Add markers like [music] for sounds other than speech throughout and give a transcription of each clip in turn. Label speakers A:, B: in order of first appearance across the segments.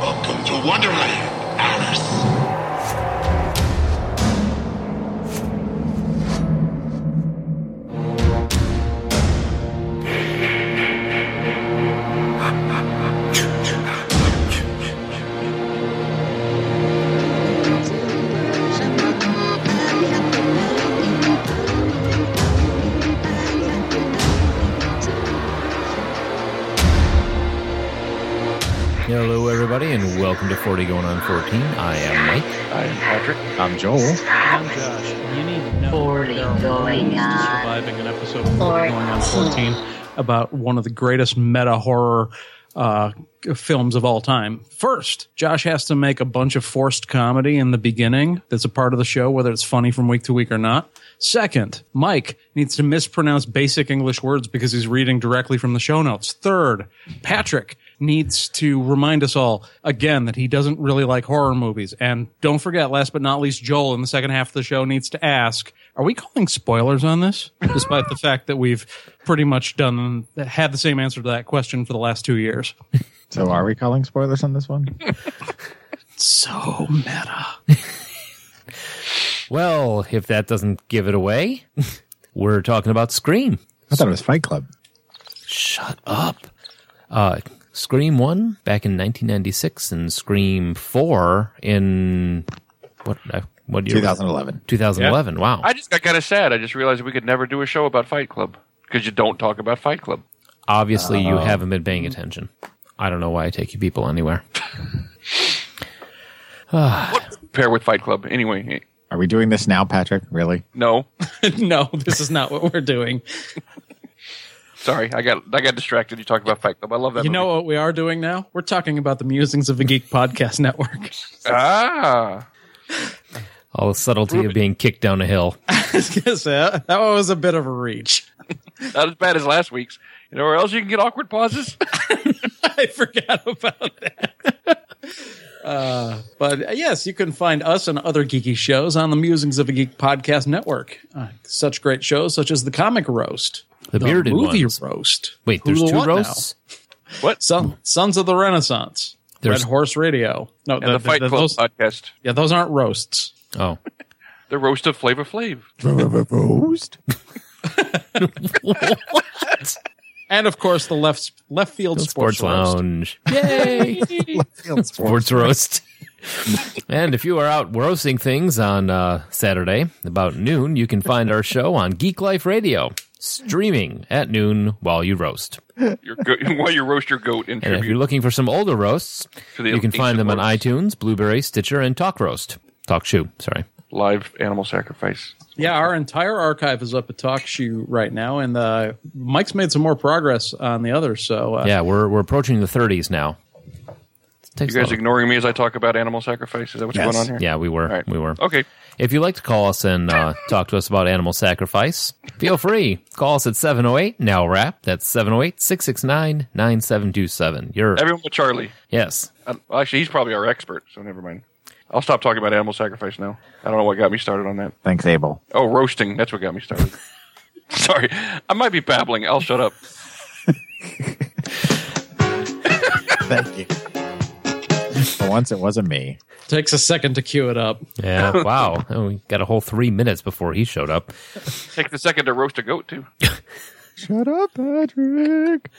A: Welcome to Wonderland, Alice.
B: Hello, everybody, and welcome to 40 Going on 14. I am Mike.
C: I'm Patrick.
B: I'm Joel.
D: I'm Josh. You need to know
E: 40
D: there are
E: going
D: rules to
E: on.
D: surviving an episode of 40 going on 14 about one of the greatest meta horror uh, films of all time. First, Josh has to make a bunch of forced comedy in the beginning that's a part of the show, whether it's funny from week to week or not. Second, Mike needs to mispronounce basic English words because he's reading directly from the show notes. Third, Patrick needs to remind us all again that he doesn't really like horror movies. And don't forget, last but not least, Joel in the second half of the show needs to ask, are we calling spoilers on this? Despite the fact that we've pretty much done, had the same answer to that question for the last two years.
C: So, are we calling spoilers on this one?
D: So meta.
B: Well, if that doesn't give it away, [laughs] we're talking about Scream.
C: I thought it was Fight Club.
B: Shut up. Uh, Scream 1 back in 1996 and Scream 4 in what, uh, what year? was it?
C: 2011.
B: 2011. Wow.
F: I just got kind of sad. I just realized we could never do a show about Fight Club because you don't talk about Fight Club.
B: Obviously, you haven't been paying attention. I don't know why I take you people anywhere.
F: Pair with Fight Club. Anyway, eh,
C: Are we doing this now, Patrick? Really?
F: no.
D: [laughs] no, this is not what we're doing.
F: Sorry, I got I got distracted. You talked about Fight Club. I love that.
D: You
F: movie.
D: know what we are doing now? We're talking about the musings of the Geek Podcast Network. [laughs]
F: Ah.
B: All the subtlety of being kicked down a hill.
D: Yes, that that one was a bit of a reach.
F: Not as bad as last week's. You know where else you can get awkward pauses?
D: [laughs] I forgot about that. [laughs] Uh, but uh, yes, you can find us and other geeky shows on the Musings of a Geek podcast network. Uh, such great shows such as the Comic Roast,
B: The bearded
D: Movie
B: ones.
D: Roast.
B: Wait, there's
D: Who
B: two
D: What Now?
B: roasts?
D: Son, Sons of the Renaissance,
B: There's-
D: Red Horse Radio. No,
F: And the, Fight Club
D: those,
F: podcast.
D: yeah, those aren't roasts.
B: Oh.
F: The roast of Flavor Flav.
C: Roast?
D: And of course, the left left field sports,
B: Sports
D: roast.
B: Lounge. Yay! [laughs] Sports Roast. and if you are out roasting things on uh, Saturday about noon, you can find our show on Geek Life Radio, streaming at noon while you roast.
F: Your go- [laughs] while you roast your goat in
B: And if you're
F: tribute.
B: looking for some older roasts,
F: To the
B: you can find
F: ancient
B: them on
F: roasts.
B: iTunes, Blueberry, Stitcher, and Talk Roast. Talk Shoe, sorry.
F: Live animal sacrifice.
D: Yeah, our entire archive is up at TalkShoe right now, and uh, Mike's made some more progress on the others. So uh,
B: Yeah, we're, we're approaching the 30s now. It takes
F: You
B: a
F: guys
B: lot of-
F: ignoring me as I talk about animal sacrifice? Is that what's
C: Yes.
F: going on here?
B: yeah, we were.
F: All right.
B: We were.
F: Okay.
B: If you'd like to call us and uh, talk to us about animal sacrifice, feel free. Call us at 708 Now Rap. That's 708 669 9727. You're.
F: Everyone but Charlie.
B: Yes.
F: Um, well, actually, he's probably our expert, so never mind. I'll stop talking about animal sacrifice now. I don't know what got me started on that.
C: Thanks, Abel.
F: Oh, roasting. That's what got me [laughs] started. Sorry. I might be babbling. I'll shut up.
C: Thank you. For once, it wasn't me.
D: takes a second to queue it up.
B: Yeah. [laughs] Wow. Oh, we got a whole three minutes before he showed up.
F: Take the second to roast a goat, too.
C: Shut up, Patrick.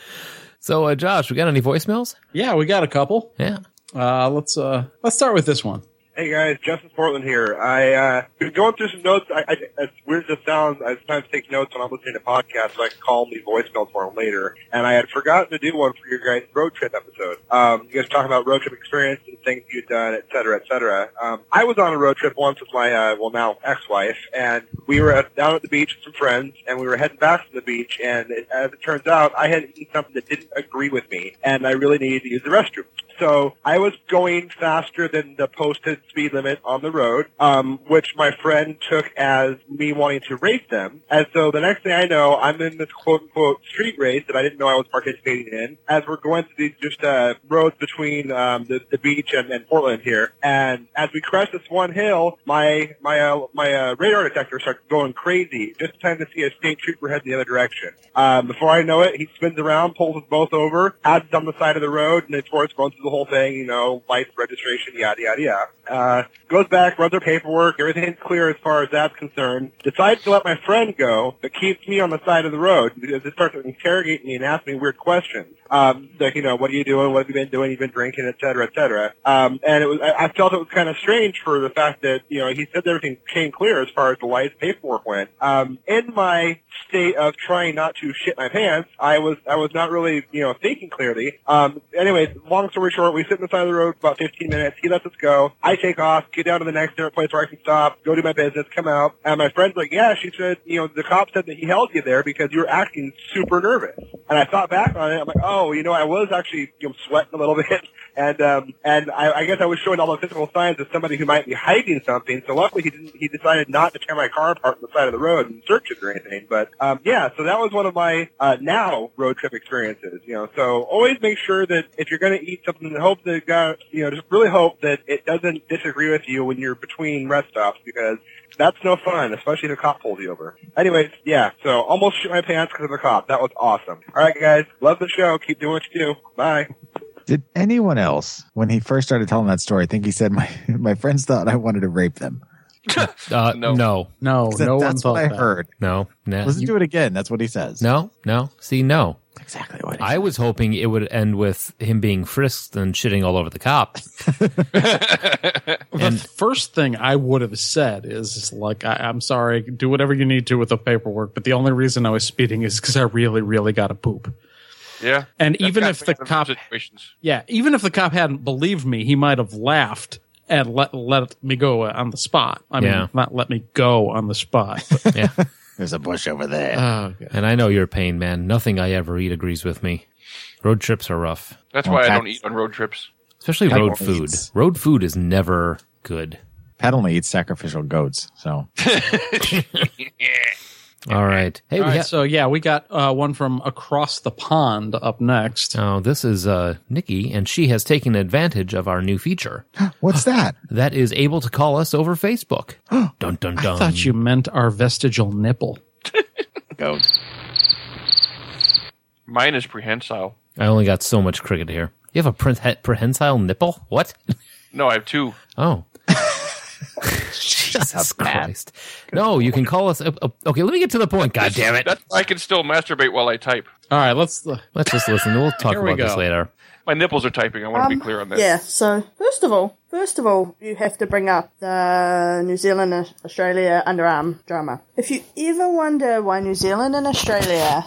B: So, uh, Josh, we got any voicemails?
D: Yeah, we got a couple.
B: Yeah.
D: Uh, let's uh, let's start with this one.
G: Hey guys, Justin Portland here. I uh, been going through some notes. I, I, as weird as it sounds, I sometimes take notes when I'm listening to podcasts, so I can call me voicemail for them later. And I had forgotten to do one for your guys' road trip episode. Um, you guys were talking about road trip experience and things you've done, et cetera, et cetera. Um, I was on a road trip once with my uh, well now ex-wife, and we were at, down at the beach with some friends, and we were heading back from the beach. And it, as it turns out, I had eaten something that didn't agree with me, and I really needed to use the restroom. So I was going faster than the posted speed limit on the road, um, which my friend took as me wanting to race them. And so the next thing I know, I'm in this quote unquote street race that I didn't know I was participating in as we're going through these just uh, roads between um, the, the beach and, and Portland here. And as we crest this one hill, my my uh, my uh, radar detector starts going crazy, just in time to see a state trooper head the other direction. Um, before I know it, he spins around, pulls us both over, adds us on the side of the road, and it's worth going through the whole thing, you know, lights, registration, yada, yada, yada. Uh, goes back, runs our paperwork, everything's clear as far as that's concerned. Decides to let my friend go, but keeps me on the side of the road because it starts to interrogate me and ask me weird questions. Um, like, you know, what are you doing? What have you been doing? You've been drinking, et cetera, et cetera. Um, and it was, I, I felt it was kind of strange for the fact that, you know, he said that everything came clear as far as the lights, paperwork went. Um, in my state of trying not to shit my pants, I was, I was not really, you know, thinking clearly. Um, anyways, long story short, we sit in the side of the road for about 15 minutes. He lets us go. I take off, get down to the next different place where I can stop, go do my business, come out. And my friend's like, yeah, she said, you know, the cop said that he held you there because you were acting super nervous. And I thought back on it. I'm like, oh, you know, I was actually, you know, sweating a little [laughs] bit. And, um, and I, I guess I was showing all the physical signs of somebody who might be hiding something. So luckily he didn't, he decided not to tear my car apart on the side of the road and search it or anything. But, um, yeah, so that was one of my, uh, now road trip experiences, you know, so always make sure that if you're going to eat something, hope that, got, you know, just really hope that it doesn't disagree with you when you're between rest stops because that's no fun, especially if a cop pulls you over. Anyways, yeah, so almost shit my pants because of the cop. That was awesome. All right, guys, love the show. Keep doing what you do. Bye.
C: Did anyone else, when he first started telling that story, I think he said my my friends thought I wanted to rape them?
B: Uh, no.
F: No.
B: no,
H: No,
C: 'Cause that-
H: no one
C: that's
H: thought
C: what I
H: that.
C: heard.
B: no, no,
C: Listen to it again. That's what he says.
B: no, no. See, no.
C: That's exactly what he
B: I was hoping it would end with him being frisked and shitting all over the cop.
H: The first thing I would have said is, is like, I, I'm sorry, do whatever you need to with the paperwork, but the only reason I was speeding is because I really, really got to poop.
F: Yeah.
H: And
F: That's
H: even
F: gotta
H: if
F: be
H: the
F: one of
H: cop,
F: those situations.
H: yeah, even if the cop hadn't believed me, he might have laughed and let let me go on the spot. I
B: Yeah.
H: mean, not let me go on the
B: [laughs]
H: spot. but-
B: Yeah.
C: There's a bush over there.
B: Uh.
H: oh, God.
B: And I know your pain, man. Nothing I ever eat agrees with me. Road trips are rough,
F: That's why I don't
C: tax-
F: eat on road trips.
B: especially
C: Like
B: road
C: what
B: food.
C: eats.
B: Road food is never good.
C: Pat only eats sacrificial goats, so
B: All right. Hey,
H: All
B: we
H: right,
B: ha-
H: so yeah, we got uh, one from across the pond up next.
B: oh, this is uh, Nikki, and she has taken advantage of our
H: [gasps]
B: new feature
C: what's that?
B: that is able to call us over Facebook. dun dun dun.
H: [gasps] I thought you meant our vestigial nipple.
C: [laughs] Goat.
F: Mine is prehensile.
B: I only got so much cricket here. You have a pre- he- prehensile nipple? What? [laughs]
F: No, I have two.
H: [laughs]
B: Oh. Jesus Christ. No, you can call us. uh, uh, Okay, let me get to
H: [laughs]
B: the point. God damn it.
F: That's I can still masturbate while I type.
H: All right, let's. Uh,
B: Let's just
H: [laughs]
B: listen. We'll talk
H: Here we
B: about this
H: go.
B: later.
F: My nipples are typing. I want to
I: Um,
F: be clear on that.
I: Yeah. So first of all, first of all, you have to bring up the New Zealand and Australia underarm drama. If you ever wonder why New Zealand and Australia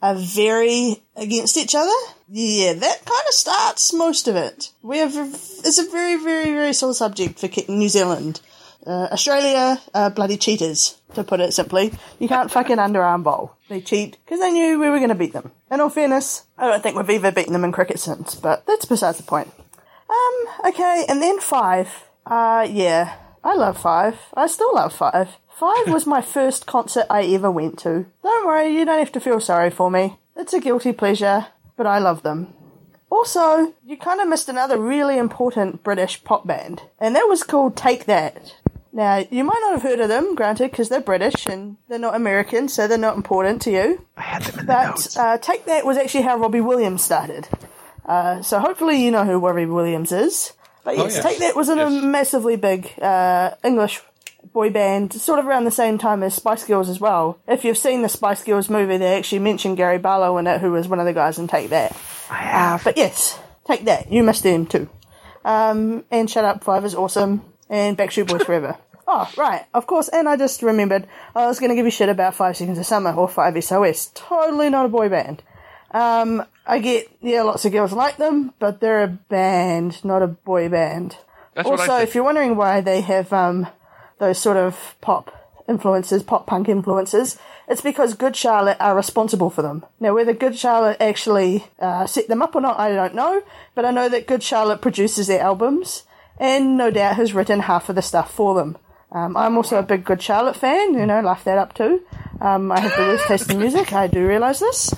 I: are very against each other, yeah, that kind of starts most of it. We have it's a very, very, very sore subject for Ki- New Zealand. Uh, Australia are bloody cheaters, to put it simply. You can't fucking underarm bowl. They cheat because they knew we were going to beat them. In all fairness, I don't think we've ever beaten them in cricket since, but that's besides the point. Um, okay, and then five. Uh, yeah, I love five. I still love five. Five was my first concert I ever went to. Don't worry, you don't have to feel sorry for me. It's a guilty pleasure, but I love them. Also, you kind of missed another really important British pop band, and that was called Take That. Now, you might not have heard of them, granted, because they're British and they're not American, so they're not important to you. I had them in but, the notes. Uh, Take That was actually how Robbie Williams started. Uh, so hopefully you know who Robbie Williams is. But yes,
F: Oh, yes.
I: Take That was in a
F: Yes.
I: massively big uh, English boy band, sort of around the same time as Spice Girls as well. If you've seen the Spice Girls movie, they actually mention Gary Barlow in it, who was one of the guys in Take That. Uh, but yes, take that. You must them too. Um, and Shut Up Five is awesome. And Backstreet Boys Forever. Oh, right, of course. And I just remembered I was going to give you shit about Five Seconds of Summer or Five SOS. Totally not a boy band. Um, I get, yeah, lots of girls like them, but they're a band, not a boy band.
F: That's what I
I: also,
F: think.
I: if you're wondering why they have um, those sort of pop influences, pop punk influences, it's because Good Charlotte are responsible for them. Now, whether Good Charlotte actually uh, set them up or not, I don't know, but I know that Good Charlotte produces their albums and no doubt has written half of the stuff for them. Um, I'm also a big Good Charlotte fan, you know, laugh that up too. Um, I have the worst taste in music, I do realise this.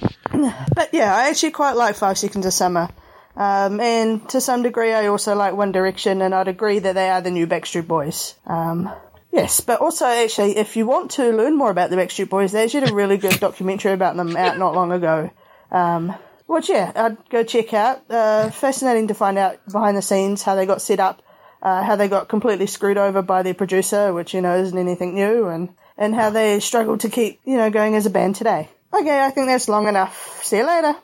I: But yeah, I actually quite like Five Seconds of Summer. Um, and to some degree, I also like One Direction, and I'd agree that they are the new Backstreet Boys. Um, yes, but also, actually, if you want to learn more about the Backstreet Boys, they actually did a really good documentary about them out not long ago. Um, which, yeah, I'd go check out. Uh, fascinating to find out behind the scenes how they got set up, uh, how they got completely screwed over by their producer, which, you know, isn't anything new, and, and how they struggled to keep, you know, going as a band today. Okay, I think that's long enough. See you later.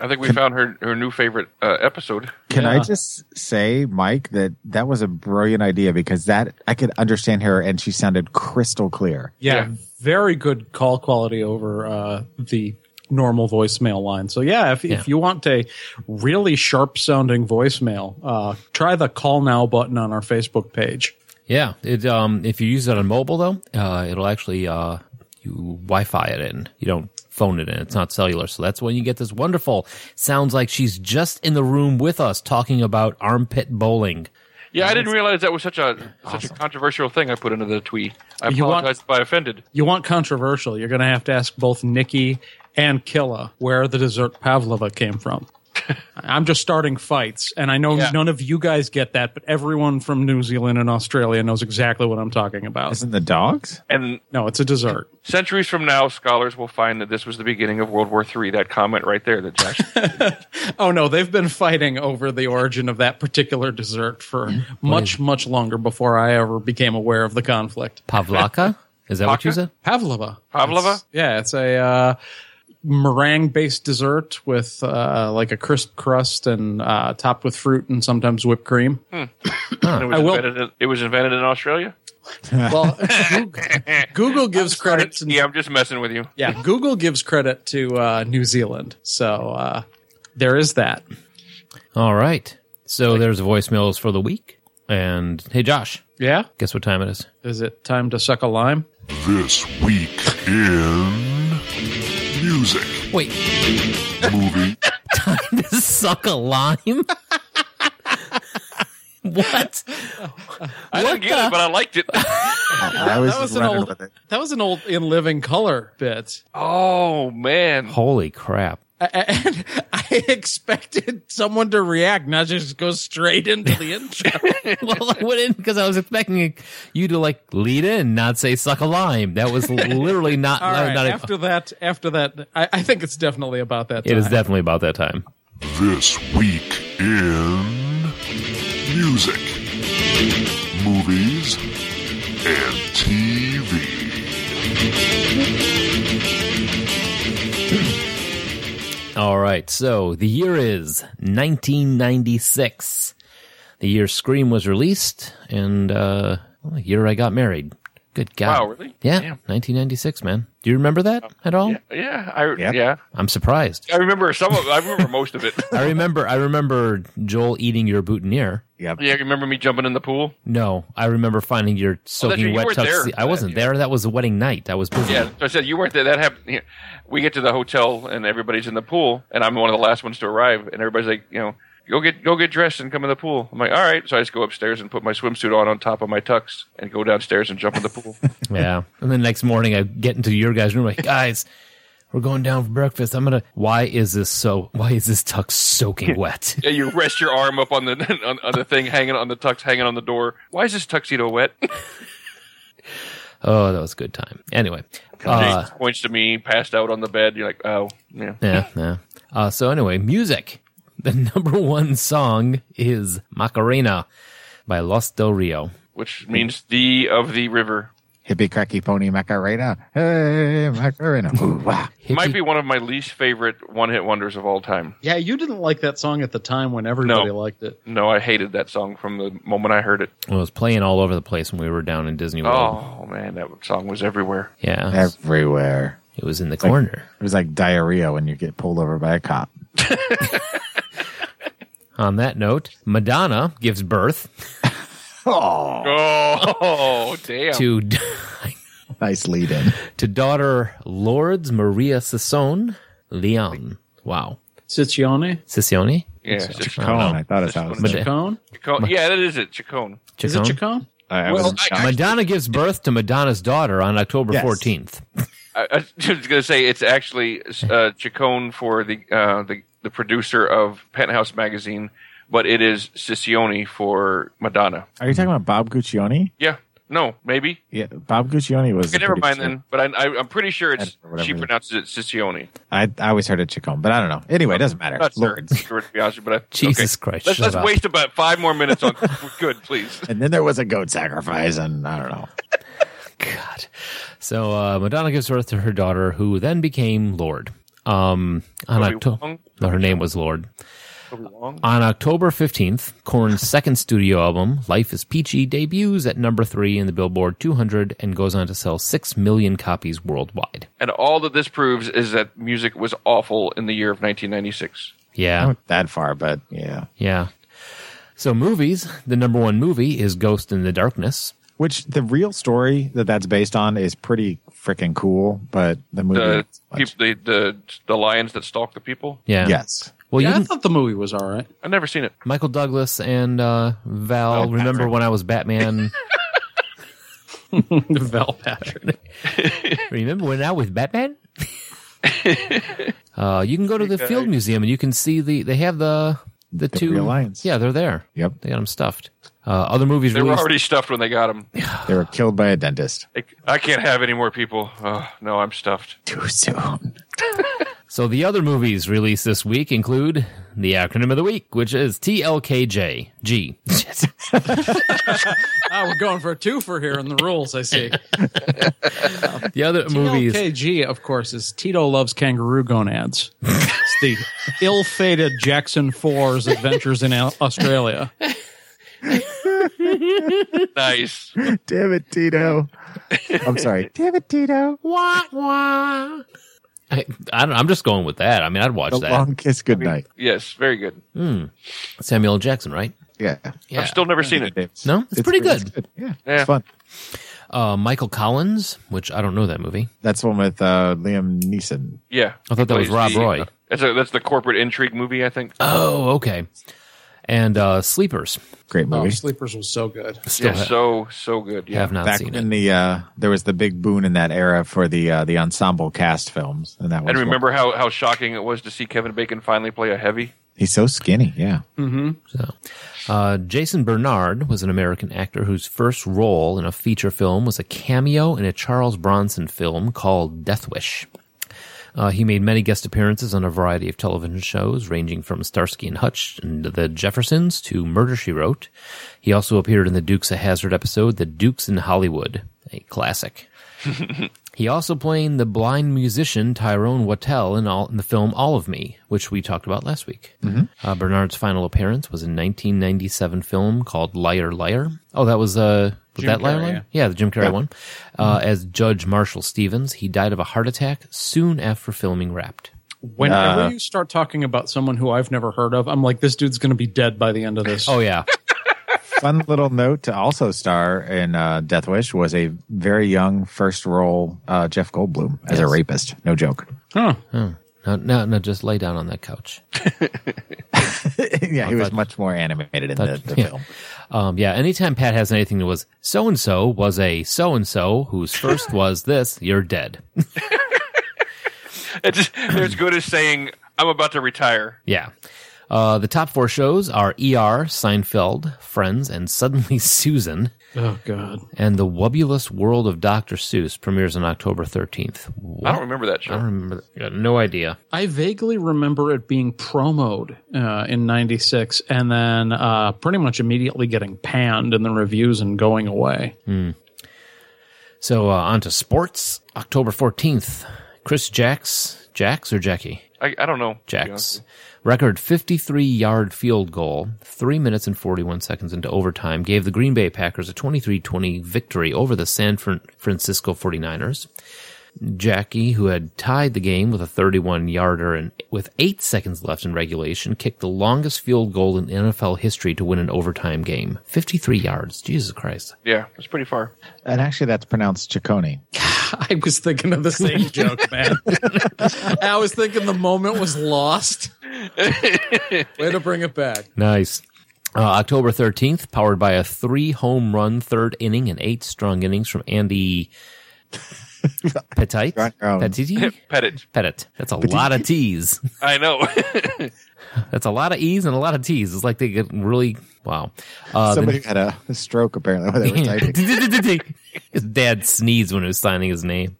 F: I think we found her her new favorite uh, episode.
C: Can I
D: Yeah.
C: just say, Mike, that that was a brilliant idea because that I could understand her and she sounded crystal clear.
D: Yeah,
F: Yeah.
D: very good call quality over uh, the normal voicemail line. So yeah, if
B: Yeah.
D: if you want a really sharp sounding voicemail, uh, try the call now button on our Facebook page.
B: Yeah, it um if you use it on mobile though, uh, it'll actually uh you Wi-Fi it in. You don't phone it in. It's not cellular, so that's when you get this wonderful. Sounds like she's just in the room with us talking about armpit bowling.
F: Yeah, I didn't realize that was such a such a controversial thing I put into the tweet. I
D: You want-
F: apologize if I offended.
D: You want controversial? You're going to have to ask both Nikki and Killa where the dessert pavlova
H: [laughs]
D: came from. I'm just starting fights, and I know
F: Yeah.
D: none of you guys get that, but everyone from New Zealand and Australia knows exactly what I'm talking about.
C: Isn't the dogs?
F: And
D: No, it's a dessert.
F: centuries from now, scholars will find that this was the beginning of World War III. That comment right there, that Josh.
D: Oh no, they've been fighting over the origin of that particular dessert for much, much longer before I ever became aware of the conflict.
B: [laughs] Pavlaka? Is that what you said?
D: Pavlova.
F: Pavlova?
D: It's- yeah, it's a uh, meringue-based dessert with uh, like a crisp crust and uh, topped with fruit and sometimes whipped cream.
F: it, was
D: I will-
F: invented, in- it was invented in Australia.
D: [laughs] Well, Google, Google gives credit. To,
F: Yeah, I'm just messing with you.
D: yeah, Google gives credit to uh, New Zealand. So uh, there is that.
B: All right. So there's voicemails for the week. And hey, Josh,
D: Yeah,
B: guess what time it is?
D: is it time to suck a lime?
A: This week in music,
B: Wait, [laughs]
A: movie,
B: suck a [laughs] lime. what?
F: I didn't get it, but I liked it.
C: I
D: [laughs]
C: was,
D: that
C: just
D: was an
C: running
D: old
C: with it.
D: that was an old in living color bit
F: oh man,
B: Holy crap!
D: and [laughs] i expected someone to react not just go straight into the
H: [laughs]
D: intro
B: [laughs] well, I wouldn't because I was expecting you to like lead in, not say suck a lime. That was literally not.
D: [laughs] all right
B: not
D: after that after that I, I think it's definitely about that
B: it is
D: time.
B: definitely about that time.
A: this week in music, movies, and TV.
B: All right, so the year is 1996. The year Scream was released, and uh, well, the year I got married. Good God!
F: Wow, really?
B: Yeah, Oh.
F: Damn. Um,
B: 1996, man. Do you remember that at all?
F: yeah, I
C: Yep.
F: yeah,
B: I'm surprised.
F: I remember some of. I remember most of it. [laughs]
B: I remember. I remember Joel eating your boutonniere.
C: Yep.
F: Yeah, you remember me jumping in the pool?
B: No, I remember finding your soaking
F: Oh, right, you
B: wet
F: weren't there
B: tux-
F: for
B: I
F: that,
B: wasn't
F: yeah.
B: there. That was the wedding night. I was busy.
F: Yeah, so I said you weren't there. That happened. yeah. We get to the hotel and everybody's in the pool, and I'm one of the last ones to arrive, and everybody's like, you know, go get go get dressed and come in the pool. I'm like, all right. So I just go upstairs and put my swimsuit on on top of my tux and go downstairs and jump in the pool. [laughs]
B: Yeah. And then next morning, I get into your guys' room, like, guys, we're going down for breakfast. I'm gonna. Why is this so? Why is this tuck soaking wet? [laughs]
F: yeah, you rest your arm up on the [laughs] on, on the thing hanging on the tux hanging on the door. Why is this tuxedo wet?
B: oh, that was a good time. Anyway, uh,
F: Jason points to me, passed out on the bed. You're like, oh, yeah.
B: yeah, yeah. Uh, so anyway, music. The [laughs] number one song is Macarena by Los Del Rio.
F: Which means the of the river.
C: Hippie cracky pony Macarena. Hey, Macarena. Ooh, wow.
F: Might be one of my least favorite one hit wonders of all time.
D: yeah you didn't like that song at the time when everybody liked it
F: No, I hated that song from the moment I heard it.
B: It was playing all over the place when we were down in Disney World.
F: Oh man, that song was everywhere.
B: Yeah,
C: Everywhere.
B: it was in the corner.
C: It was like diarrhea when you get pulled over by a cop.
B: On that note, Madonna gives birth
C: Oh,
F: Oh, [laughs] damn.
B: to
C: nice lead in.
B: to daughter Lords Maria Sassone Leon. Wow,
H: Ciccione?
B: Sicione.
F: yeah, it's just-
C: Colin, I thought it was.
B: But-
H: Chacon?
F: Chacon. Yeah, that is it. Chacon.
H: Is it Chacon?
C: I, Oh, I
H: Well,
C: was
F: I-
B: Madonna gives birth to Madonna's daughter on October
C: Yes.
B: 14th.
F: I, I [laughs] was going to say it's actually uh, Chacon for the, uh, the the producer of Penthouse magazine, but it is Sicione for Madonna.
C: Are you talking about Bob Guccione?
F: Yeah. No, maybe.
C: Yeah, Bob Guccione was. the
F: Okay, never mind
C: producer.
F: then. But I, I, I'm pretty sure it's
C: Or whatever
F: she
C: it is.
F: pronounces it Sicione.
C: I, I always heard it Chacon, but I don't know. Anyway, it doesn't matter.
F: Not sure,
C: Lords.
F: sure to be honest,
C: [laughs]
F: but I,
B: Jesus
F: okay.
B: Christ,
F: Let's,
B: shut
F: let's
B: up.
F: waste about five more minutes on [laughs] good, please.
C: And then there was a goat sacrifice, and I don't know.
B: God. So uh, Madonna gives birth to her daughter, who then became Lord. Um, on
F: Toby
B: October,
F: Wong?
B: no, her name was Lord.
F: Toby Wong?
B: On October 15th, Korn's second studio album, Life is Peachy, debuts at number three in the Billboard 200 and goes on to sell six million copies worldwide.
F: And all that this proves is that music was awful in the year of 1996.
B: Yeah.
C: Not that far, but yeah.
B: Yeah. So movies, the number one movie is Ghost in the Darkness.
C: Which the real story that that's based on is pretty freaking cool, but the movie.
F: The,
C: not so much.
F: peop the the the lions that stalk the people.
B: Yeah.
C: yes.
B: Well,
H: Yeah,
B: you
H: I
B: didn't,
H: thought the movie was all right.
F: I've never seen it.
B: Michael Douglas and uh, Val. remember when I was Batman?
H: Val Patrick.
D: [laughs]
B: remember when I was Batman? uh, you can go to the Field Museum and you can see the they have the the,
C: The
B: two
C: real lions.
B: Yeah, they're there.
C: Yep.
B: they got them stuffed. Uh, other movies
F: They were
B: released.
F: already stuffed when they got them.
C: They were killed by a dentist.
F: I can't have any more people. Oh, no, I'm stuffed.
C: Too soon. [laughs]
B: so the other movies released this week include the acronym of the week, which is TLKJG.
H: Ah, we're going for a twofer here in the rules, I see.
B: the
F: [laughs]
B: other movies.
H: TLKG, of course, is Tito Loves Kangaroo Gonads. it's the ill fated Jackson 4's Adventures in Al- Australia.
F: Nice.
C: Damn it, Tito. I'm sorry. [laughs] Damn it, Tito.
B: Wah, wah. I, I don't, I'm just going with that. I mean, I'd watch
C: A
B: that.
C: long kiss goodnight.
F: Yes, very good.
B: Samuel L. Jackson, right?
C: Yeah.
B: Yeah.
F: I've still never seen it.
B: No? It's pretty good.
C: Yeah.
F: Yeah.
C: It's fun.
B: uh, Michael Collins, which I don't know that movie.
C: That's the one with uh, Liam Neeson.
F: Yeah,
B: I thought that was
F: Plays
B: Rob
F: the-
B: Roy.
F: That's a, that's the corporate intrigue movie, I think.
B: Oh, okay. And uh, Sleepers.
C: Great
H: Oh,
C: movie.
H: Sleepers was so good.
B: Still
F: Yeah,
B: ha-
F: so so good. Yeah,
B: have not
C: Back
B: seen
C: when
B: it.
C: the uh, there was the big boon in that era for the uh, the ensemble cast films, and that was
F: and
C: one.
F: remember how how shocking it was to see Kevin Bacon finally play a heavy.
C: he's so skinny. Yeah,
B: Uh, Jason Bernard was an American actor whose first role in a feature film was a cameo in a Charles Bronson film called Death Wish. Uh, he made many guest appearances on a variety of television shows, ranging from Starsky and Hutch and The Jeffersons to Murder She Wrote. He also appeared in the Dukes of Hazard episode, The Dukes in Hollywood, a classic. he also played the blind musician Tyrone Wattell in, all, in the film All of Me, which we talked about last week. Uh, Bernard's final appearance was in 1997 film called Liar Liar. Oh, that was uh, was that Liar
H: Carrey,
B: Liar? Yeah, the Jim Carrey one. Uh, as Judge Marshall Stevens, he died of a heart attack soon after filming Wrapped.
H: Whenever you start talking about someone who I've never heard of, I'm like, this dude's going to be dead by the end of this.
B: Oh yeah,
C: fun little note to also star in uh, Death Wish was a very young first role uh, Jeff Goldblum as a rapist. No joke.
H: Huh.
B: no, no, no, just lay down on that couch.
C: [laughs] yeah, he was much more animated in the, the
B: yeah.
C: film.
B: Um, yeah, anytime Pat has anything that was so and so was a so and so whose [laughs] first was this, you're dead.
F: It's they're as good as saying I'm about to retire.
B: yeah. Uh, the top four shows are ER, Seinfeld, Friends, and Suddenly [laughs] Susan.
H: Oh, God.
B: And The Wubulous World of Dr. Seuss premieres on October 13th. What?
F: I don't remember that
B: I
F: show.
B: don't remember. that. Got no idea.
H: I vaguely remember it being promoed uh, in '96, and then uh, pretty much immediately getting panned in the reviews and going away.
B: So uh, on to sports. October 14th, Chris Jacks, Jacks or Jackie?
F: I, I don't know. to be honest
B: Jacks.
F: with
B: Record 53 yard field goal, 3 minutes and 41 seconds into overtime, gave the Green Bay Packers a 23 20 victory over the San Fran- Francisco 49ers. Jackie, who had tied the game with a 31 yarder and with eight seconds left in regulation, kicked the longest field goal in NFL history to win an overtime game. 53 yards. Jesus Christ.
F: Yeah, it's pretty far.
C: And actually, that's pronounced Ciccone.
D: [laughs] I was thinking of the
H: [laughs]
D: same joke, man. [laughs] I was thinking the moment
H: [laughs]
D: was lost. Way to bring it back.
B: Nice. Uh, October 13th, powered by a three home run third inning and eight strong innings from Andy Petit.
C: Right, um,
B: Petit?
F: Pettit.
B: Pettit. That's a lot of T's.
F: I know. [laughs]
B: That's a lot of E's and a lot of T's. It's like they get really, wow. Uh,
C: Somebody had a, a stroke apparently when
B: [laughs]
C: they were [laughs] typing.
B: his dad sneezed when he was signing his name.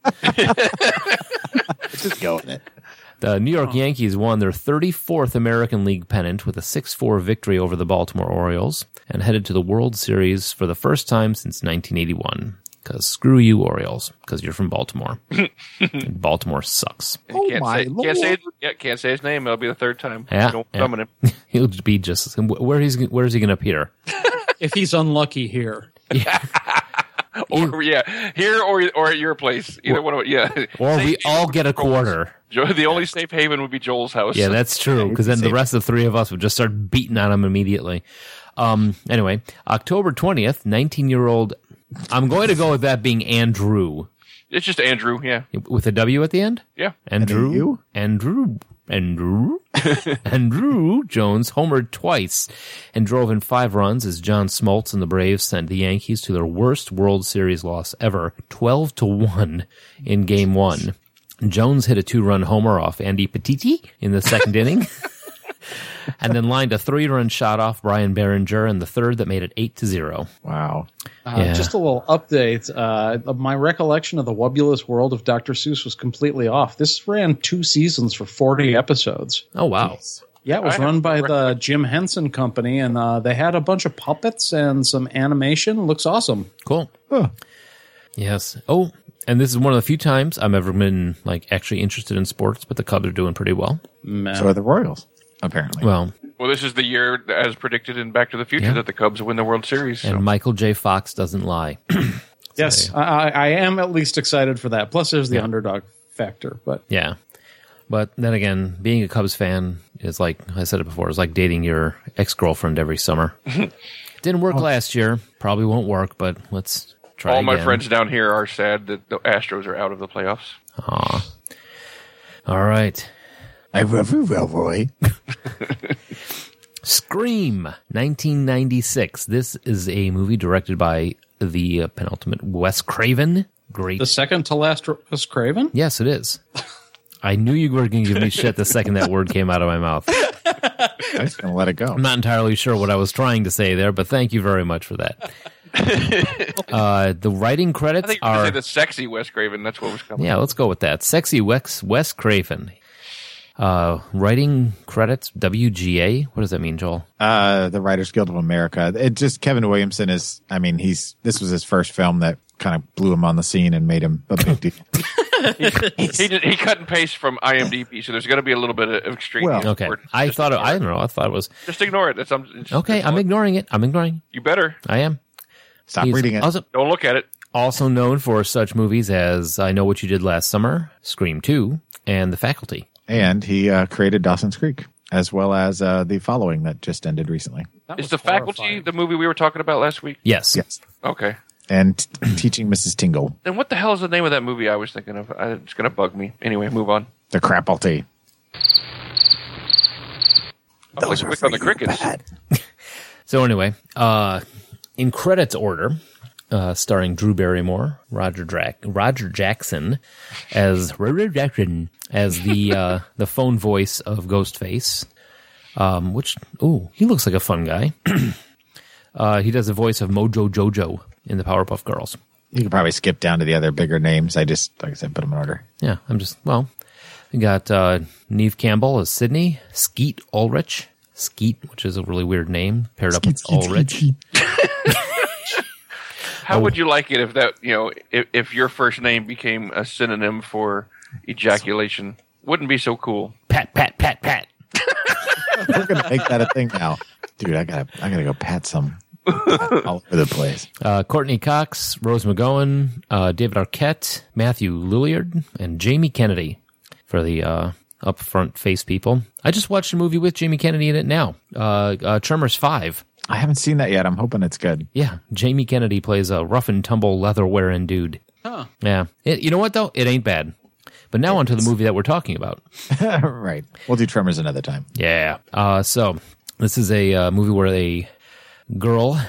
C: Just go with it.
B: The New York Yankees won their 34th American League pennant with a 6 4 victory over the Baltimore Orioles and headed to the World Series for the first time since 1981. Because screw you, Orioles, because you're from Baltimore. and Baltimore sucks.
C: Oh
F: can't
C: my
F: say, Can't say,
C: lord.
F: his- yeah, can't say his name. It'll be the third time.
B: Yeah,
F: Don't
B: yeah.
F: summon him. [laughs]
B: [laughs] He'll be just where he's where is he going to appear?
H: If he's unlucky here,
F: Or, yeah, here or or at your place. Either one of yeah.
B: Or we all get a quarter.
F: Joe, the only safe haven would be Joel's house. [laughs]
B: Yeah, that's true. Because then the rest of the three of us would just start beating on him immediately. Um. Anyway, October twentieth, nineteen-year-old. I'm going to go with that being Andrew
F: it's just Andrew. Yeah,
B: with a W at the end.
F: yeah.
B: Andrew,
C: you?
B: Andrew, Andrew, [laughs] Andrew Jones homered twice and drove in five runs as John Smoltz and the Braves sent the Yankees to their worst World Series loss ever, twelve to one in Game One. Jones hit a two-run homer off Andy Petiti in the second inning. [laughs] And then lined a three-run shot off Brian Behringer in the third that made it eight to zero.
C: Wow.
H: uh,
B: Yeah.
H: just a little update. Uh, of my recollection of the Wobulous World of Dr. Seuss was completely off. This ran two seasons for 40 episodes.
B: Oh wow!
H: Yeah, it was
F: I
H: run
F: have
H: by
F: no
H: the Jim Henson Company, and uh, they had a bunch of puppets and some animation. Looks awesome.
B: Cool. Yes. Oh, and this is one of the few times I've ever been like actually interested in sports, but the Cubs are doing pretty well.
H: Man.
C: So are the Royals, apparently.
B: Well,
F: Well, this is the year, as predicted in Back to the Future,
B: Yeah.
F: that the Cubs win the World Series. So.
B: and Michael J. Fox doesn't lie. [clears throat]
H: yes, I, I I am at least excited for that. Plus, there's the underdog factor. But
B: yeah. But then again, being a Cubs fan is like I said it before, it's like dating your ex girlfriend every summer. Didn't work last year. Probably won't work, but let's try.
F: All my
B: again.
F: friends down here are sad that the Astros are out of the playoffs.
B: All right.
C: I love you, Roy.
B: Scream, 1996. This is a movie directed by the uh, penultimate Wes Craven. Great
H: the second to last was Craven.
B: Yes, it is. I knew you were going to give me shit the second that word came out of my mouth.
C: I'm just going to let it [laughs] go.
B: I'm not entirely sure what I was trying to say there, but thank you very much for that.
F: [laughs]
B: Uh, the writing
F: I
B: credits
F: think you could
B: are
F: say the sexy Wes Craven. That's what was coming.
B: yeah, let's go with that. Sexy Wex Wes Craven. Uh, writing credits WGA. What does that mean, Joel?
C: Uh, the Writers Guild of America. It just Kevin Williamson is. I mean, he's this was his first film that kind of blew him on the scene and made him a big [laughs] deal.
F: He, did, he cut and paste from IMDb, so there's going to be a little bit of extreme.
C: Well,
B: Okay,
F: awkward.
B: I thought it, I don't know. I thought it was
F: Just ignore it. That's I'm, it's-
B: okay.
F: it's-
B: I'm ignoring it. I'm ignoring. it.
F: You better
B: I am.
C: Stop
B: He's
C: reading it.
B: Also,
F: don't look at it.
B: also known for such movies as I Know What You Did Last Summer, Scream Two, and The Faculty.
C: and he uh, created Dawson's Creek as well as uh, the following that just ended recently.
H: That
F: Is
H: was
F: the faculty
H: horrifying.
F: the movie we were talking about last week?
B: Yes.
C: Yes,
F: Okay.
C: and t- [clears throat] teaching Mrs. Tingle
F: Then what the hell is the name of that movie I was thinking of? I, it's going to bug me. Anyway, move on.
C: the crapalty.
F: I'll click, click on the crickets.
B: So anyway, uh, in credits order, uh, starring Drew Barrymore, Roger Drac- Roger Jackson as Roger Jackson as
C: [laughs]
B: the uh, the phone voice of Ghostface, um, which ooh he looks like a fun guy. [clears throat] uh, he does the voice of Mojo Jojo in the Powerpuff Girls.
C: You could probably skip down to the other bigger names. I just like I said, put them in order. [laughs]
B: Yeah, I'm just well. We got uh, Neve Campbell as Sydney, Skeet Ulrich, Skeet, which is a really weird name paired up with Ulrich.
F: How would you like it if that you know if, if your first name became a synonym for ejaculation? Wouldn't be so cool.
B: Pat, pat, pat, pat.
C: We're gonna make that a thing now, dude. I gotta, I gotta go pat some [laughs] all over the place.
B: Uh, Courtney Cox, Rose McGowan, uh, David Arquette, Matthew Lilliard, and Jamie Kennedy for the uh, upfront face people. I just watched a movie with Jamie Kennedy in it now. Uh, uh, Tremors 5.
C: I haven't seen that yet. I'm hoping it's good. [laughs]
B: Yeah, Jamie Kennedy plays a rough and tumble leather wearing dude.
H: Huh.
B: Yeah. It, you know what, though? It ain't bad. But now onto the movie that we're talking about.
C: right. We'll do Tremors another time.
B: Yeah. Uh, so this is a uh, movie where a girl,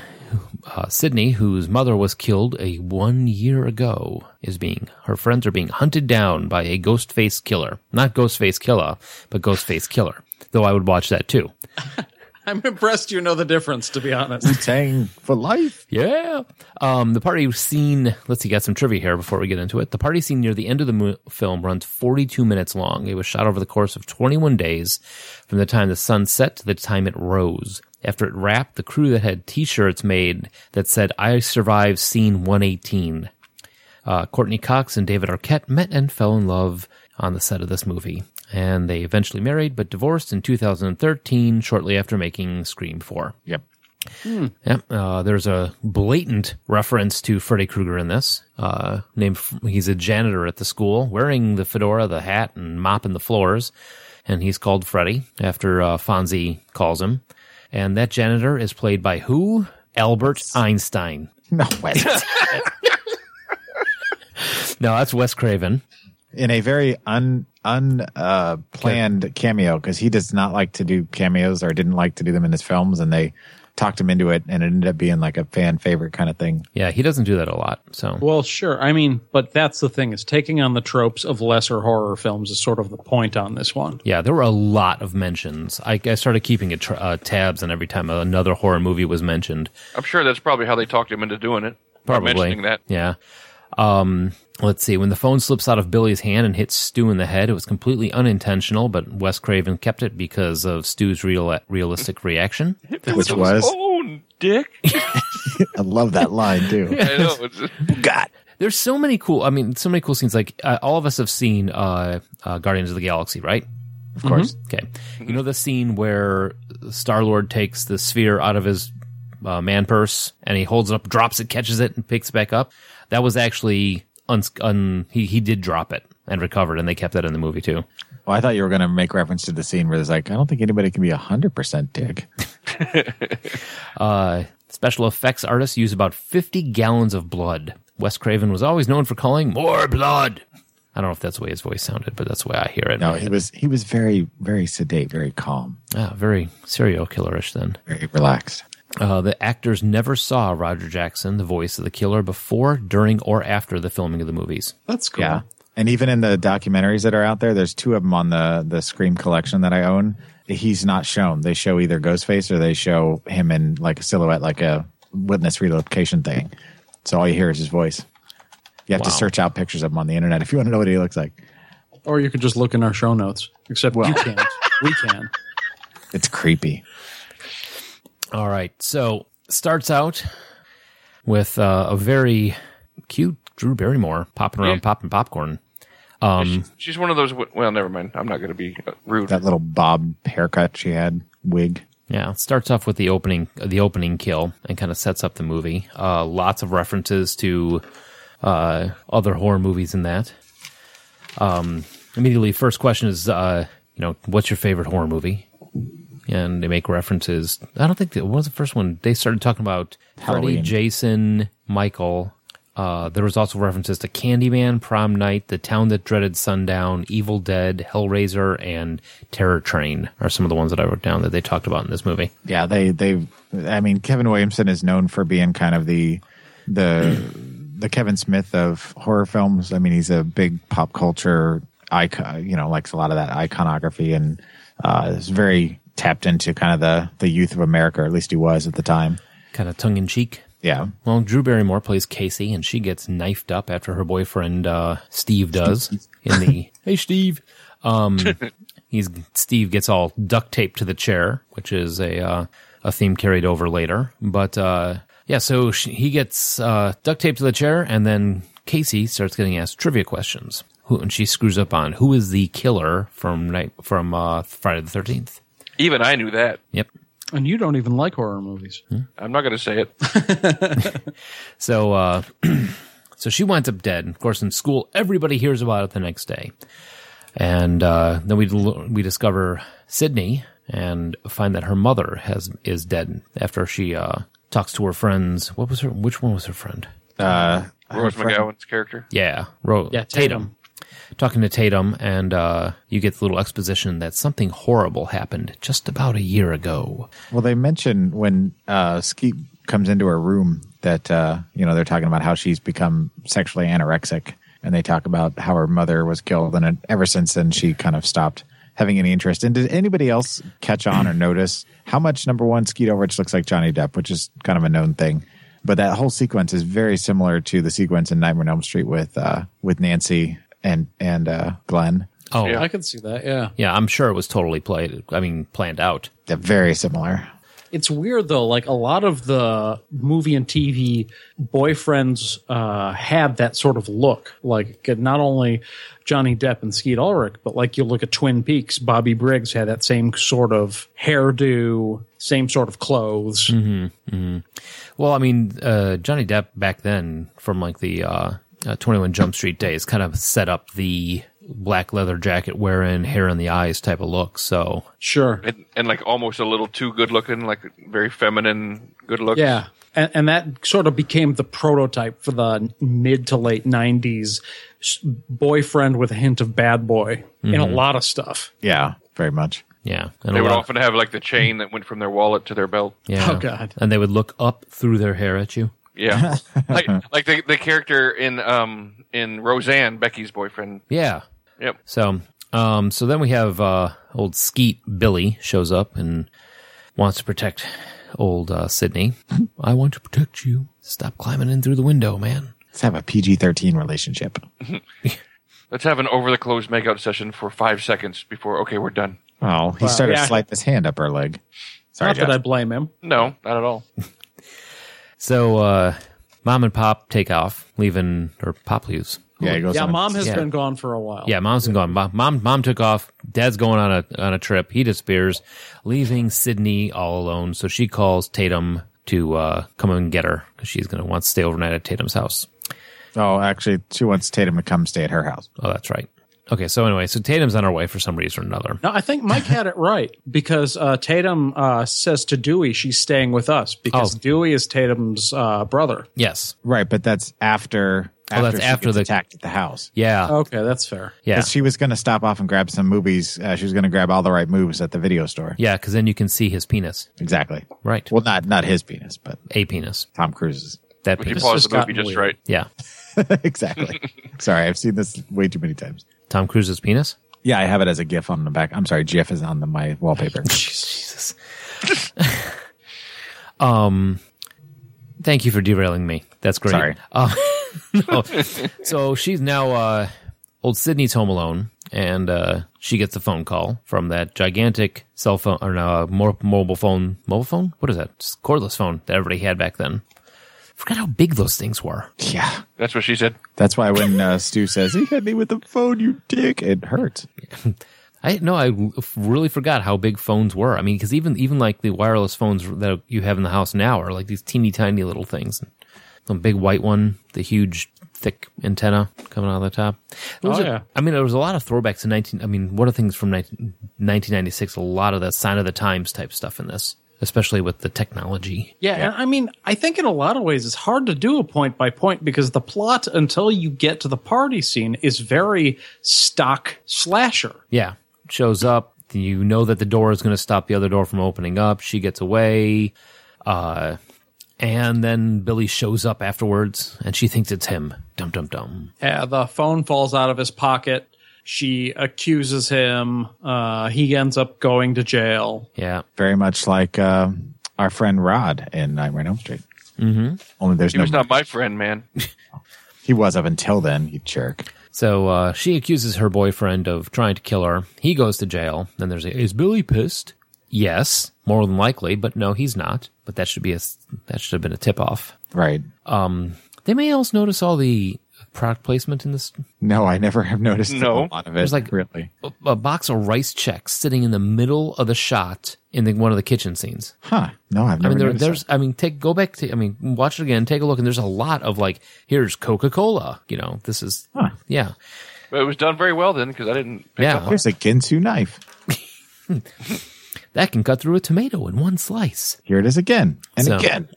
B: uh, Sydney, whose mother was killed a one year ago, is being her friends are being hunted down by a ghost face killer. Not ghost face killer, but ghost face killer. Though I would watch that too.
H: [laughs] I'm impressed you know the difference, to be honest.
C: Tang for life.
B: Yeah. Um, the party scene, let's see, got some trivia here before we get into it. The party scene near the end of the mo- film runs 42 minutes long. It was shot over the course of 21 days from the time the sun set to the time it rose. After it wrapped, the crew that had t shirts made that said, I survived scene 118. Uh, Courtney Cox and David Arquette met and fell in love on the set of this movie. And they eventually married but divorced in 2013, shortly after making Scream 4.
C: Yep.
B: Yep. Uh, there's a blatant reference to Freddy Krueger in this. Uh, named he's a janitor at the school, wearing the fedora, the hat, and mopping the floors, and he's called Freddy after uh, Fonzie calls him. And that janitor is played by who? Albert Einstein.
C: No [laughs] way.
B: No, that's Wes Craven.
C: In a very un un uh, planned cameo because he does not like to do cameos or didn't like to do them in his films, and they talked him into it, and it ended up being like a fan favorite kind of thing.
B: Yeah, he doesn't do that a lot. So
H: Well, sure. I mean, but that's the thing is taking on the tropes of lesser horror films is sort of the point on this one.
B: Yeah, there were a lot of mentions. I, I started keeping a tr- uh, tabs on every time another horror movie was mentioned.
F: I'm sure that's probably how they talked him into doing it. by
B: Probably.
F: mentioning that.
B: Yeah. Um, let's see. When the phone slips out of Billy's hand and hits Stu in the head, it was completely unintentional, but Wes Craven kept it because of Stu's real, realistic reaction.
C: Which was-
F: oh, dick.
C: [laughs] I love that line too.
F: I know.
B: [laughs]
F: It's-
C: God,
B: There's so many cool. I mean, so many cool scenes. Like uh, all of us have seen uh, uh, Guardians of the Galaxy, right?
C: of course.
B: Okay. You know the scene where Star Lord takes the sphere out of his uh, man purse and he holds it up, drops it, catches it, and picks it back up? That was actually uns- un- he he did drop it and recovered, and they kept that in the movie too.
C: Well, I thought you were going to make reference to the scene where there's like, I don't think anybody can be hundred percent dick.
B: Uh, special effects artists use about 50 gallons of blood. Wes Craven was always known for calling more blood. I don't know if that's the way his voice sounded, but that's the way I hear it.
C: No, he was he was very very sedate, very calm,
B: Ah, very serial killerish then.
C: very relaxed.
B: Uh, the actors never saw Roger Jackson, the voice of the killer, before, during, or after the filming of the movies.
H: That's cool.
C: And even in the documentaries that are out there, there's two of them on the the Scream collection that I own. He's not shown. They show either Ghostface or they show him in like a silhouette, like a witness relocation thing. So all you hear is his voice. You have to
B: Wow.
C: search out pictures of him on the internet if you want to know what he looks like.
H: Or you could just look in our show notes. Except
C: Well.
H: you can't. We can.
C: It's creepy.
B: All right, so starts out with uh, a very cute Drew Barrymore popping around, popping popcorn.
F: She's one of those. w- Well, never mind. I'm not going to be uh, rude.
C: That little bob haircut she had, wig.
B: Yeah, it starts off with the opening, the opening kill, and kind of sets up the movie. Uh, lots of references to uh, other horror movies in that. Um, immediately, first question is, uh, you know, what's your favorite horror movie? And they make references. I don't think that what was the first one. They started talking about Freddy,
C: Halloween.
B: Jason, Michael. Uh, there was also references to Candyman, Prom Night, The Town That Dreaded Sundown, Evil Dead, Hellraiser, and Terror Train are some of the ones that I wrote down that they talked about in this movie.
C: yeah they they i mean kevin williamson is known for being kind of the the the kevin smith of horror films i mean he's a big pop culture icon you know likes a lot of that iconography and uh is very tapped into kind of the the youth of america or at least he was at the time
B: Kind of tongue in cheek.
C: yeah
B: Well, Drew Barrymore plays Casey, and she gets knifed up after her boyfriend uh, Steve does in the Hey Steve. Um, he's Steve gets all duct taped to the chair, which is a uh, a theme carried over later. But uh, yeah, so she, he gets uh, duct taped to the chair, and then Casey starts getting asked trivia questions. Who, and she screws up on who is the killer from night from uh, Friday the Thirteenth.
F: Even I knew that.
B: Yep.
H: And you don't even like horror movies.
F: I'm not going to say
B: [laughs]
F: it.
B: So, uh, [clears throat] so she winds up dead. Of course, in school, everybody hears about it the next day, and uh, then we l- we discover Sydney and find that her mother has is dead after she uh, talks to her friends. What was her? Which one was her friend?
C: Uh,
F: Rose McGowan's character.
B: Yeah, Ro-
D: Yeah, Tatum.
B: Talking to Tatum, and uh, you get the little exposition that something horrible happened just about a year ago.
C: Well, they mention when uh, Skeet comes into her room that uh, you know they're talking about how she's become sexually anorexic, and they talk about how her mother was killed, and it- ever since then she kind of stopped having any interest. And did anybody else catch on or notice how much number one Skeet Ulrich looks like Johnny Depp, which is kind of a known thing. But that whole sequence is very similar to the sequence in Nightmare on Elm Street with uh, with Nancy and and uh, Glenn.
B: Oh,
F: Yeah.
D: I can see that. Yeah.
B: yeah, I'm sure it was totally played. I mean, planned out.
C: They're very similar.
D: It's weird though. Like a lot of the movie and TV boyfriends uh, have that sort of look. Like not only Johnny Depp and Skeet Ulrich, but like you look at Twin Peaks, Bobby Briggs had that same sort of hairdo, same sort of clothes.
B: Well, I mean, uh, Johnny Depp back then, from like the uh, uh, 21 Jump Street days, kind of set up the black leather jacket wearing, hair in the eyes type of look. So,
D: Sure.
F: And, and like almost a little too good looking, like very feminine good looks.
D: Yeah. And, and that sort of became the prototype for the mid to late 90s s- boyfriend with a hint of bad boy in
B: Mm-hmm.
D: a lot of stuff.
C: Yeah, very much.
B: yeah. And
F: They
B: a
F: would
B: lot-
F: often have like the chain that went from their wallet to their belt.
B: yeah.
D: Oh, God.
B: And they would look up through their hair at you.
D: [laughs]
F: Yeah, like like the, the character in um in Roseanne, Becky's boyfriend.
B: Yeah.
F: Yep.
B: So, um, so then we have uh, old Skeet Billy shows up and wants to protect old uh, Sydney. [laughs] I want to protect you. Stop climbing in through the window, man.
C: Let's have a PG thirteen relationship.
F: Let's have an over the clothes makeout session for five seconds before. Okay, we're done.
C: Oh, he started to
D: yeah.
C: slide his hand up her leg. Sorry,
D: Not that I
C: Josh.
D: blame him.
F: No, not at all.
B: So, uh, mom and pop take off, leaving or pop leaves.
C: yeah, he goes
D: Yeah,
C: on.
D: mom has
B: Yeah.
D: been gone for a while.
B: Yeah, mom's gone. Mom, mom, mom took off. Dad's going on a on a trip. He disappears, leaving Sydney all alone. So she calls Tatum to uh, come and get her because she's going to want to stay overnight at Tatum's house.
C: Oh, actually, she wants Tatum to come stay at her house.
B: Oh, that's right. Okay, so anyway, so Tatum's on her way for some reason or another.
D: No, I think Mike had it right because uh, Tatum uh, says to Dewey she's staying with us because
B: Oh.
D: Dewey is Tatum's uh, brother.
B: Yes.
C: Right, but that's after.
B: Oh, that's
C: she
B: after
C: gets
B: the-
C: attacked at the house.
B: Yeah.
D: Okay, that's fair.
B: yeah.
C: 'Cause she was going to stop off and grab some movies. Uh, she was going to grab all the right moves at the video store.
B: yeah, because then you can see his penis.
C: Exactly.
B: Right.
C: Well, not not his penis, but
B: A penis.
C: Tom Cruise's. [laughs]
B: That
F: Would you
B: penis.
F: pause
D: has
F: the movie
D: gotten
F: just
D: weird.
F: right?
B: yeah. [laughs]
C: exactly. Sorry, I've seen this way too many times.
B: Tom Cruise's penis.
C: Yeah, I have it as a GIF on the back. I'm sorry, GIF is on the, my
B: [laughs]
C: wallpaper.
B: Thank you for derailing me. That's great.
C: Sorry.
B: Uh, no. So she's now uh, old Sydney's home alone, and uh, she gets a phone call from that gigantic cell phone or no, uh, mo- mobile phone. Mobile phone? What is that? It's cordless phone that everybody had back then. Forgot how big those things were.
C: yeah,
F: That's what she said.
C: that's why when uh, Stu says he hit me with the phone, you dick, it hurts.
B: I no, I f- really forgot how big phones were. I mean, because even even like the wireless phones that you have in the house now are like these teeny tiny little things. The big white one, the huge thick antenna coming out of the top. There was
D: Oh,
B: a-
D: yeah.
B: I mean, there was a lot of throwbacks to nineteen. I mean, what are things from 19, 1996? A lot of the sign of the times type stuff in this, especially with the technology.
D: Yeah, and I mean, I think in a lot of ways it's hard to do a point by point because the plot until you get to the party scene is very stock slasher.
B: Yeah, shows up. You know that the door is going to stop the other door from opening up. She gets away, uh, and then Billy shows up afterwards, and she thinks it's him. Dum dum dum.
D: Yeah, the phone falls out of his pocket. She accuses him. Uh, he ends up going to jail.
B: Yeah,
C: very much like uh, our friend Rod in Nightmare on Elm Street. Mm-hmm. Only there's
F: He
C: no.
F: was not my friend, man.
C: he was up until then, you jerk.
B: So uh, she accuses her boyfriend of trying to kill her. He goes to jail. Then there's a, is Billy pissed? Yes, more than likely, but no, he's not. But that should be a s- that should have been a tip off.
C: Right.
B: They may also notice all the product placement in this?
C: No, I never have noticed
F: No.
C: a lot of it.
B: There's like-
C: really.
B: A, a box of rice checks sitting in the middle of the shot in the, one of the kitchen scenes.
C: Huh. No, I've
B: I
C: never
B: mean, there,
C: noticed
B: there's.
C: that.
B: I mean, take go back to. I mean, watch it again. Take a look, and there's a lot of like, here's Coca Cola. You know, this is.
C: Huh.
B: Yeah,
F: But it was done very well then because I didn't pick
B: Yeah.
F: up. on it.
C: Here's a Ginsu knife.
B: that can cut through a tomato in one slice.
C: Here it is again. And
B: So-
C: again.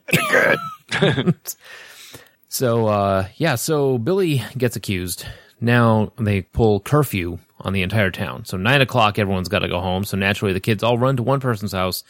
B: So uh, yeah, so Billy gets accused. Now they pull curfew on the entire town. So nine o'clock, everyone's got to go home. So naturally, the kids all run to one person's house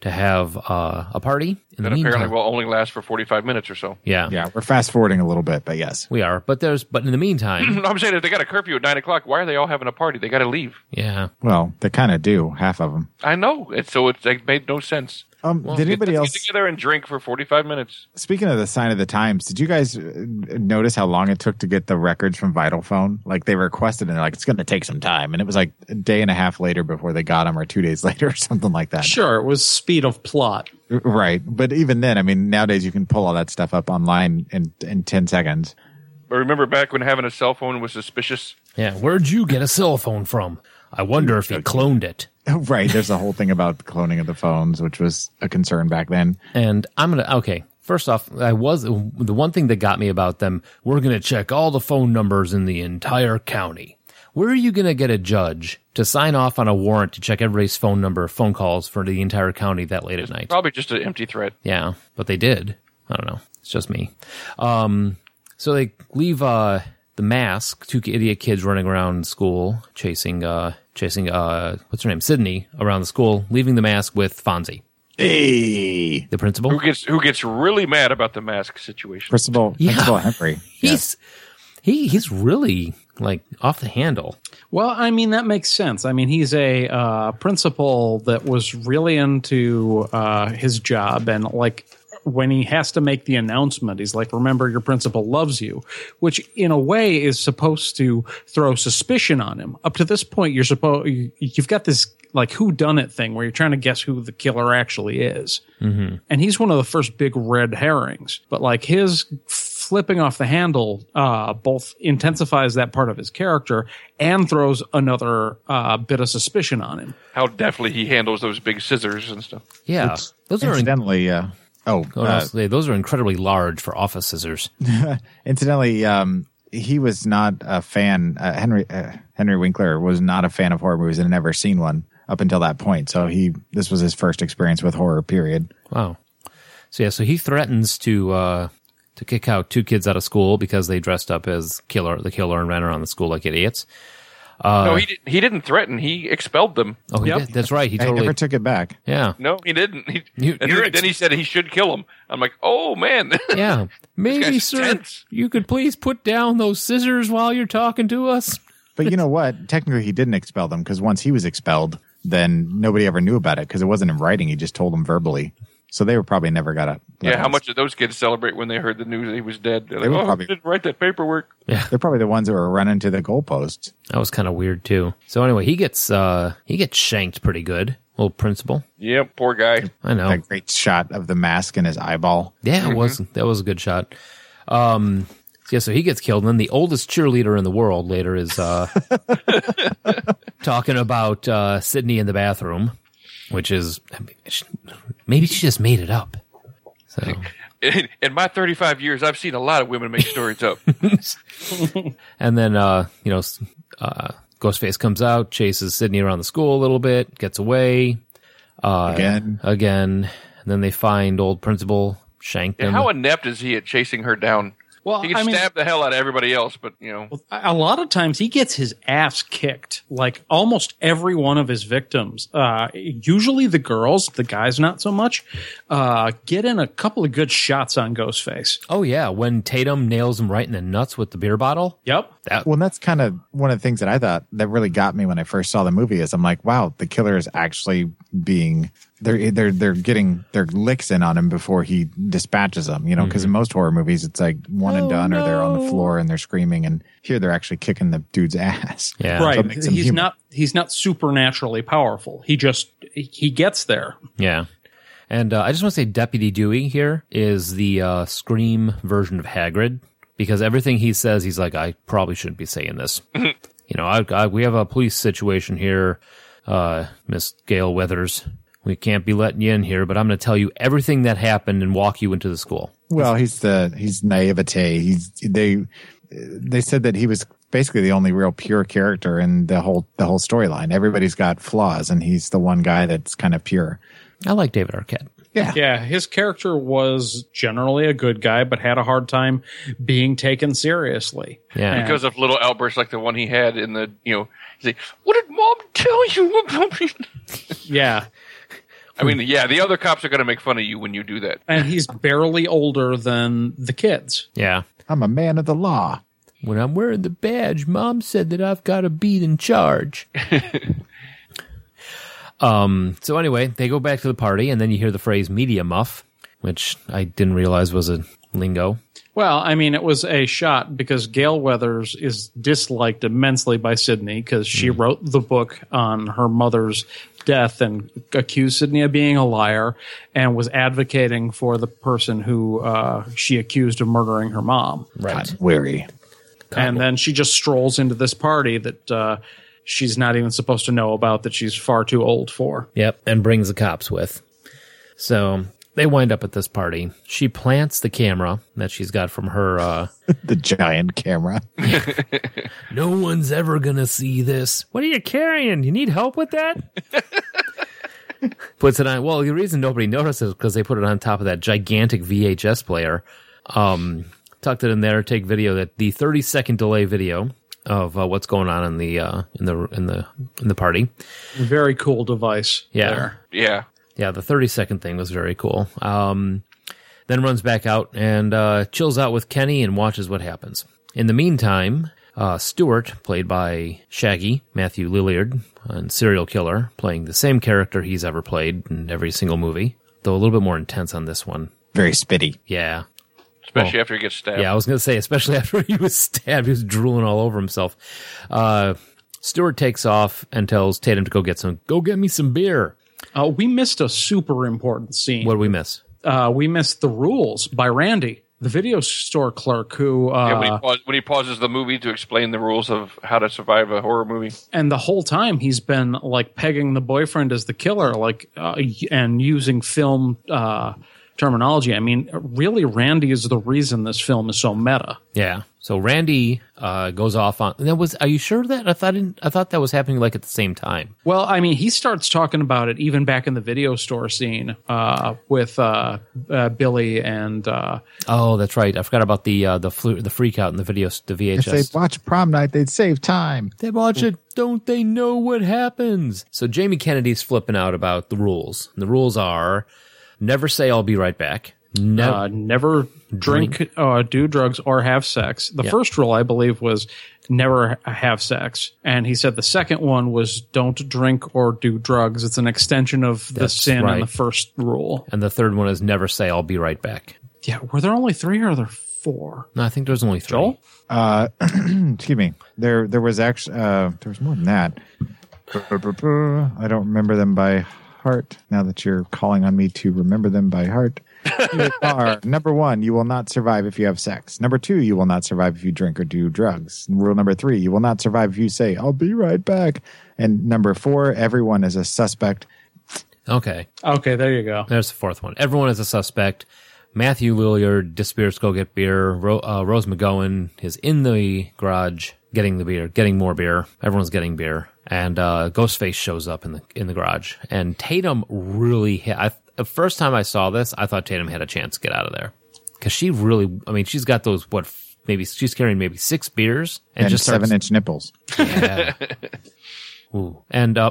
B: to have uh, a party. In the
F: That apparently
B: meantime-
F: will only last for 45 minutes or so. [laughs]
B: yeah,
C: Yeah, we're fast forwarding a little bit, but yes.
B: we are. But there's, but in the meantime,
F: I'm saying if they got a curfew at 9 o'clock, why are they all having a party? They got to leave.
B: yeah,
C: Well, they kind of do, half of them.
F: I know. It's, so it, it made no sense.
C: Um, did anybody
F: Let's
C: else?
F: Get together and drink for 45 minutes.
C: Speaking of the sign of the times, did you guys uh, notice how long it took to get the records from Vital Phone? Like they requested, and they're like, "It's going to take some time," and it was like a day and a half later before they got them, or two days [laughs] later, or something like that.
D: Sure, it was speed of plot.
C: Right, but even then, I mean, nowadays you can pull all that stuff up online in in ten seconds. [laughs]
F: I remember back when having a cell phone was suspicious.
B: yeah. Where'd you get a cell phone from? I wonder if he cloned it.
C: Right, there's a whole thing about the cloning of the phones, which was a concern back then.
B: And I'm gonna okay. First off, I was the one thing that got me about them. We're gonna check all the phone numbers in the entire county. Where are you gonna get a judge to sign off on a warrant to check everybody's phone number, phone calls for the entire county that late at night?
F: Probably just an empty threat.
B: Yeah, but they did. I don't know. It's just me. Um, so they leave uh, the mask, two idiot kids running around school, chasing uh, chasing uh, what's her name, Sydney, around the school, leaving the mask with Fonzie,
C: Hey,
B: the principal.
F: Who gets who gets really mad about the mask situation?
C: Principal,
B: Yeah.
C: Principal Henry.
B: he's he he's really like off the handle.
D: Well, I mean that makes sense. I mean he's a uh, principal that was really into uh, his job and like when he has to make the announcement, he's like, "Remember, your principal loves you," which in a way is supposed to throw suspicion on him. Up to this point, you're supposed you've got this like who done it thing where you're trying to guess who the killer actually is, mm-hmm. and he's one of the first big red herrings. But like his flipping off the handle uh, both intensifies that part of his character and throws another uh, bit of suspicion on him.
F: How deftly he handles those big scissors and stuff.
B: Yeah, [laughs] those are. In-
C: Incidentally, uh, oh,
B: Oh, no,
C: uh,
B: they- those are incredibly large for office scissors.
C: Incidentally, um, he was not a fan. Uh, Henry uh, Henry Winkler was not a fan of horror movies and had never seen one up until that point. So he this was his first experience with horror. Period.
B: Wow. So yeah, so he threatens to uh, to kick out two kids out of school because they dressed up as killer, the killer, and ran around the school like idiots.
C: Uh,
F: no, he didn't. He didn't threaten. He expelled them.
B: Oh, he
D: Yep.
B: did- that's right. He
C: I
B: totally.
C: never took it back.
B: yeah,
F: No, he didn't. He,
B: You-
F: and
B: you're
F: then, then he said he should kill them. I'm like, oh man. [laughs]
B: yeah. Maybe,
F: guy's
B: sir,
F: tense.
B: you could please put down those scissors while you're talking to us.
C: But you know
B: [laughs]
C: what? Technically, he didn't expel them because once he was expelled, then nobody ever knew about it because it wasn't in writing. He just told them verbally. So they were probably never got up.
F: yeah, how much did those kids celebrate when they heard the news that he was dead? They're
C: They
F: like,
C: were
F: oh,
C: probably-
F: I didn't write that paperwork.
C: They're probably the ones that were running to the goalposts.
B: That was kind of weird too. So anyway, he gets uh he gets shanked pretty good, old principal.
F: Yeah, poor
C: [laughs]
F: guy.
B: I know.
C: That great shot of the mask in his eyeball.
B: Yeah, it was that was a good shot. Um yeah, so he gets killed, and then the oldest cheerleader in the world later is uh talking about uh Sydney in the bathroom, which is I mean, she- maybe she just made it up. So
F: In, in my 35 years, I've seen a lot of women make stories up.
B: and then uh, you know, s- uh Ghostface comes out, chases Sydney around the school a little bit, gets away
C: Again,
B: again, and then they find old principal shanked him.
F: How inept is he at chasing her down?
D: Well,
F: He can
D: I mean,
F: stab the hell out of everybody else, but you know,
D: a lot of times he gets his ass kicked. Like almost every one of his victims, uh, usually the girls, the guys not so much, uh, get in a couple of good shots on Ghostface.
B: oh yeah, when Tatum nails him right in the nuts with the beer bottle.
D: Yep.
B: That
C: Well, and that's kind of one of the things that I thought that really got me when I first saw the movie is I'm like, wow, the killer is actually being they're they're they're getting their licks in on him before he dispatches them, you know, because in most horror movies it's like one and done or they're on the floor and they're screaming, and here they're actually kicking the dude's [laughs] ass.
B: yeah.
C: So it
D: Right.
C: makes
D: He's
C: him human.
D: not he's not supernaturally powerful. He just he gets there.
B: Yeah. And uh, I just want to say Deputy Dewey here is the uh, Scream version of Hagrid, because everything he says, he's like, I probably shouldn't be saying this. you know, I, I, we have a police situation here, uh, Miss Gail Weathers. We can't be letting you in here, but I'm going to tell you everything that happened and walk you into the school.
C: Well, he's the he's naivete. He's they they said that he was basically the only real pure character in the whole the whole storyline. Everybody's got flaws, and he's the one guy that's kind of pure.
B: I like David Arquette.
C: Yeah,
D: Yeah, his character was generally a good guy, but had a hard time being taken seriously.
B: Yeah.
F: because of little outbursts like the one he had in the you know he's like, what did mom tell you about me
D: Yeah.
F: i mean yeah the other cops are going to make fun of you when you do that
D: And he's barely older than the kids.
B: Yeah.
C: I'm a man of the law.
B: When I'm wearing the badge, mom said that I've got to be in charge. um, so anyway, they go back to the party and then you hear the phrase media muff, which I didn't realize was a lingo.
D: Well, I mean, it was a shot because Gail Weathers is disliked immensely by Sydney because she wrote the book on her mother's death and accused Sydney of being a liar and was advocating for the person who uh, she accused of murdering her mom.
C: Right. Weary.
D: and then she just strolls into this party that uh, she's not even supposed to know about that she's far too old for.
B: Yep, and brings the cops with. So they wind up at this party. She plants the camera that she's got from her. Uh,
C: The giant camera. [laughs]
B: no one's ever gonna see this. What are you carrying? You need help with that? Puts it on. Well, the reason nobody notices is because they put it on top of that gigantic VHS player. Um, tucked it in there. Take video that the thirty second delay video of uh, what's going on in the uh, in the in the in the party.
D: Very cool device.
B: Yeah.
D: there.
F: yeah
B: yeah, the 30 second thing was very cool. Um, then runs back out and uh, chills out with Kenny and watches what happens. In the meantime, uh, Stewart, played by Shaggy, Matthew Lilliard, and serial killer, playing the same character he's ever played in every single movie, though a little bit more intense on this one.
C: Very spitty.
B: Yeah.
F: especially after he gets stabbed
B: Yeah, I was going to say, especially [laughs] after he was stabbed, he was drooling all over himself. Uh, Stewart takes off and tells Tatum to go get some, go get me some beer.
D: Uh, we missed a super important scene.
B: What do we miss?
D: uh, we missed the rules by Randy, the video store clerk, who uh,
F: Yeah, when, he paus- when he pauses the movie to explain the rules of how to survive a horror movie, [laughs]
D: and the whole time he's been like pegging the boyfriend as the killer, like uh, and using film uh, terminology. I mean, really, Randy is the reason this film is so meta.
B: Yeah. So Randy uh, goes off on that was. Are you sure that I thought I thought that was happening like at the same time?
D: Well, I mean, he starts talking about it even back in the video store scene uh, with uh, uh, Billy and uh,
B: Oh, that's right. I forgot about the uh, the flu- the freak out in the video the
C: If
B: VHS.
C: they'd watch prom night, they'd save time.
B: They watch it. Don't they know what happens? So Jamie Kennedy's flipping out about the rules. And the rules are: never say "I'll be right back." No.
D: uh, never drink, uh, do drugs, or have sex. The first rule, I believe, was never ha- have sex. And he said the second one was don't drink or do drugs. It's an extension of the
B: That's
D: sin in
B: right.
D: the first rule.
B: and the third one is never say "I'll be right back."
D: Yeah, were there only three or are there four?
B: No, I think there's only three.
D: Joel?
C: Uh, [clears throat] Excuse me. There, there was actually uh, there was more than that. [laughs] I don't remember them by heart. Now that you're calling on me to remember them
B: [laughs]
C: by heart, they are number one. You will not survive if you have sex. Number two, you will not survive if you drink or do drugs. Rule number three, you will not survive if you say "I'll be right back." And number four, everyone is a suspect.
B: Okay.
D: Okay, there you go.
B: There's the fourth one. Everyone is a suspect. Matthew Lilliard disappears to go get beer. Ro- uh, Rose McGowan is in the garage getting the beer, getting more beer. Everyone's getting beer, and uh, Ghostface shows up in the in the garage. And Tatum really hit. I, the first time I saw this, I thought Tatum had a chance to get out of there because she really. I mean, she's got those what f- maybe she's carrying maybe six beers and,
C: And
B: just starts,
C: seven inch nipples.
B: yeah. Ooh. And uh, [laughs]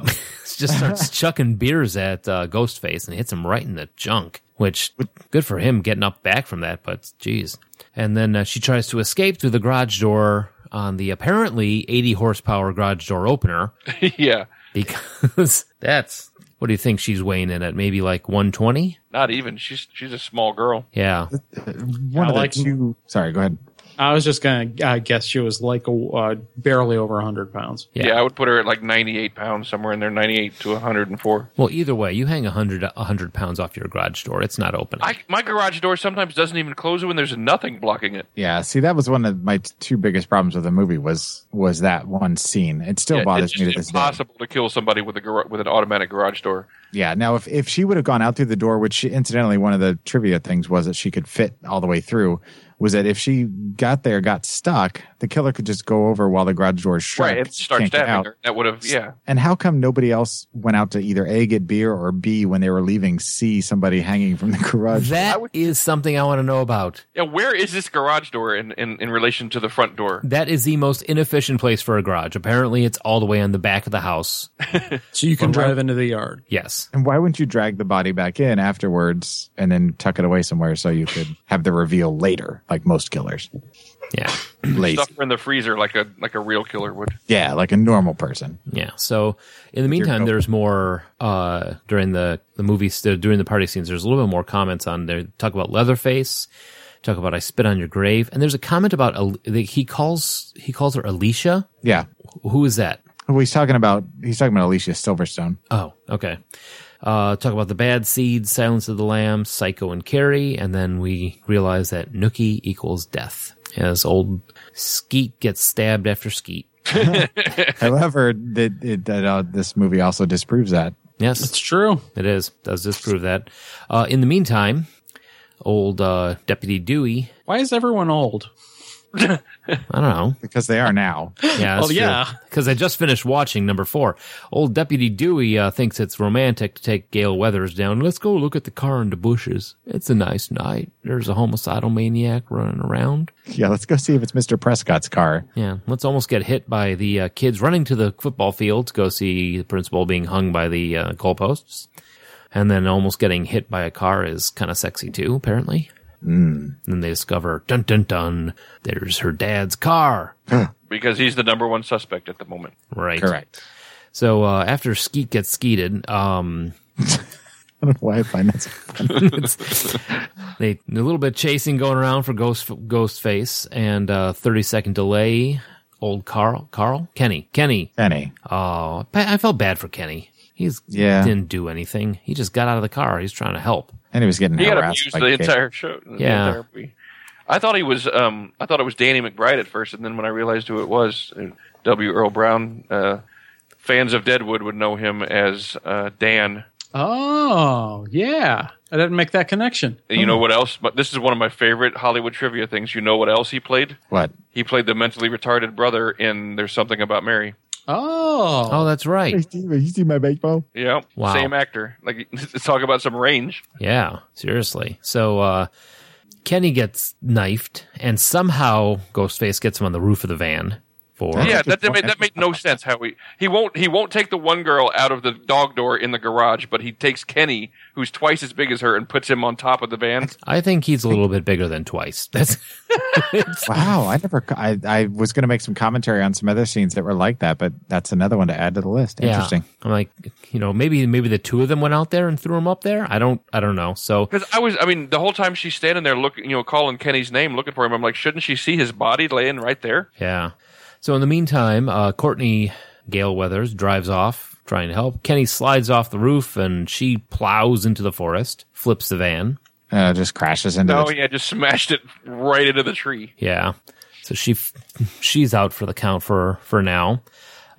B: just starts chucking beers at uh, Ghostface and hits him right in the junk, which good for him getting up back from that, but geez. And then uh, she tries to escape through the garage door on the apparently 80 horsepower garage door opener
F: yeah,
B: because [laughs] that's what do you think she's weighing in at? Maybe like 120?
F: not even she's she's a small girl.
B: Yeah.
C: One of the two. Sorry, go ahead.
D: I was just gonna I guess she was like uh, barely over hundred pounds.
F: Yeah. I would put her at like 98 pounds, somewhere in there, 98 to 104.
B: Well, either way, you hang 100, 100 pounds off your garage door. It's not open.
F: I, my garage door sometimes doesn't even close when there's nothing blocking it.
C: Yeah, see, that was one of my t- two biggest problems with the movie was was that one scene. It still
F: Yeah,
C: bothers me to this
F: it's
C: day.
F: impossible to kill somebody with a gar- with an automatic garage door.
C: Yeah. Now, if, if she would have gone out through the door, which she, incidentally, one of the trivia things was that she could fit all the way through, was that if she got there, got stuck, the killer could just go over while the garage door is shut.
F: Right, it starts stabbing her. That would have, yeah.
C: And how come nobody else went out to either A, get beer, or B, when they were leaving, see somebody hanging from the garage?
B: That is something I want to know about.
F: Yeah, where is this garage door in, in, in relation to the front door?
B: That is the most inefficient place for a garage. Apparently, it's all the way on the back of the house.
D: So you can drive into the yard.
B: Yes.
C: and why wouldn't you drag the body back in afterwards and then tuck it away somewhere so you could have the reveal later, like most
F: [clears throat]
C: killers?
B: Yeah.
C: Late.
F: Stuff her in the freezer like a like a real killer would.
C: Yeah, like a normal person.
B: Yeah. So in the meantime,
C: coat.
B: there's more uh, during the the movie st- during the party scenes. There's a little bit more comments on there. Talk about Leatherface. Talk about I spit on your grave. And there's a comment about Al- the- he calls he calls her Alicia.
C: Yeah.
B: Who is that?
C: Well, he's talking about he's talking about Alicia
F: [laughs]
C: Silverstone.
B: Oh, okay. Uh, talk about the bad seeds, Silence of the Lambs, Psycho and Carrie, and then we realize that Nookie equals death as old Skeet gets stabbed after Skeet.
C: However, that it, that uh, this movie also disproves that.
B: Yes,
D: It's true.
B: It is. Does disprove that. Uh, in the meantime, old uh, Deputy Dewey.
D: Why is everyone old?
B: I don't know.
C: Because they are
F: [gasps]
C: now.
B: Yeah.
D: [laughs] Oh, yeah.
B: Because I just finished watching number four. Old Deputy Dewey uh, thinks it's romantic to take Gail Weathers down. Let's go look at the car in the bushes. It's a nice night. There's a homicidal maniac running around.
C: Yeah, let's go see if it's Mr. Prescott's car.
B: Yeah. Let's almost get hit by the uh, kids running to the football field to go see the principal being hung by the uh, goalposts. And then almost getting hit by a car is kind of sexy too, apparently. And then they discover, dun dun dun, there's her dad's car.
F: Because he's the number one suspect at the moment.
B: Right.
C: Correct.
B: So uh, after Skeet gets skeeted, um,
C: [laughs] I don't know why I find that. so funny.
B: they a little bit chasing going around for Ghost Ghostface and uh, thirty second delay. Old Carl, Carl, Kenny, Kenny.
C: Penny.
B: Oh, pa- I felt bad for Kenny. He's
C: Yeah.
B: didn't do anything. He just got out of the car. He's trying to help.
C: And he was getting
F: He got
C: harassed
F: abused
C: by
F: the
C: kids.
F: entire show. the
B: Yeah.
F: entire movie. I thought he was um I thought it was Danny McBride at first, and then when I realized who it was, uh, W. Earl Brown, uh, fans of Deadwood would know him as uh, Dan.
D: Oh yeah, I didn't make that connection.
F: And you know what else? But this is one of my favorite Hollywood trivia things. You know what else he played?
C: What?
F: He played the mentally retarded brother in There's Something About Mary.
D: Oh,
B: Oh, that's right.
C: You see my baseball?
F: Yeah.
B: Wow.
F: Same actor. Like [laughs] let's talk about some range.
B: Yeah, seriously. So uh, Kenny gets knifed, and somehow Ghostface gets him on the roof of the van. For
F: Yeah,
C: that's a
F: that, that
C: good
F: made
C: point.
F: that made no sense how he he won't he won't take the one girl out of the dog door in the garage, but he takes Kenny, who's twice as big as her, and puts him on top of the van.
B: I think he's a little bit bigger than twice. [laughs] That's
C: Wow, I never. I, I was going to make some commentary on some other scenes that were like that, but that's another one to add to the list.
B: Yeah.
C: Interesting.
B: I'm like, you know, maybe maybe the two of them went out there and threw him up there. I don't I don't know. So
F: Because I was, I mean, the whole time she's standing there looking, you know, calling Kenny's name, looking for him. I'm like, shouldn't she see his body laying right there?
B: yeah. So in the meantime, uh, Courtney Gale Weathers drives off trying to help. Kenny slides off the roof and she plows into the forest, flips the van.
C: Uh, just crashes into.
F: No,
C: the,
F: Oh, yeah, just smashed it right into the tree.
B: Yeah. So she f- she's out for the count for for now.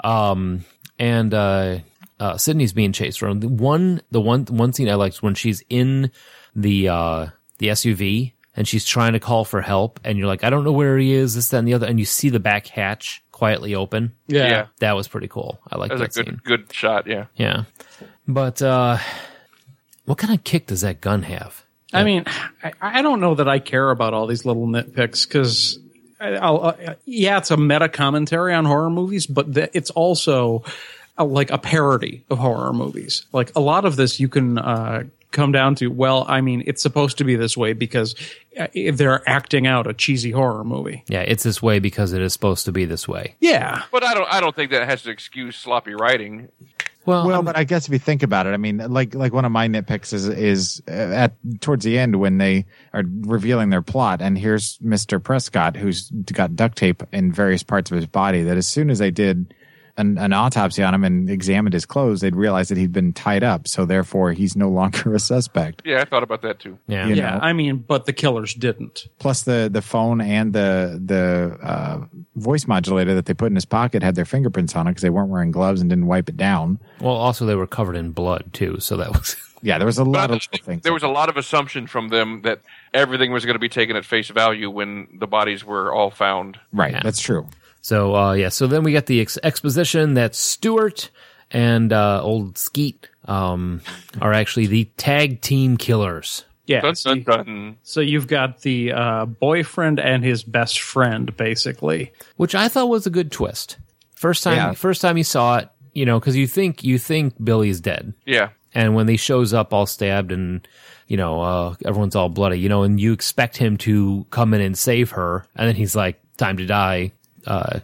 B: Um and uh uh Sydney's being chased around. The one the one one scene I liked is when she's in the uh the SUV and she's trying to call for help and you're like I don't know where he is this that and the other and you see the back hatch quietly open.
D: yeah.
F: Yeah.
B: That was pretty cool. I like
F: That
B: that,
F: was a
B: scene.
F: good, good shot. Yeah.
B: Yeah. But uh what kind of kick does that gun have?
D: I mean, I, I don't know that I care about all these little nitpicks because, I'll, uh, yeah, it's a meta commentary on horror movies, but th- it's also uh like a parody of horror movies. Like a lot of this, you can uh, come down to, well, I mean, it's supposed to be this way because uh, they're acting out a cheesy horror movie.
B: Yeah, it's this way because it is supposed to be this way.
D: Yeah.
F: But I don't, I don't think that has to excuse sloppy writing.
B: Well,
C: Well,
B: I'm-
C: but I guess if you think about it, I mean, like like one of my nitpicks is is uh, at towards the end when they are revealing their plot, and here's Mister Prescott who's got duct tape in various parts of his body. That as soon as they did an, an autopsy on him and examined his clothes, they'd realized that he'd been tied up, so therefore he's no [laughs] longer a suspect.
F: Yeah, I thought about that too.
B: yeah.
C: you
D: Yeah,
C: know.
D: I mean, but the killers didn't.
C: Plus the the phone and the the uh, voice modulator that they put in his pocket had their fingerprints on it because they weren't wearing gloves and didn't wipe it down.
B: Well, also they were covered in blood too, so that [laughs] was
C: Yeah, there was a lot
F: But
C: of little things.
F: there was a lot of assumption from them that everything was going to be taken at face value when the bodies were all found.
C: right. That's true.
B: So uh, yeah, so then we got the ex- exposition that Stewart and uh, old Skeet um, are actually the tag team killers.
D: Yeah.
F: Dun,
D: so,
F: dun, dun.
D: so you've got the uh, boyfriend and his best friend, basically.
B: which I thought was a good twist. First time,
C: Yeah.
B: first time he saw it, you know, because you think you think Billy's dead,
F: Yeah,
B: and when he shows up all stabbed and you know uh, everyone's all bloody, you know, and you expect him to come in and save her, and then he's like, "Time to die." Uh,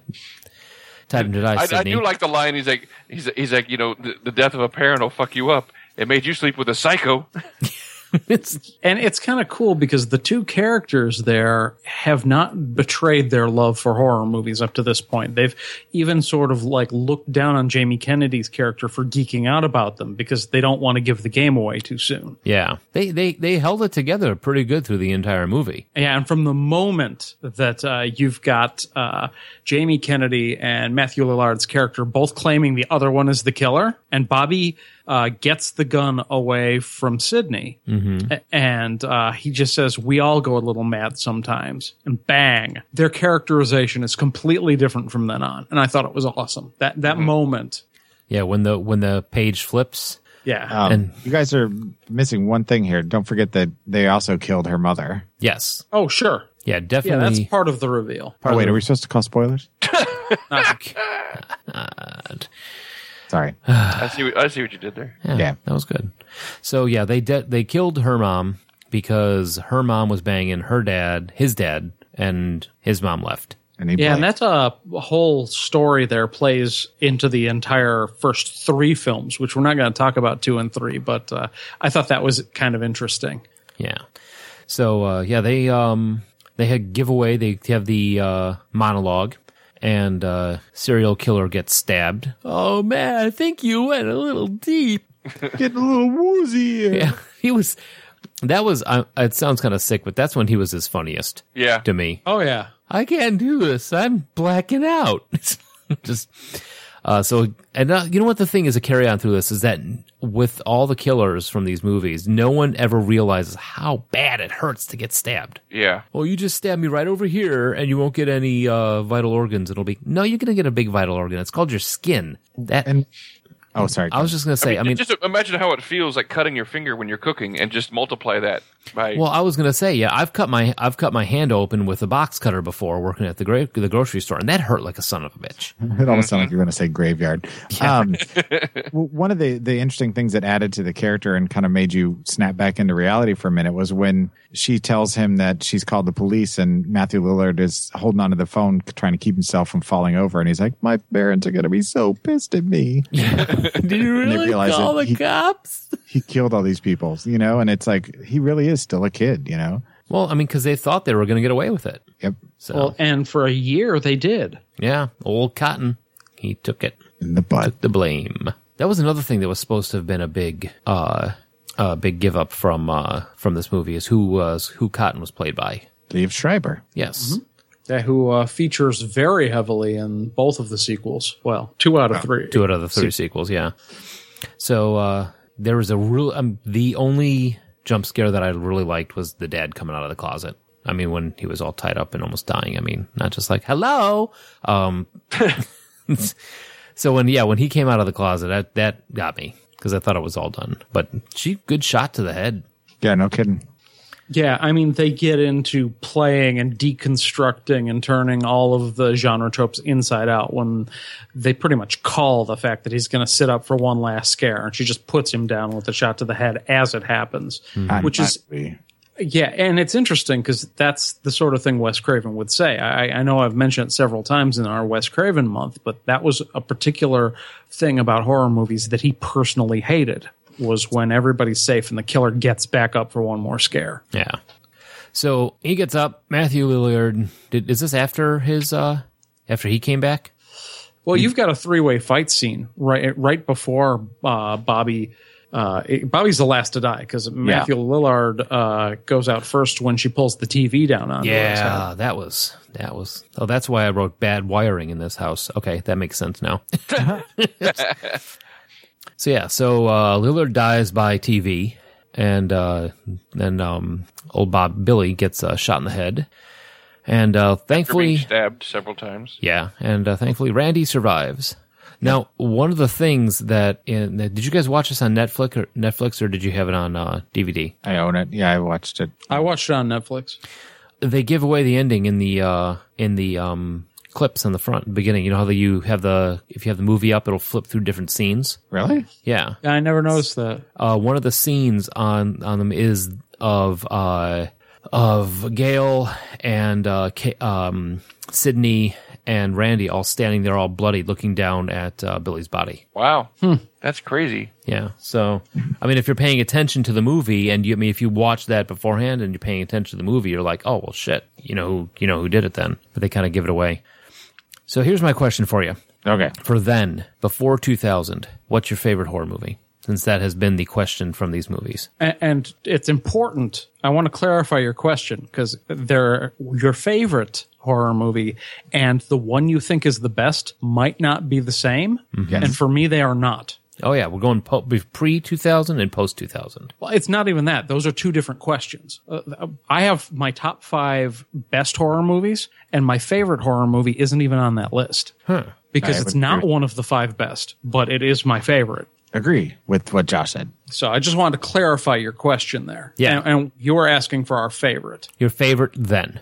B: Time to die,
F: I, I
B: Sydney.
F: do like the line. He's like, he's, he's like, you know, the, the death of a parent will fuck you up. It made you sleep with a psycho.
B: It's-
D: And it's kind of cool because the two characters there have not betrayed their love for horror movies up to this point. They've even sort of like looked down on Jamie Kennedy's character for geeking out about them because they don't want to give the game away too soon.
B: yeah, they they they held it together pretty good through the entire movie.
D: Yeah, and from the moment that uh, you've got uh, Jamie Kennedy and Matthew Lillard's character both claiming the other one is the killer, and Bobby uh, gets the gun away from Sydney, A- and uh, he just says, "We all go a little mad sometimes," and bang, their characterization is completely different from then on, and I thought it was awesome that that moment.
B: Yeah, when the when the page flips,
D: Yeah,
C: Um,
B: And-
C: you guys are missing one thing here. Don't forget that they also killed her mother.
B: yes,
D: oh sure,
B: yeah,
D: yeah,
B: definitely.
D: that's part of the reveal.
C: Oh, wait, are we supposed to call spoilers? Sorry.
F: I see. What, I see what you did there.
B: [laughs] Yeah,
C: Yeah.
B: that was good. So yeah, they de- they killed her mom because her mom was banging her dad, his dad, and his mom left.
C: And he
D: Yeah, and
C: blanked.
D: that uh, whole story there plays into the entire first three films, which we're not going to talk about two and three, but uh, I thought that was kind of interesting.
B: Yeah. So uh, yeah, they um they had giveaway. They have the uh, monologue, and uh, serial killer gets stabbed. Oh man, I think you went a little deep.
C: getting a little woozy.
B: Yeah, [laughs] he was. That was. I it sounds kind of sick, but that's when he was his funniest
F: Yeah,
B: to me.
D: Oh yeah,
B: I can't do this. I'm blacking out. [laughs] Just uh, so, and uh, you know what the thing is a carry on through this is that with all the killers from these movies, no one ever realizes how bad it hurts to get stabbed.
F: yeah.
B: Oh, you just stabbed me right over here, and you won't get any uh, vital organs. It'll be no, you're gonna get a big vital organ. It's called your skin. That
C: And oh, sorry.
B: I was just gonna say. I mean,
F: just imagine how it feels like cutting your finger when you're cooking, and just multiply that by.
B: Well, I was gonna say, yeah, I've cut my I've cut my hand open with a box cutter before working at the gra- the grocery store, and that hurt like a son of a bitch.
C: [laughs] It almost sounded like you were going to say graveyard. Um, w- one of the, the interesting things that added to the character and kind of made you snap back into reality for a minute was when she tells him that she's called the police and Matthew Lillard is holding onto the phone trying to keep himself from falling over. And he's like, my parents are going to be so pissed at me. [laughs]
B: Do you
C: they
B: really
C: realize
B: call
C: that
B: the
C: he-
B: cops?
C: he killed all these people, you know, and it's like he really is still a kid, you know.
B: Well, I mean, because they thought they were going to get away with it.
C: Yep.
B: So
D: well, and for a year they did.
B: yeah, old Cotton, he took it,
C: In the butt.
B: the blame. That was another thing that was supposed to have been a big, uh, uh big give up from uh from this movie is who was who Cotton was played by.
C: Leave Schreiber.
B: Yes,
D: Yeah, who uh, features very heavily in both of the sequels? Well, two out of three.
B: two out of the three sequels. Yeah. So uh there was a real um, the only jump scare that I really liked was the dad coming out of the closet. I mean, when he was all tied up and almost dying. I mean, not just like hello. Um, [laughs] so when yeah, when he came out of the closet, that that got me because I thought it was all done. But she good shot to the head.
C: Yeah, no kidding.
D: Yeah, I mean they get into playing and deconstructing and turning all of the genre tropes inside out when they pretty much call the fact that he's going to sit up for one
C: Hmm.
D: last scare, and she just puts him down with a shot to the head as it happens, which is
C: Unlikely.
D: Yeah, and it's interesting because that's the sort of thing Wes Craven would say. I, I know I've mentioned it several times in our Wes Craven month, but that was a particular thing about horror movies that he personally hated was when everybody's safe and the killer gets back up for one more scare.
B: Yeah. So he gets up. Matthew Lillard. Did, is this after his? uh After he came back?
D: Well, you've got a three-way fight scene right right before uh, Bobby. Uh, it- Bobby's the last to die because Matthew Lillard uh, goes out first when she pulls the TV down on. her.
B: Yeah, that was that was. Oh, that's why I wrote bad wiring in this house. Okay, that makes sense now. so yeah, so uh, Lillard dies by TV, and uh, and um, old Bob Billy gets uh, shot in the head, and uh,
F: After being
B: thankfully,
F: stabbed several times.
B: yeah, and uh, thankfully Randy survives. Now, one of the things that in that, did you guys watch this on Netflix or Netflix or did you have it on uh, DVD?
C: I own it. Yeah, I watched it.
D: I watched it on Netflix.
B: they give away the ending in the uh in the um clips on the front beginning. You know how the, you have the if you have the movie up, it'll flip through different scenes.
C: Really?
B: Yeah,
D: I never noticed that.
B: uh, one of the scenes on on them is of uh of Gail and uh K- um Sydney and Randy all standing there all bloody looking down at uh, Billy's body.
F: Wow, that's crazy.
B: Yeah. So, I mean, if you're paying attention to the movie, and you, I mean, if you watch that beforehand and you're paying attention to the movie, you're like, oh well, shit, you know, who, you know who did it then? But they kind of give it away. So here's my question for you:
C: Okay.
B: For then, before 2000, what's your favorite horror movie? Since that has been the question from these movies.
D: And, and it's important. I want to clarify your question because they're your favorite horror movie and the one you think is the best might not be the same. And for me, they are not.
B: Oh yeah, we're going po- pre 2000 and post 2000.
D: Well, it's not even that. Those are two different questions. Uh, I have my top five best horror movies, and my favorite horror movie isn't even on that list. Because
C: I
D: it's
C: would
D: not
C: agree.
D: one of the five best, but it is my favorite.
C: Agree with what Josh said.
D: So I just wanted to clarify your question there.
B: Yeah.
D: And, and you were asking for our favorite.
B: Your favorite then?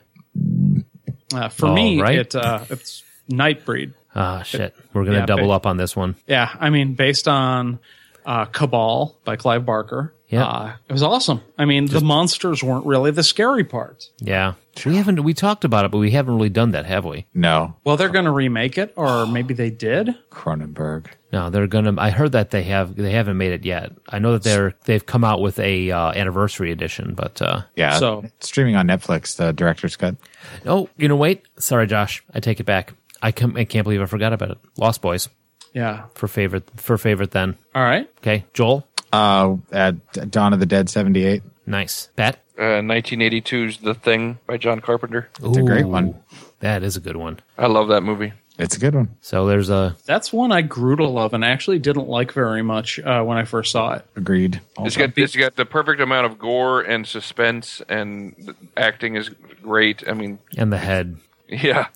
D: Uh, for
B: All
D: me,
B: right.
D: it, uh, it's Nightbreed.
B: Ah shit, we're gonna
D: Yeah,
B: double
D: big-
B: up on this one.
D: Yeah, I mean, based on uh, Cabal by Clive Barker.
B: Yeah.
D: Uh, it was awesome. I mean, the monsters weren't really the scary part.
B: Yeah, we haven't we talked about it, but we haven't really done that, have we?
C: No,
D: Well, they're going to remake it, or maybe they did.
C: Cronenberg.
B: No, they're gonna. I heard that they have they haven't made it yet. I know that they're they've come out with a uh, anniversary edition, but uh,
C: Yeah.
D: So-
C: streaming on Netflix, the director's cut.
B: oh, you know, wait, sorry, Josh, I take it back. I can I can't believe I forgot about it. Lost Boys
D: Yeah.
B: for favorite for favorite then.
D: All right.
B: Okay, Joel,
C: Uh, at Dawn of the Dead '78.
B: nice. Pat,
F: Uh, 1982's The Thing by John Carpenter.
C: It's a great one.
B: That is a good one.
F: I love that movie.
C: It's a good one.
B: So there's a
D: That's one I grew to love and actually didn't like very much uh, when I first saw
F: [laughs]
D: it.
C: Agreed.
F: It's
C: Also.
F: got it's got the perfect amount of gore and suspense, and the acting is great. I mean, [laughs]
B: and the head.
F: yeah.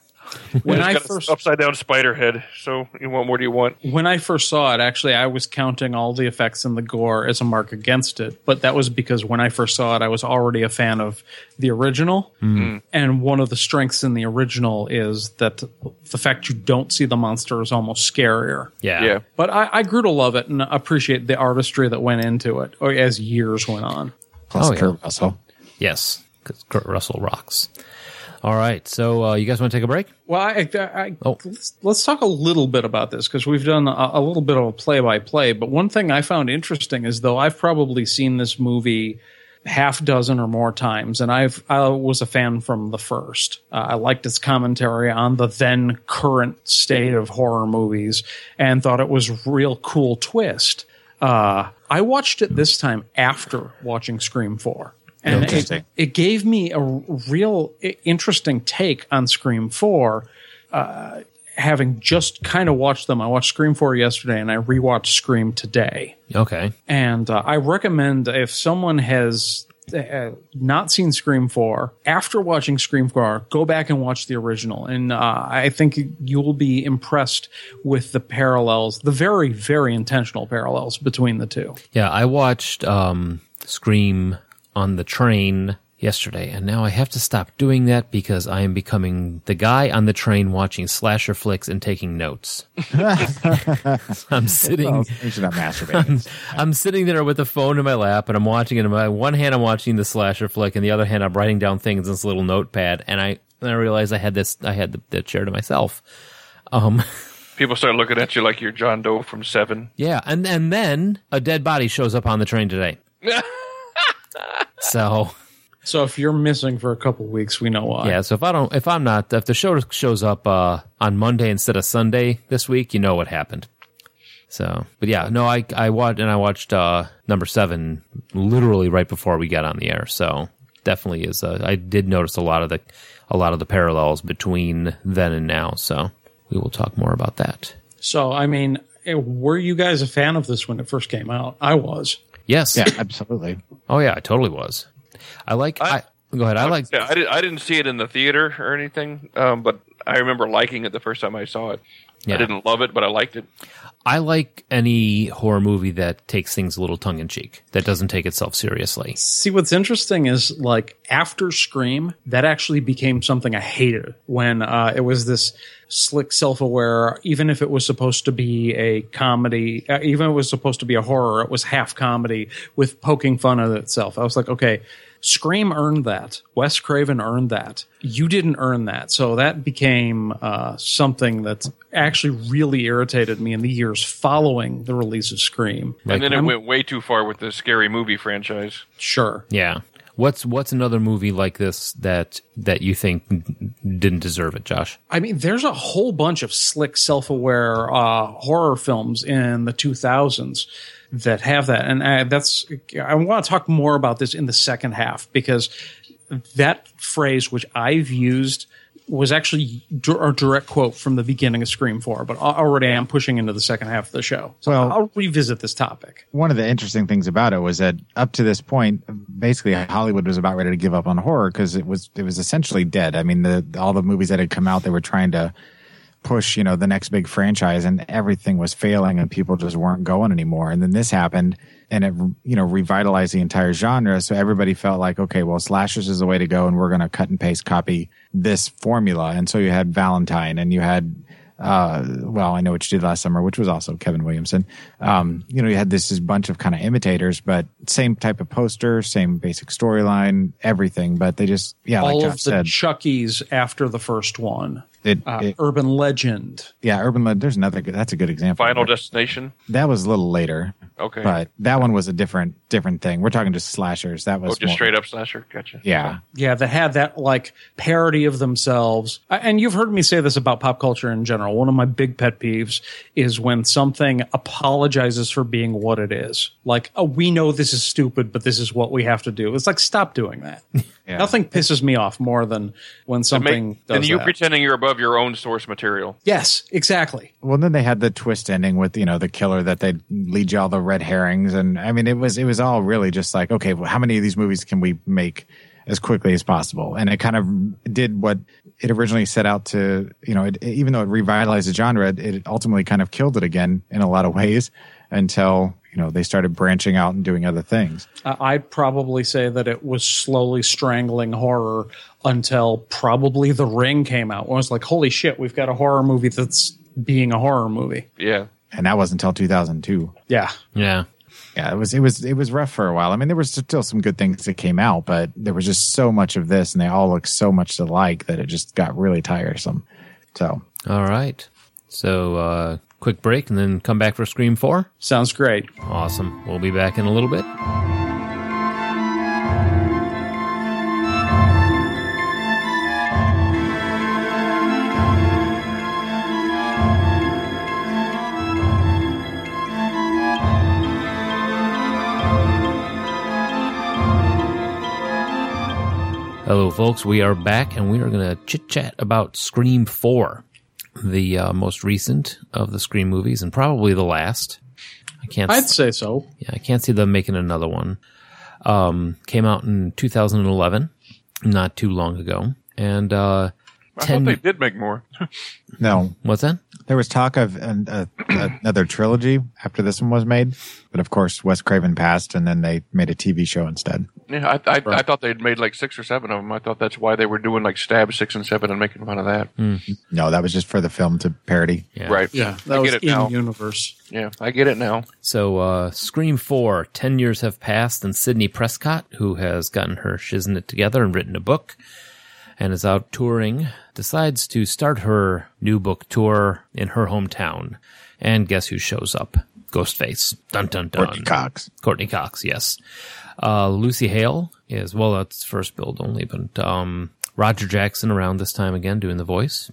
D: When
F: It's
D: I
F: got a
D: first
F: upside down spider head. So, you what more do you want?
D: when I first saw it, actually, I was counting all the effects and the gore as a mark against it. But that was because when I first saw it, I was already a fan of the original.
F: Hmm.
D: And one of the strengths in the original is that the fact you don't see the monster is almost scarier.
B: Yeah.
F: Yeah.
D: But I, I grew to love it and appreciate the artistry that went into it or as years went on.
C: Plus
B: Oh, yeah.
C: Kurt Russell.
B: Yes, because Kurt Russell rocks. All right, so uh, you guys want to take a break?
D: Well, I, I, I,
B: Oh.
D: let's, let's talk a little bit about this because we've done a, a little bit of a play by play. But one thing I found interesting is though I've probably seen this movie half dozen or more times, and I've I was a fan from the first. Uh, I liked its commentary on the then current state of horror movies and thought it was a real cool twist. Uh, I watched it this time after watching Scream Four. And
C: Interesting.
D: it, it gave me a real i- interesting take on Scream 4. Uh, having just kind of watched them, I watched Scream 4 yesterday and I rewatched Scream today.
B: Okay.
D: And uh, I recommend if someone has uh, not seen Scream 4, after watching Scream 4, go back and watch the original. And uh, I think you will be impressed with the parallels, the very, very intentional parallels between the two.
B: Yeah, I watched um, Scream on the train yesterday, and now I have to stop doing that because I am becoming the guy on the train watching slasher flicks and taking notes. I'm
C: Well,
B: sitting.
C: you should not masturbate.
B: I'm sitting there with the phone in my lap and I'm watching it. In my one hand, I'm watching the slasher flick, and the other hand, I'm writing down things in this little notepad. And I, and I realized I had this, I had the, the chair to myself. Um, [laughs]
F: People start looking at you like you're John Doe from Seven.
B: yeah, and and then a dead body shows up on the train today. so
D: So if you're missing for a couple weeks, we know why.
B: yeah, so if I don't, if I'm not, if the show shows up uh, on Monday instead of Sunday this week, you know what happened. So, but yeah, no, I I watched and I watched uh, number seven literally right before we got on the air. So definitely is. Uh, I did notice a lot of the a lot of the parallels between then and now. So we will talk more about that.
D: So I mean, eh, were you guys a fan of this when it first came out? I was.
B: Yes.
C: yeah, absolutely.
B: Oh yeah, I totally was. I like. I,
F: I-
B: go ahead. I like.
F: Yeah, I, did, I didn't see it in the theater or anything, um, but I remember liking it the first time I saw it.
B: Yeah.
F: I didn't love it, but I liked it.
B: I like any horror movie that takes things a little tongue in cheek, that doesn't take itself seriously.
D: See, what's interesting is like after Scream, that actually became something I hated when uh, it was this slick, self-aware. Even if it was supposed to be a comedy, uh, even if it was supposed to be a horror, it was half comedy with poking fun at itself. I was like, okay, Scream earned that. Wes Craven earned that. You didn't earn that. So that became uh, something that actually really irritated me in the years following the release of Scream.
B: Like,
F: and then it went way too far with the scary movie franchise.
D: Sure.
B: Yeah. What's what's another movie like this that that you think didn't deserve it, Josh?
D: I mean, there's a whole bunch of slick, self-aware uh, horror films in the 2000s that have that, and I, that's I want to talk more about this in the second half because that phrase, which I've used, was actually d- a direct quote from the beginning of Scream 4. But al- already I'm pushing into the second half of the show, so
C: Well-
D: I'll revisit this topic.
C: one of the interesting things about it was that up to this point, basically Hollywood was about ready to give up on horror because it was it was essentially dead. I mean, the all the movies that had come out, they were trying to push, you know, the next big franchise, and everything was failing, and people just weren't going anymore. And then this happened, and it you know revitalized the entire genre. So everybody felt like, okay, well, slashers is the way to go, and we're going to cut and paste copy this formula. And so you had Valentine, and you had uh, well, I know what you did last summer, which was also Kevin Williamson. Um, you know, you had this, this bunch of kind of imitators, but same type of poster, same basic storyline, everything. But they just, yeah,
D: All
C: like
D: of
C: Josh
D: the
C: said,
D: Chuckies after the first one,
C: it,
D: uh,
C: it-
D: Urban Legend.
C: yeah, Urban Legend. There's another. good- That's a good example.
F: Final
C: But
B: Mm-hmm.
F: Destination.
C: that was a little later.
F: Okay.
C: but that one was a different different thing. We're talking just slashers. That was
F: Oh, just
C: more-
F: straight up slasher. Gotcha.
C: Yeah,
D: yeah that had that like parody of themselves I- and you've heard me say this about pop culture in general one of my big pet peeves is when something apologizes for being what it is like oh we know this is stupid but this is what we have to do it's like stop doing that
C: Yeah.
D: nothing pisses me off more than when something
F: Make,
D: does
F: and you
D: that.
F: pretending you're above your own source material.
D: yes exactly
C: Well, then they had the twist ending with you know the killer that they lead you all the red herrings, and I mean it was it was all really just like okay, well, how many of these movies can we make as quickly as possible? And it kind of did what it originally set out to. You know, it, even though it revitalized the genre, it, it ultimately kind of killed it again in a lot of ways until you know they started branching out and doing other things.
D: Uh, I'd probably say that it was slowly strangling horror until probably The Ring came out. When I was like, holy shit, we've got a horror movie that's being a horror movie.
F: Yeah.
C: And that was until 2002.
D: Yeah.
B: Yeah.
C: Yeah, it was it was it was rough for a while. I mean, there was still some good things that came out, but there was just so much of this, and they all looked so much alike that it just got really tiresome. So
B: All right. So uh quick break and then come back for Scream 4.
D: Sounds great.
B: Awesome. We'll be back in a little bit. Hello, folks. We are back and we are going to chit chat about Scream 4, the uh, most recent of the Scream movies and probably the last. I can't.
D: I'd say so.
B: Yeah, I can't see them making another one. Um, came out in 2011, not too long ago. And uh,
F: I thought they
B: 10.
F: did make more. [laughs]
C: no,
B: What's that?
C: there was talk of an, uh, another trilogy after this one was made, but of course, Wes Craven passed, and then they made a TV show instead.
F: Yeah, I, I, I thought they'd made like six or seven of them. I thought that's why they were doing like stab six and seven and making fun of that.
C: No, that was just for the film to parody.
B: Yeah.
F: Right.
D: Yeah,
F: I
D: that was
F: get it now.
D: in universe.
F: Yeah, I get it now.
B: So, uh, Scream 4, 10 years have passed, and Sydney Prescott, who has gotten her shiznit together and written a book and is out touring, decides to start her new book tour in her hometown. And guess who shows up? Ghostface. Dun dun dun.
C: Courtney Cox.
B: Courtney Cox, yes. Uh, Lucy Hale is, well, that's first build only, but um, Roger Jackson around this time again doing the voice.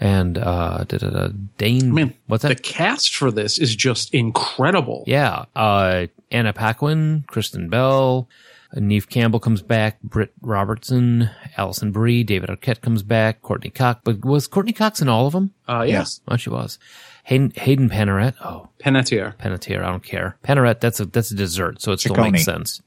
B: And uh, da, da, da, Dane.
D: I mean,
B: what's that?
D: The cast for this is just incredible.
B: Yeah. Uh, Anna Paquin, Kristen Bell, Neve Campbell comes back, Britt Robertson, Allison Brie, David Arquette comes back, Courtney Cox. But was Courtney Cox in all of them?
D: Uh, yes,
B: Oh, she was. Hayden, Hayden Panarette. Oh,
D: Panettiere.
B: Panettiere. I don't care. Panarette, that's a, that's a dessert, so it still makes
C: Ciccone.
B: sense.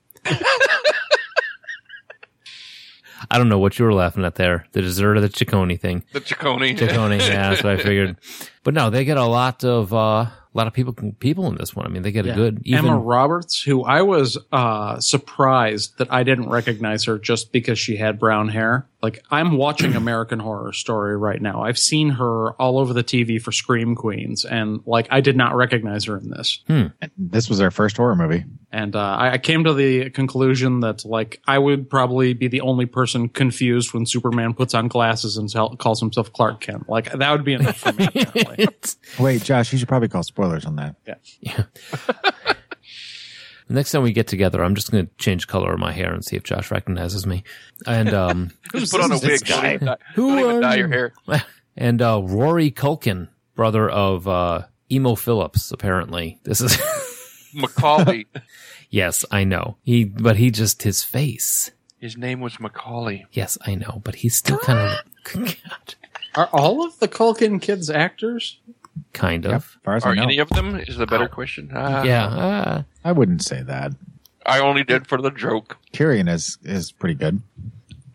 B: I don't know what you were laughing at there. The dessert or the Ciccone thing.
F: The Chicone.
B: Tony, [laughs] yeah, that's what I figured. But no, they get a lot of uh, a lot of people people in this one. I mean, they get a good even [laughs]
D: Emma Roberts, who I was uh, surprised that I didn't recognize her just because she had brown hair. Like
B: [clears throat]
D: I'm watching American Horror Story right now. I've seen her all over the TV for Scream Queens, and like I did not recognize her in this.
C: This was our first horror movie.
D: And uh, I, I came to the conclusion that like I would probably be the only person confused when Superman puts on glasses and tell, calls himself Clark Kent. Like that would be enough for me. apparently.
B: It's-
C: Wait, Josh, you should probably call spoilers on that.
B: Next time we get together, I'm just going to change color of my hair and see if Josh recognizes me. And um,
F: Just [laughs] put on a wig. Don't even dye, don't even
B: are
F: dye your
B: you?
F: hair.
B: and uh, Rory Culkin, brother of uh, Emo Phillips, apparently. This is [laughs]
F: Macaulay. [laughs]
B: yes, I know. He, but he just his face.
F: His name was Macaulay.
B: Yes, I know, but he's still kind of God,
D: Are all of the Culkin kids actors?
B: [laughs] kind
C: Yep, as
B: of.
C: far as
F: Are
C: I know.
F: any of them? Is the better question. Ah,
B: Yeah, uh,
C: I wouldn't say that.
F: I only did for the joke.
C: Kyrian is is pretty good.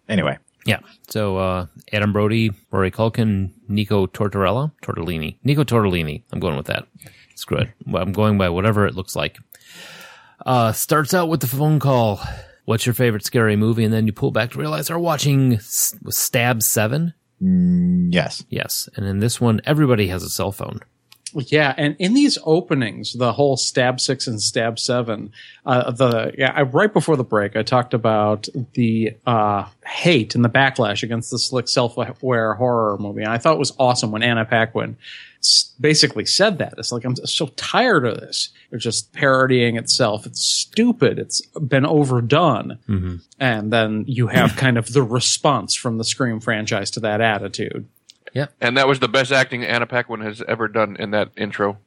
C: Anyway,
B: yeah. So uh, Adam Brody, Rory Culkin, Nico Tortorella, Tortellini, Nico Tortellini. I'm going with that. Screw it. I'm going by whatever it looks like. Uh, starts out with the phone call. What's your favorite scary movie? And then you pull back to realize they're watching S- Stab Seven.
C: yes.
B: Yes, and in this one, everybody has a cell phone.
D: Yeah, and in these openings, the whole stab six and stab seven, uh, the yeah, I, right before the break, I talked about the uh, hate and the backlash against the slick self-aware horror movie, and I thought it was awesome when Anna Paquin s- basically said that. It's like I'm so tired of this. They're just parodying itself. It's stupid. It's been overdone. And then you have kind of the response from the Scream franchise to that attitude.
F: And that was the best acting Anna Paquin has ever done in that
B: [laughs]
F: intro.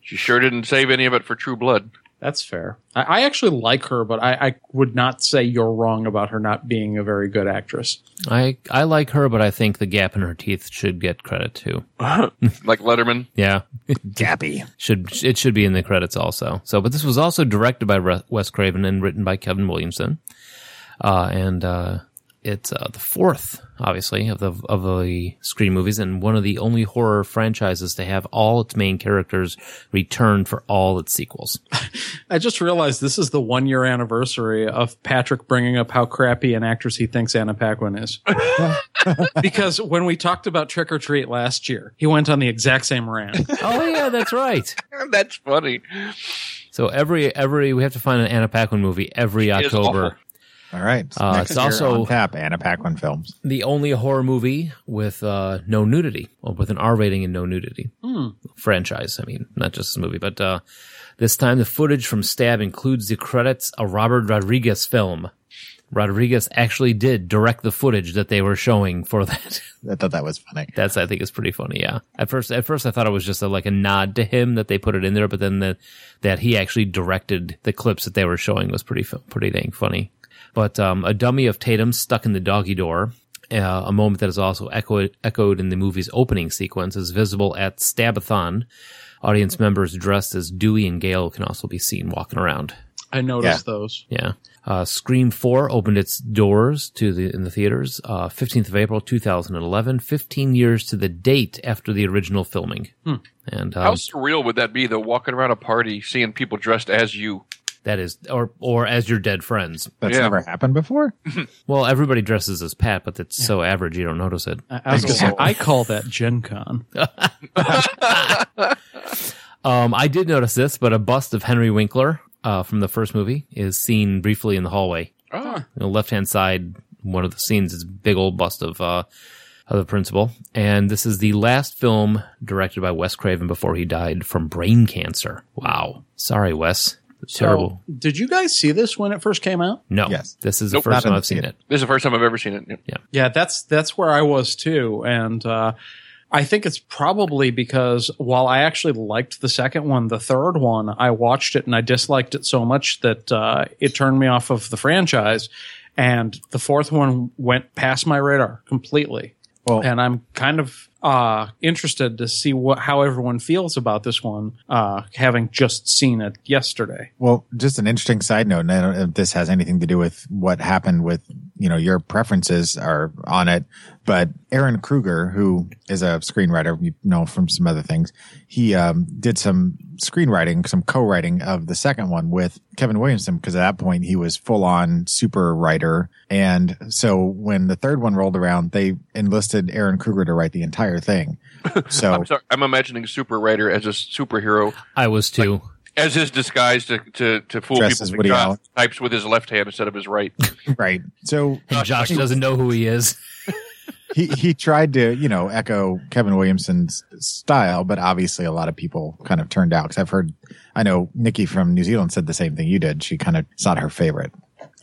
F: she sure didn't save any of it for True Blood.
D: That's fair. I, I actually like her, but I, I would not say you're wrong about her not being a very good actress.
B: I I like her, but I think the gap in her teeth should get credit too.
F: Like Letterman. [laughs]
B: Yeah,
C: Gappy.
B: should it should be in the credits also. So, but this was also directed by Re- Wes Craven and written by Kevin Williamson, uh, and uh, it's uh, the fourth, obviously, of the of the Scream movies, and one of the only horror franchises to have all its main characters return for all its sequels.
D: I just realized this is the one year anniversary of Patrick bringing up how crappy an actress he thinks Anna Paquin is. [laughs] because when we talked about Trick or Treat last year, he went on the exact same rant.
B: [laughs] oh yeah, that's right.
F: That's funny.
B: So every every we have to find an Anna Paquin movie every
F: is
B: October.
F: awful.
C: All right.
B: Uh,
C: Next
B: it's
C: year
B: also-
C: on tap Anna Paquin films.
B: the only horror movie with uh, no nudity, or with an R rating and no nudity franchise. I mean, not just this movie, but uh, this time the footage from Stab includes the credits a Robert Rodriguez film. Rodriguez actually did direct the footage that they were showing for that.
C: I thought that was funny.
B: That's I think is pretty funny. Yeah. At first, at first I thought it was just a, like a nod to him that they put it in there, but then the, that he actually directed the clips that they were showing was pretty fu- pretty dang funny. But um, a dummy of Tatum stuck in the doggy door, uh, a moment that is also echoed echoed in the movie's opening sequence, is visible at Stabathon. Audience members dressed as Dewey and Gale can also be seen walking around.
D: I noticed those.
B: Yeah. Uh, Scream 4 opened its doors to the in the theaters uh, 15th of April 2011, 15 years to the date after the original filming. And
F: How
B: um,
F: surreal would that be, though, walking around a party, seeing people dressed as you?
B: That is, or or as your dead friends.
C: That's
F: Yeah.
C: never happened before.
B: Well, everybody dresses as Pat, but it's so average you don't notice it.
D: I, I was gonna say, I call that Gen Con.
B: Um, I did notice this, but a bust of Henry Winkler uh, from the first movie is seen briefly in the hallway.
F: Ah.
B: The left hand side, one of the scenes is a big old bust of, uh, of the principal. And this is the last film directed by Wes Craven before he died from brain cancer. Wow. Sorry, Wes. It's terrible.
D: So, Oh, did you guys see this when it first came out?
B: No.
C: Yes.
B: This is the
F: Nope.
B: first
C: Not in
B: time
C: the
B: I've seen
C: theater.
B: it.
F: This is the first time I've ever seen it. Yeah.
D: Yeah, that's that's where I was too, and uh, I think it's probably because while I actually liked the second one, the third one I watched it and I disliked it so much that uh, it turned me off of the franchise, and the fourth one went past my radar completely.
C: Well-
D: and I'm kind of uh, interested to see what how everyone feels about this one, uh, having just seen it yesterday.
C: Well, just an interesting side note, and I don't know if this has anything to do with what happened with you know your preferences are on it, but Aaron Kruger, who is a screenwriter, you know from some other things, he um, did some screenwriting, some co-writing of the second one with Kevin Williamson because at that point he was full on super writer, and so when the third one rolled around, they enlisted Aaron Kruger to write the entire
F: [laughs]
C: thing. So
F: I'm sorry. I'm imagining Super Writer as a superhero,
B: I was too.
F: as his disguise to to, to fool
C: Dressed as
F: people.
C: Woody
F: Josh
C: Allen.
F: types with his left hand instead of his right.
C: right, so
B: and Josh doesn't know who he is.
C: he he tried to you know echo Kevin Williamson's style, but obviously a lot of people kind of turned out because I've heard I know Nikki from New Zealand said the same thing you did. She kind of it's not her favorite.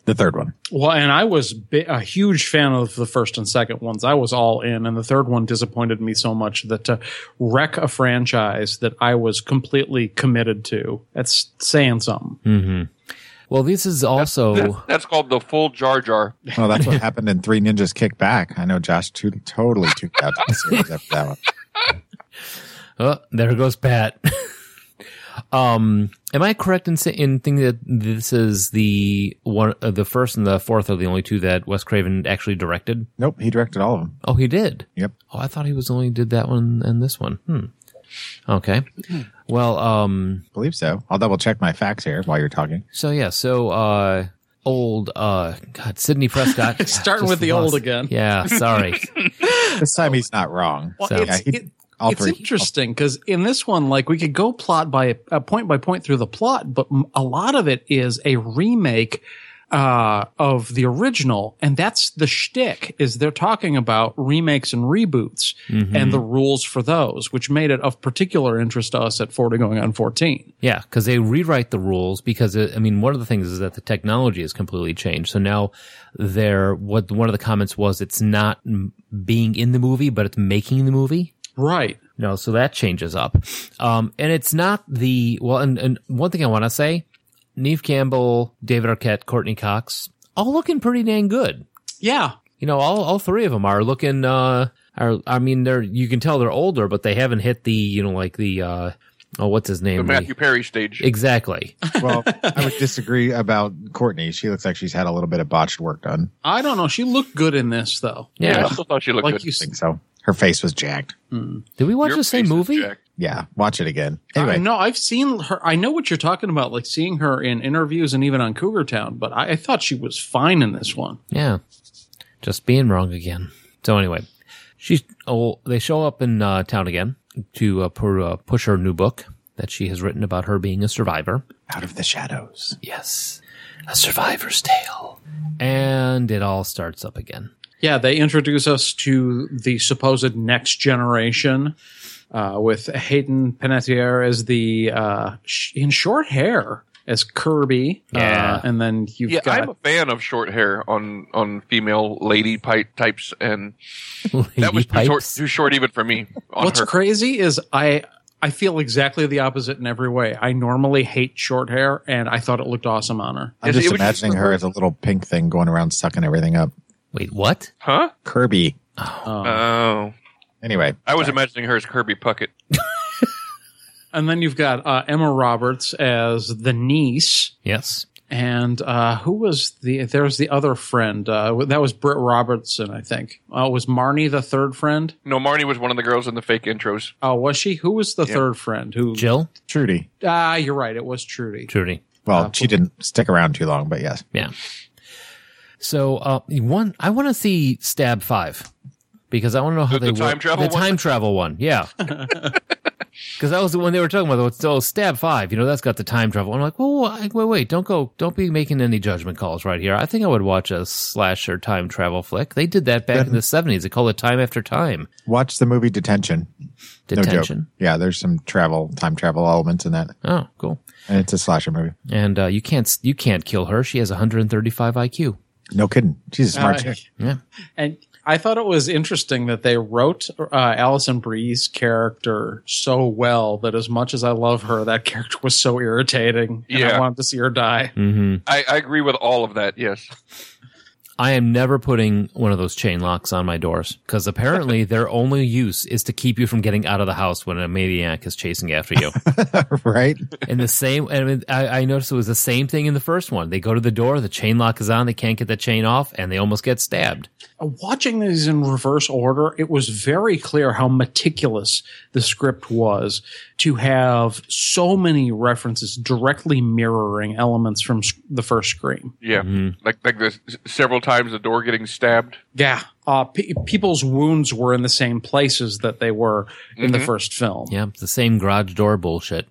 C: The third one,
D: Well, and I was bi- a huge fan of the first and second ones. I was all in, and the third one disappointed me so much that to wreck a franchise that I was completely committed to, that's saying something.
B: Hmm. Mm-hmm. Well, this is also.
F: That's called the full Jar Jar.
C: well, that's what happened in Three Ninjas Kick Back. I know Josh too, totally tuned out to the series after that one.
B: Oh, there goes Pat. [laughs] um, am I correct in say, in thinking that this is the one, uh, the first and the fourth are the only two that Wes Craven actually directed?
C: Nope, he directed all of them.
B: Oh, he did.
C: Yep.
B: Oh, I thought he was only did that one and this one. Hmm. Okay. Well, um,
C: Believe so. I'll double check my facts here while you're talking.
B: so yeah, so uh, old uh, God, Sidney Prescott.
D: [laughs] Starting
B: Just
D: with the
B: lost-
D: old again. [laughs]
B: Yeah. Sorry.
C: This time he's not wrong.
B: So-
C: Yeah,
D: it's
C: he-
D: it-
C: all
D: it's
C: three.
D: interesting because in [laughs] this one, like we could go plot by uh, point by point through the plot, but m- a lot of it is a remake uh, of the original, and that's the shtick is they're talking about remakes and reboots
F: Mm-hmm.
D: and the rules for those, which made it of particular interest to us at forty going on fourteen.
B: Yeah, because they rewrite the rules because uh, I mean one of the things is that the technology has completely changed. So now they're what one of the comments was it's not m- being in the movie, but it's making the movie.
D: Right.
B: No, so that changes up, um, and it's not the well. And, and one thing I want to say: Neve Campbell, David Arquette, Courtney Cox, all looking pretty dang good.
D: Yeah.
B: You know, all all three of them are looking. Uh, are I mean, they're you can tell they're older, but they haven't hit the you know like the uh, oh what's his name
F: The Matthew Perry stage. [laughs]
B: exactly.
C: Well, I would disagree about Courtney. She looks like she's had a little bit of botched work done.
D: I don't know. She looked good in this though.
F: Yeah,
B: Yeah.
F: I still thought she looked
D: Like
F: good.
D: you
C: I think
D: said.
C: so. Her face was jacked.
B: Did we watch
F: Your
B: the same
F: face is
B: movie?
F: jacked.
C: Yeah, watch it again. Anyway,
D: I know I've seen her. I know what you're talking about, like seeing her in interviews and even on Cougar Town. But I, I thought she was fine in this one.
B: Yeah. Just being wrong again. So anyway, she's oh they show up in uh, town again to uh, pu- uh, push her new book that she has written about her being a survivor.
C: out of the shadows.
B: Yes, a survivor's tale. And it all starts up again.
D: Yeah, they introduce us to the supposed next generation uh, with Hayden Panettiere as the uh, sh- in short hair as Kirby.
B: Yeah.
D: uh, and then you've
F: Yeah,
D: got
F: I'm a fan of short hair on on female lady pipe types, and
B: Lady
F: that was too short,
B: Pipes.
F: too short even for me. On
D: What's
F: her.
D: crazy is I I feel exactly the opposite in every way. I normally hate short hair, and I thought it looked awesome on her.
C: I'm
F: Is it-
C: just
F: it was just
C: imagining
F: the
C: her as a little pink thing going around sucking everything up.
B: Wait, what?
F: huh?
C: Kirby.
D: Um,
F: Oh,
C: Anyway,
F: I was imagining her as Kirby Puckett.
D: and then you've got uh, Emma Roberts as the niece.
B: Yes.
D: And uh, who was the? There's the other friend. Uh, that was Britt Robertson, I think. Uh, was Marnie the third friend? Uh,
F: No, Marnie was one of the girls in the fake intros.
D: Oh, was she? Who was the third friend? Who?
B: Jill?
C: Trudy.
D: Ah, you're right. It was Trudy.
B: Trudy.
C: Well, she didn't stick around too long, but yes.
B: Yeah. So uh, one, I want to see Stab Five because I want to know how
F: The-
B: they
F: the time
B: work-
F: travel
B: the
F: one?
B: time travel one. Yeah,
C: [laughs]
B: because that was the one they were talking about. So Stab Five, you know, that's got the time travel. I'm like, well, wait, wait, wait, don't go, don't be making any judgment calls right here. I think I would watch a slasher time travel flick. They did that back in
C: [laughs]
B: the '70s. They called it Time After Time
C: Watch the movie Detention. No
B: Detention.
C: joke. Yeah, there's some travel, time travel elements in that.
B: oh, cool.
C: And it's a slasher movie.
B: And uh, you can't you can't kill her. She has 135 IQ.
C: No kidding. She's a smart
D: Uh,
C: chick.
D: And I thought it was interesting that they wrote uh, Allison Bree's character so well that as much as I love her, that character was so irritating. and
F: Yeah.
D: I wanted to see her die.
B: Mm-hmm.
F: I, I agree with all of that. Yes.
B: I am never putting one of those chain locks on my doors because apparently their only use is to keep you from getting out of the house when a maniac is chasing after you.
C: [laughs] right?
B: and the same, and I, I noticed it was the same thing in the first one. They go to the door, the chain lock is on, they can't get the chain off, and they almost get stabbed.
D: Uh, Watching these in reverse order, it was very clear how meticulous the script was to have so many references directly mirroring elements from s- the first Scream.
F: Yeah. Like like this several times the door getting stabbed.
D: Yeah. Uh, pe people's wounds were in the same places that they were in the first film.
B: Yeah, it's the same garage door bullshit.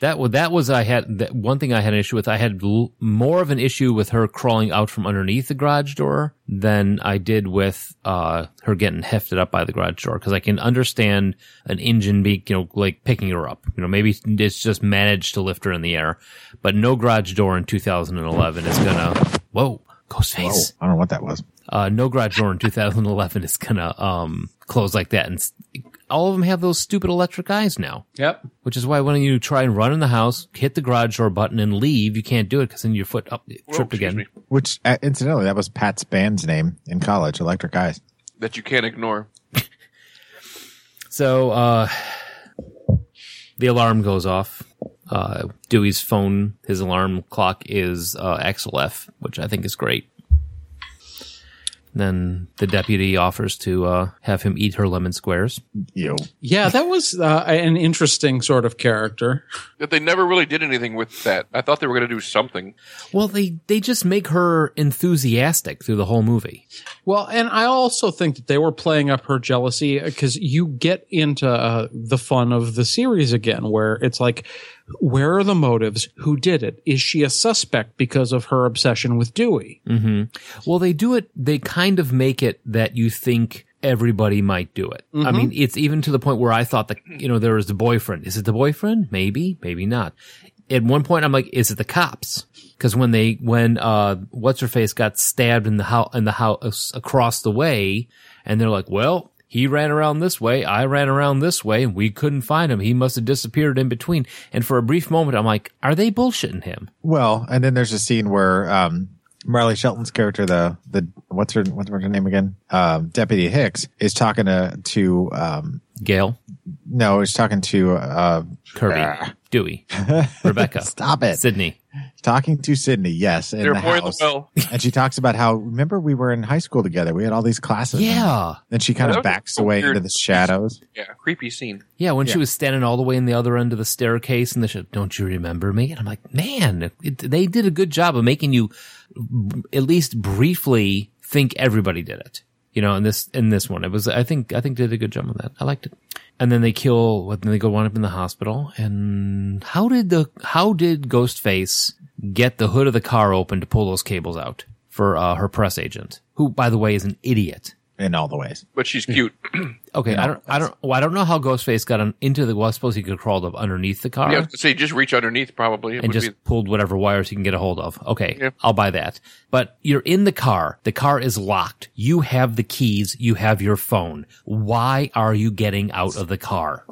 B: That was that was I had that one thing I had an issue with. I had l- more of an issue with her crawling out from underneath the garage door than I did with uh, her getting hefted up by the garage door because I can understand an engine be you know like picking her up. You know maybe it's just managed to lift her in the air, but no garage door in 2011 is gonna whoa
C: Oh,
B: Ghostface.
C: I don't know what that was.
B: Uh, no garage door in 2011 is gonna um close like that, and s- all of them have those stupid electric eyes now
D: Yep.
B: which is why when you try and run in the house, hit the garage door button and leave, you can't do it because then your foot up tripped
F: Oh, excuse
B: again.
F: me.
C: Which, uh, incidentally, that was Pat's band's name in college, Electric Eyes.
F: That you can't ignore.
B: So uh, the alarm goes off. Uh, Dewey's phone, his alarm clock is uh, XLF, which I think is great. Then the deputy offers to uh, have him eat her lemon squares.
C: Yo.
D: Yeah, that was uh, an interesting sort of character.
F: That they never really did anything with that. I thought they were going to do something.
B: Well, they, they just make her enthusiastic through the whole movie.
D: Well, and I also think that they were playing up her jealousy because you get into uh, the fun of the series again, where it's like, where are the motives? Who did it? Is she a suspect because of her obsession with Dewey?
B: Well, they do it. They kind of make it that you think everybody might do it. I mean, it's even to the point where I thought that, you know, there was the boyfriend. Is it the boyfriend? Maybe, maybe not. At one point, I'm like, is it the cops? Because when they, when, uh, what's her face got stabbed in the house, in the house across the way, and they're like, well, he ran around this way, I ran around this way, and we couldn't find him. He must have disappeared in between. And for a brief moment, I'm like, are they bullshitting him?
C: Well, and then there's a scene where um, Marley Shelton's character, the the what's her what's her name again? Um, Deputy Hicks is talking to to um,
B: Gail,
C: no, is talking to uh,
B: Kirby,
C: [laughs]
B: Dewey, Rebecca,
C: stop it,
B: Sydney.
C: talking to Sydney. Yes, in
F: They're
C: the
F: boy in the
C: house.
F: well.
C: and she talks about how remember we were in high school together. We had all these classes.
B: Yeah.
C: Then she kind
F: That
C: of
F: was
C: backs
F: a
C: away
F: weird-
C: into the shadows.
F: Yeah, creepy scene.
B: Yeah, when she was standing all the way in the other end of the staircase and they said, don't you remember me? And I'm like, man, it, they did a good job of making you b- at least briefly think everybody did it. You know, in this, in this one, it was, I think, I think they did a good job on that. I liked it. And then they kill, then they go wind up in the hospital. And how did the, how did Ghostface get the hood of the car open to pull those cables out for uh, her press agent, who, by the way, is an idiot?
C: In all the ways,
F: But she's cute.
B: Okay, I don't, I don't, well, I don't know how Ghostface got on, into the. Well, I suppose he could crawl up underneath the car
F: yeah, I was gonna say just reach underneath probably. It
B: and
F: would
B: just
F: be-
B: pulled whatever wires he can get a hold of. Okay,
F: Yeah.
B: I'll buy that. But you're in the car. The car is locked. You have the keys. You have your phone. Why are you getting out of the car?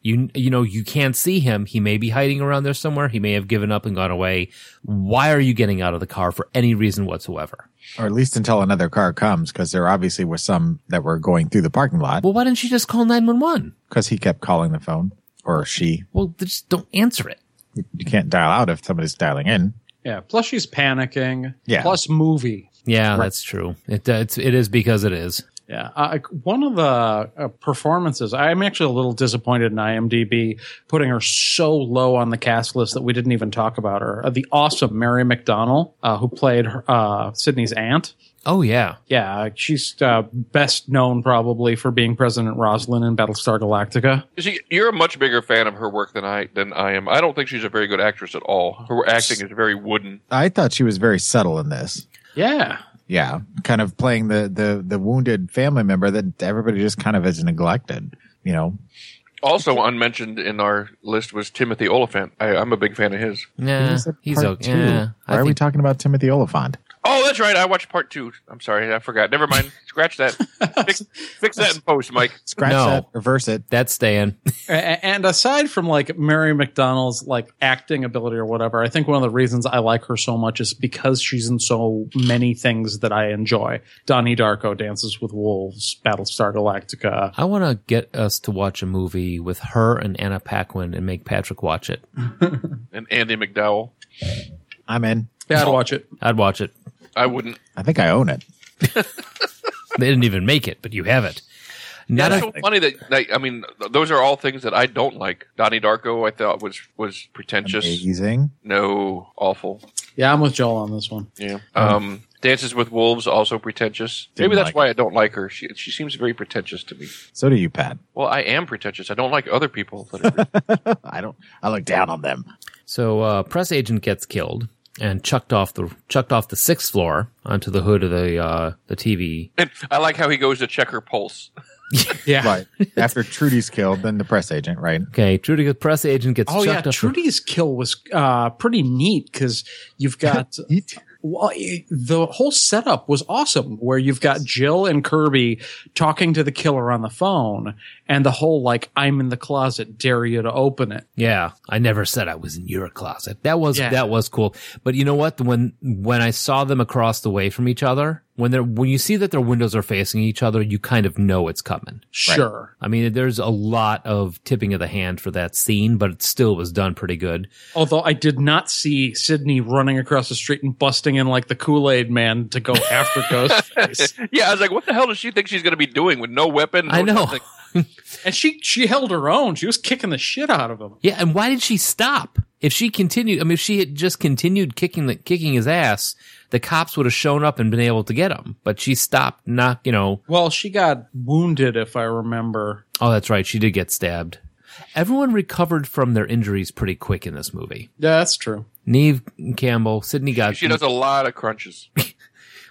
B: You you know you can't see him. He may be hiding around there somewhere. He may have given up and gone away. Why are you getting out of the car for any reason whatsoever?
C: or at least until another car comes, because there obviously was some that were going through the parking lot
B: Well, why didn't you just call nine one one?
C: because he kept calling the phone or she.
B: Well, just don't answer it.
C: You can't dial out if somebody's dialing in.
D: Yeah. Plus, she's panicking.
C: Yeah.
D: Plus, movie.
B: Yeah, that's true. It, it's it is because it is.
D: Yeah, uh, one of the uh, performances. I'm actually a little disappointed in IMDb putting her so low on the cast list that we didn't even talk about her. Uh, the awesome Mary McDonnell, uh, who played her, uh, Sydney's aunt.
B: Oh yeah,
D: Yeah, she's uh, best known probably for being President Roslin in Battlestar Galactica.
F: See, you're a much bigger fan of her work than I than I am. I don't think she's a very good actress at all. Her acting is very wooden.
C: I thought she was very subtle in this.
D: Yeah,
C: Yeah, kind of playing the the the wounded family member that everybody just kind of has neglected. You know,
F: Also unmentioned in our list was Timothy Oliphant. I, I'm a big fan of his.
B: yeah,
C: Who's that
B: he's
C: part
B: okay.
C: two?
B: Yeah,
C: Why are we talking about Timothy Oliphant?
F: Oh, that's right. I watched part two. I'm sorry, I forgot.
B: [laughs]
F: Never mind. Scratch that. fix, fix that in post, Mike.
C: Scratch
B: No.
C: that, reverse it.
B: that's staying.
D: A- a- and aside from like Mary McDonald's like acting ability or whatever, I think one of the reasons I like her so much is because she's in so many things that I enjoy. Donnie Darko, Dances with Wolves, Battlestar Galactica.
B: I want to get us to watch a movie with her and Anna Paquin and make Patrick watch it.
F: And Andy McDowell.
C: I'm in.
D: Yeah, I'd watch it.
B: I'd watch it.
F: I wouldn't.
C: I think I own it.
B: They didn't even make it, but you have it. Not
F: That's
B: a,
F: so funny that, that- I mean, th- those are all things that I don't like. Donnie Darko, I thought was was pretentious.
C: Amazing.
F: No, awful.
D: Yeah, I'm with Joel on this one.
F: Yeah.
B: Mm.
F: Um, Dances with Wolves also pretentious.
C: Didn't
F: Maybe that's
C: like
F: why I don't like her. She she seems very pretentious to me.
C: So do you, Pat?
F: Well, I am pretentious. I don't like other people that are
B: [laughs]
C: I don't. I look down on them.
B: so uh, press agent gets killed and chucked off the chucked off the sixth floor onto the hood of the uh, the TV.
F: And I like how he goes to check her pulse. [laughs]
D: Yeah.
C: Right after Trudy's killed, then the press agent. Right.
B: Okay, Trudy, the press agent gets
D: Oh yeah,
B: chucked off. the-
D: Trudy's kill was uh, pretty neat because you've got well, it- the whole setup was awesome where you've got Jill and Kirby talking to the killer on the phone and the whole like I'm in the closet, dare you to open it.
B: Yeah, I never said I was in your closet. That was
D: Yeah.
B: that was cool. But you know what? When when I saw them across the way from each other, when they're when you see that their windows are facing each other, you kind of know it's coming.
D: Sure.
B: I mean, there's a lot of tipping of the hand for that scene, but it still was done pretty good.
D: Although I did not see Sydney running across the street and busting in like the Kool Aid man to go [laughs] after Ghostface.
F: Yeah, I was like, what the hell does she think she's going to be doing with no weapon? no
B: I know.
F: nothing?
D: And she she held her own. She was kicking the shit out of him.
B: Yeah, and why did she stop? If she continued, I mean, if she had just continued kicking the kicking his ass, the cops would have shown up and been able to get him. But she stopped, not you know.
D: Well, she got wounded if I remember.
B: Oh, that's right, she did get stabbed. Everyone recovered from their injuries pretty quick in this movie.
D: Yeah, that's true.
B: Neve Campbell, Sydney got
F: She does a lot of crunches.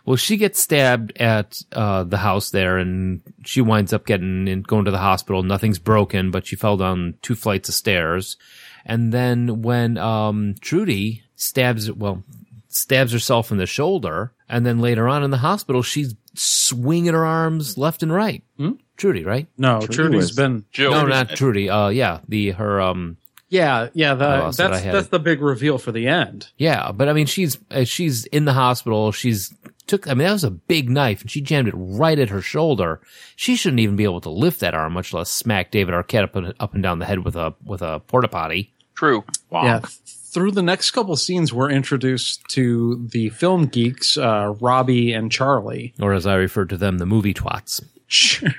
B: well. She gets stabbed at uh, the house there, and she winds up getting and going to the hospital. Nothing's broken, but she fell down two flights of stairs. And then when um, Trudy stabs, well, stabs herself in the shoulder, and then later on in the hospital, she's swinging her arms left and right. Trudy, right?
D: No, Trudy's
C: was-
D: been.
F: Jill.
B: No, not Trudy. Uh, yeah, the her um,
D: Yeah, yeah. The,
B: I lost it.
D: that's
B: I had
D: that's
B: it.
D: the big reveal for the end.
B: Yeah, but I mean, she's uh, she's in the hospital. She's took. I mean, that was a big knife, and she jammed it right at her shoulder. She shouldn't even be able to lift that arm, much less smack David Arquette up and, up and down the head with a with a porta potty.
F: True.
D: Yeah. Through the next couple scenes, we're introduced to the film geeks, uh, Robbie and Charlie. [laughs]
B: Or as I refer to them, the movie twats.
D: Sure.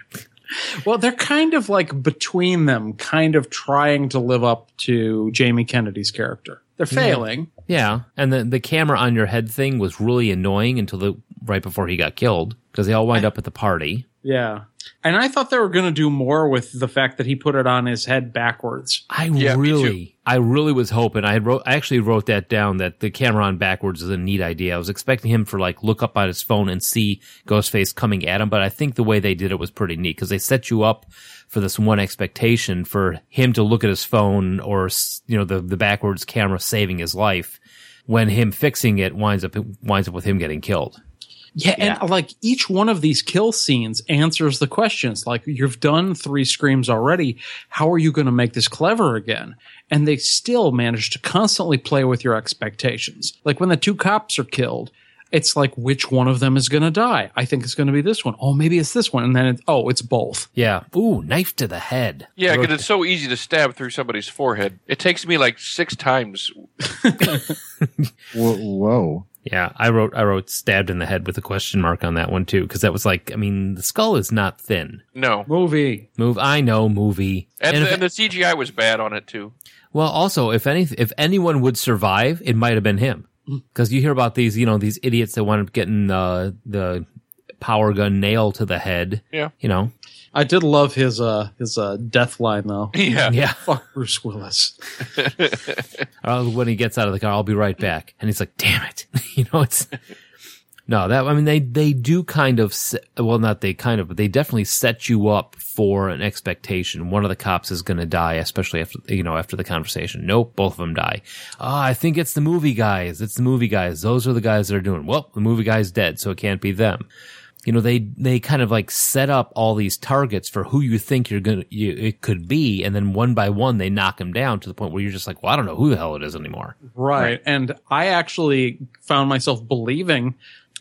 D: well, they're kind of like between them, kind of trying to live up to Jamie Kennedy's character. They're
B: Mm-hmm.
D: failing.
B: Yeah, and the the camera on your head thing was really annoying until the right before he got killed because they all wind up at the party.
D: Yeah. And I thought they were going to do more with the fact that he put it on his head backwards.
B: I
F: me
B: really, I really was hoping. I had wrote, I actually wrote that down. That the camera on backwards is a neat idea. I was expecting him for like look up on his phone and see Ghostface coming at him, but I think the way they did it was pretty neat because they set you up for this one expectation for him to look at his phone or s- you know the the backwards camera saving his life. When him fixing it winds up winds up with him getting killed.
D: Yeah, and like each one of these kill scenes answers the questions. Like you've done three screams already. How are you going to make this clever again? And they still manage to constantly play with your expectations. Like when the two cops are killed, it's like which one of them is going to die? I think it's going to be this one. Oh, maybe it's this one. And then it, oh, it's both.
B: Yeah. Ooh, knife to the head.
F: Yeah, because it's so easy to stab through somebody's forehead. It takes me like six times.
C: Whoa. whoa.
B: Yeah, I wrote I wrote stabbed in the head with a question mark on that one too because that was like I mean the skull is not thin.
F: No.
D: Movie.
B: Move I know movie
F: And,
B: if-
F: the, and the CGI was bad on it too. [laughs]
B: Well, also, if any, if anyone would survive, it might have been him,
F: Mm.
B: because you hear about these, you know, these idiots that wound up getting uh, the power gun nail to the head.
F: Yeah.
B: you
F: [laughs]
B: know,
D: I did love his uh his uh death line though. [laughs]
F: Yeah.
B: yeah.
D: Fuck Bruce Willis.
B: Uh, when he gets out of the car, I'll be right back, and he's like, "Damn it!" [laughs] you know, it's no that. I mean, they they do kind of se- well, not they kind of, but they definitely set you up for an expectation. One of the cops is going to die, especially after you know after the conversation. Nope, both of them die. Ah, I think it's the movie guys. It's the movie guys. Those are the guys that are doing. Well, the movie guy's dead, so it can't be them. You know, they they kind of like set up all these targets for who you think you're gonna you, it could be, and then one by one they knock them down to the point where you're just like, well, I don't know who the hell it is anymore.
D: Right. And I actually found myself believing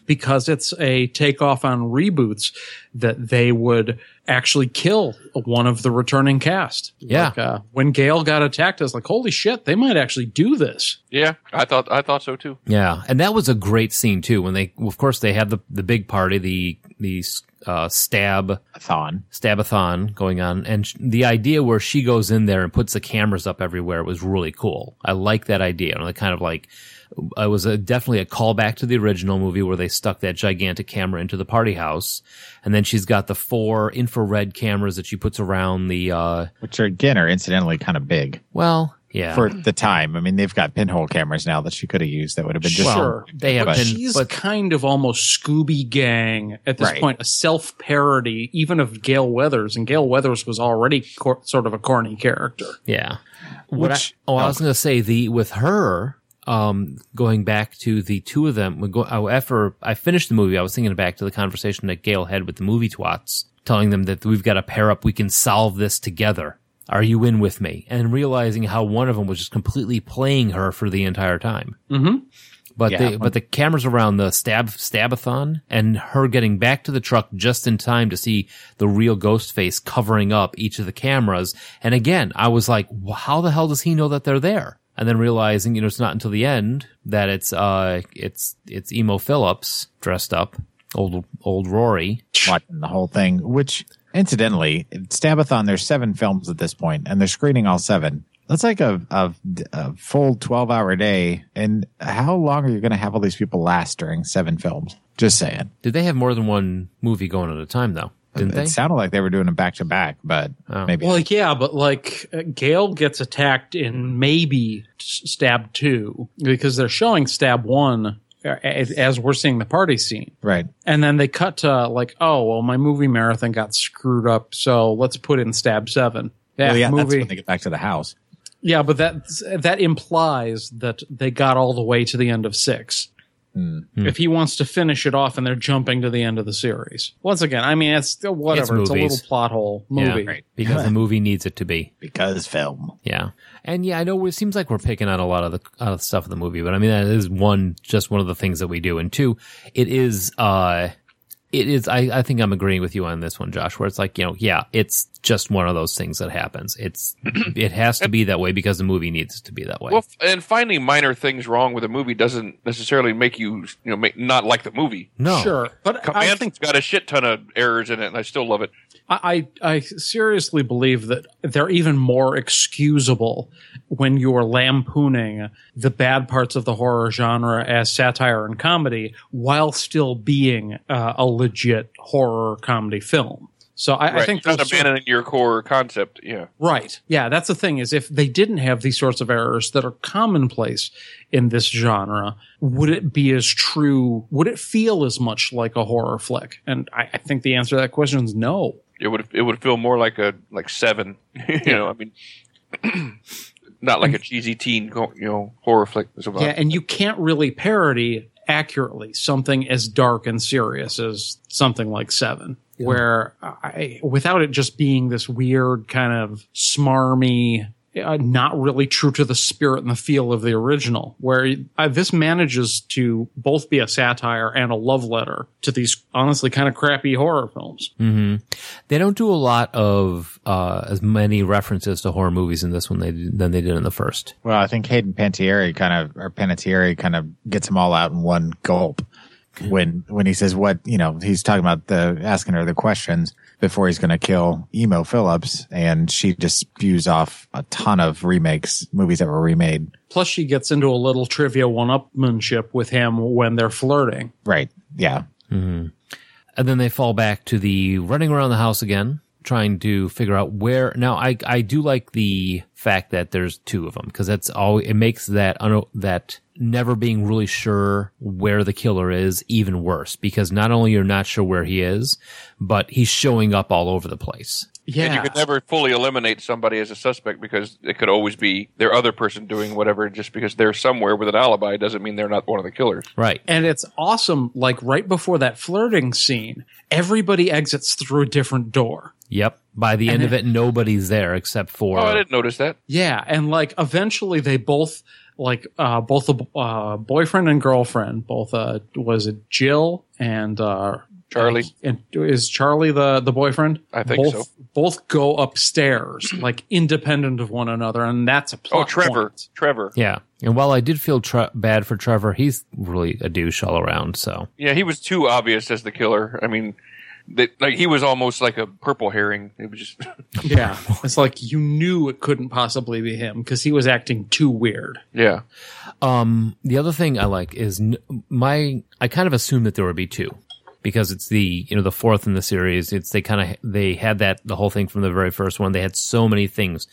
D: because it's a takeoff on reboots that they would actually kill one of the returning cast.
B: Yeah.
D: Like, uh, when Gail got attacked, I was like, holy shit, they might actually do this.
F: Yeah. I thought I thought so too.
B: Yeah, and that was a great scene too. When they, of course, they have the the big party, the the uh, stab
C: Thon.
B: stabathon going on, and sh- the idea where she goes in there and puts the cameras up everywhere was really cool. I like that idea, and the kind of like it was a, definitely a callback to the original movie where they stuck that gigantic camera into the party house, and then she's got the four infrared cameras that she puts around the. uh
C: which are again are incidentally kind of big
B: Well, yeah,
C: for the time. I mean, they've got pinhole cameras now that she could have used that would have been just
D: Sure.
B: they have
D: But
B: been,
D: she's
B: but
D: kind of almost Scooby Gang at this
C: Right.
D: point, a self parody even of Gail Weathers, and Gail Weathers was already cor- sort of a corny character.
B: Yeah. What
C: Which-
B: I, oh, I was going to say the with her um going back to the two of them we go, oh, after I finished the movie I was thinking back to the conversation that Gail had with the movie twats telling them that we've got to pair up we can solve this together. Are you in with me? And realizing how one of them was just completely playing her for the entire time.
D: Mhm.
B: But
C: Yeah.
B: the but the cameras around the stab stabathon and her getting back to the truck just in time to see the real ghost face covering up each of the cameras. And again, I was like, "Wh- how the hell does he know that they're there? And then realizing, you know, it's not until the end that it's uh it's it's emo Phillips dressed up, old old Rory.
C: watching the whole thing. Which incidentally, Stabathon, there's seven films at this point, and they're screening all seven. That's like a, a, a full 12 hour day. And how long are you going to have all these people last during seven films? Just saying.
B: Did they have more than one movie going at a time though? Didn't
C: it
B: they? Oh.
C: sounded like they were doing it back to back, but maybe.
D: Well, yeah, but like uh, Gail gets attacked in maybe s- stab two because they're showing stab one uh, as, as we're seeing the party scene.
C: right.
D: And then they cut to like, oh, well, my movie marathon got screwed up, so let's put in stab seven. That
C: Well, yeah, that's
D: movie.
C: when they get back to the house.
D: yeah, but that that implies that they got all the way to the end of six.
B: Hmm.
D: If he wants to finish it off, and they're jumping to the end of the series once again, I mean, it's still whatever. It's, a
B: movies.
D: little plot hole movie.
B: Yeah, because
C: [laughs]
B: the movie needs it to be.
C: Because film.
B: Yeah, and yeah, I know it seems like we're picking out a lot of the out of the stuff in the movie, but I mean that is one just one of the things that we do, and two, it is uh, it is. I I think I'm agreeing with you on this one, Josh. Where it's like you know, yeah, it's just one of those things that happens. It's it has to be that way because the movie needs it to be that way.
F: Well, f- and finding minor things wrong with a movie doesn't necessarily make you, you know, make, not like the movie.
B: no,
D: Sure, but I
F: Command's
D: think
F: got a shit ton of errors in it, and I still love it.
D: I, I I seriously believe that they're even more excusable when you're lampooning the bad parts of the horror genre as satire and comedy while still being uh, a legit horror comedy film. So I, I
F: Right.
D: think
F: not
D: those sort-
F: abandoning your core concept. Yeah.
D: right, yeah, that's the thing is if they didn't have these sorts of errors that are commonplace in this genre, would it be as true? Would it feel as much like a horror flick? And I, I think the answer to that question is no.
F: it would it would feel more like a like seven. [laughs] you know, I mean, [clears throat] not like a cheesy teen, go- you know, horror flick. Or something.
D: Yeah, and you can't really parody accurately something as dark and serious as something like Seven, where I, without it just being this weird kind of smarmy. uh, not really true to the spirit and the feel of the original. Where uh, this manages to both be a satire and a love letter to these honestly kind of crappy horror films.
B: Mm-hmm. They don't do a lot of uh, as many references to horror movies in this one they, than they did in the first.
C: Well, I think Hayden Panettiere kind of or Panettiere kind of gets them all out in one gulp when when he says what you know he's talking about the asking her the questions before he's going to kill emo phillips and she just spews off a ton of remakes movies that were remade
D: Plus, she gets into a little trivia one-upmanship with him when they're flirting.
C: right yeah
B: And then they fall back to the running around the house again, trying to figure out where. Now, I, I do like the fact that there's two of them because that's all it makes that, un, that never being really sure where the killer is even worse because not only you're not sure where he is, but he's showing up all over the place.
D: Yeah,
F: And you could never fully eliminate somebody as a suspect because it could always be their other person doing whatever. Just because they're somewhere with an alibi doesn't mean they're not one of the killers.
B: Right.
D: And it's awesome. Like right before that flirting scene, everybody exits through a different door.
B: Yep. By the end of it, nobody's there except for.
F: Oh, I didn't notice that.
D: Yeah, and like eventually they both like uh both the uh boyfriend and girlfriend, both uh was it Jill and uh
F: Charlie.
D: and is Charlie the the boyfriend?
F: I think
D: both,
F: so.
D: Both go upstairs like independent of one another and that's a
F: Oh,
D: plot
F: Trevor.
D: point.
F: Trevor.
B: yeah. And while I did feel tre- bad for Trevor, he's really a douche all around. So,
F: Yeah, he was too obvious as the killer. I mean, that like he was almost like a purple herring. It was just [laughs]
D: Yeah. It's like you knew it couldn't possibly be him cuz he was acting too weird.
F: yeah.
B: um, the other thing I like is n- my, I kind of assumed that there would be two because it's the, you know, the fourth in the series. It's, they kind of, they had that, the whole thing from the very first one. They had so many things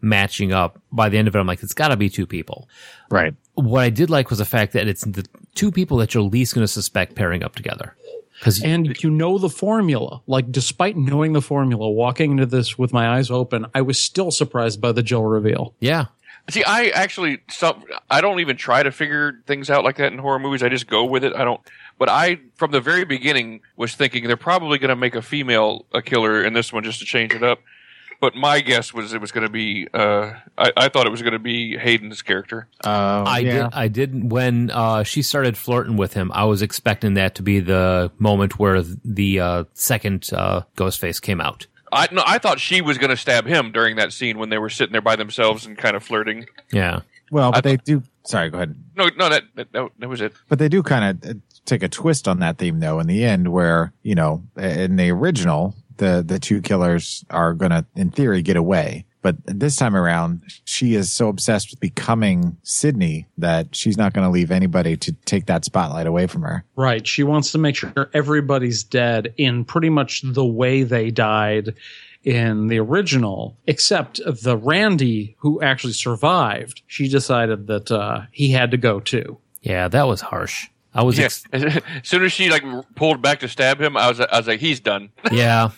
B: matching up. By the end of it, I'm like, it's got to be two people.
C: right
B: What I did like was the fact that it's the two people that you're least going to suspect pairing up together. Because
D: and you know the formula. Like, despite knowing the formula, walking into this with my eyes open, I was still surprised by the Jill reveal.
B: Yeah.
F: See, I actually some I don't even try to figure things out like that in horror movies. I just go with it. I don't. But I, from the very beginning, was thinking they're probably going to make a female a killer in this one just to change it up. But my guess was it was going to be. Uh, I, I thought it was going to be Hayden's character.
C: uh,
B: I did. I did. When uh, she started flirting with him, I was expecting that to be the moment where the uh, second uh, ghost face came out.
F: I no, I thought she was going to stab him during that scene when they were sitting there by themselves and kind of flirting.
B: Yeah.
C: well but they do sorry go ahead
F: No, no, that that, that, that was it.
C: But they do kind of take a twist on that theme, though, in the end, where you know, in the original, the the two killers are gonna, in theory, get away. But this time around, she is so obsessed with becoming Sydney that she's not going to leave anybody to take that spotlight away from her.
D: Right. She wants to make sure everybody's dead in pretty much the way they died in the original, except the Randy who actually survived. She decided that uh, he had to go too.
B: Yeah. That was harsh. I was.
F: Yeah.
B: Ex-
F: [laughs] as soon as she like pulled back to stab him, I was I was like, he's done.
B: yeah.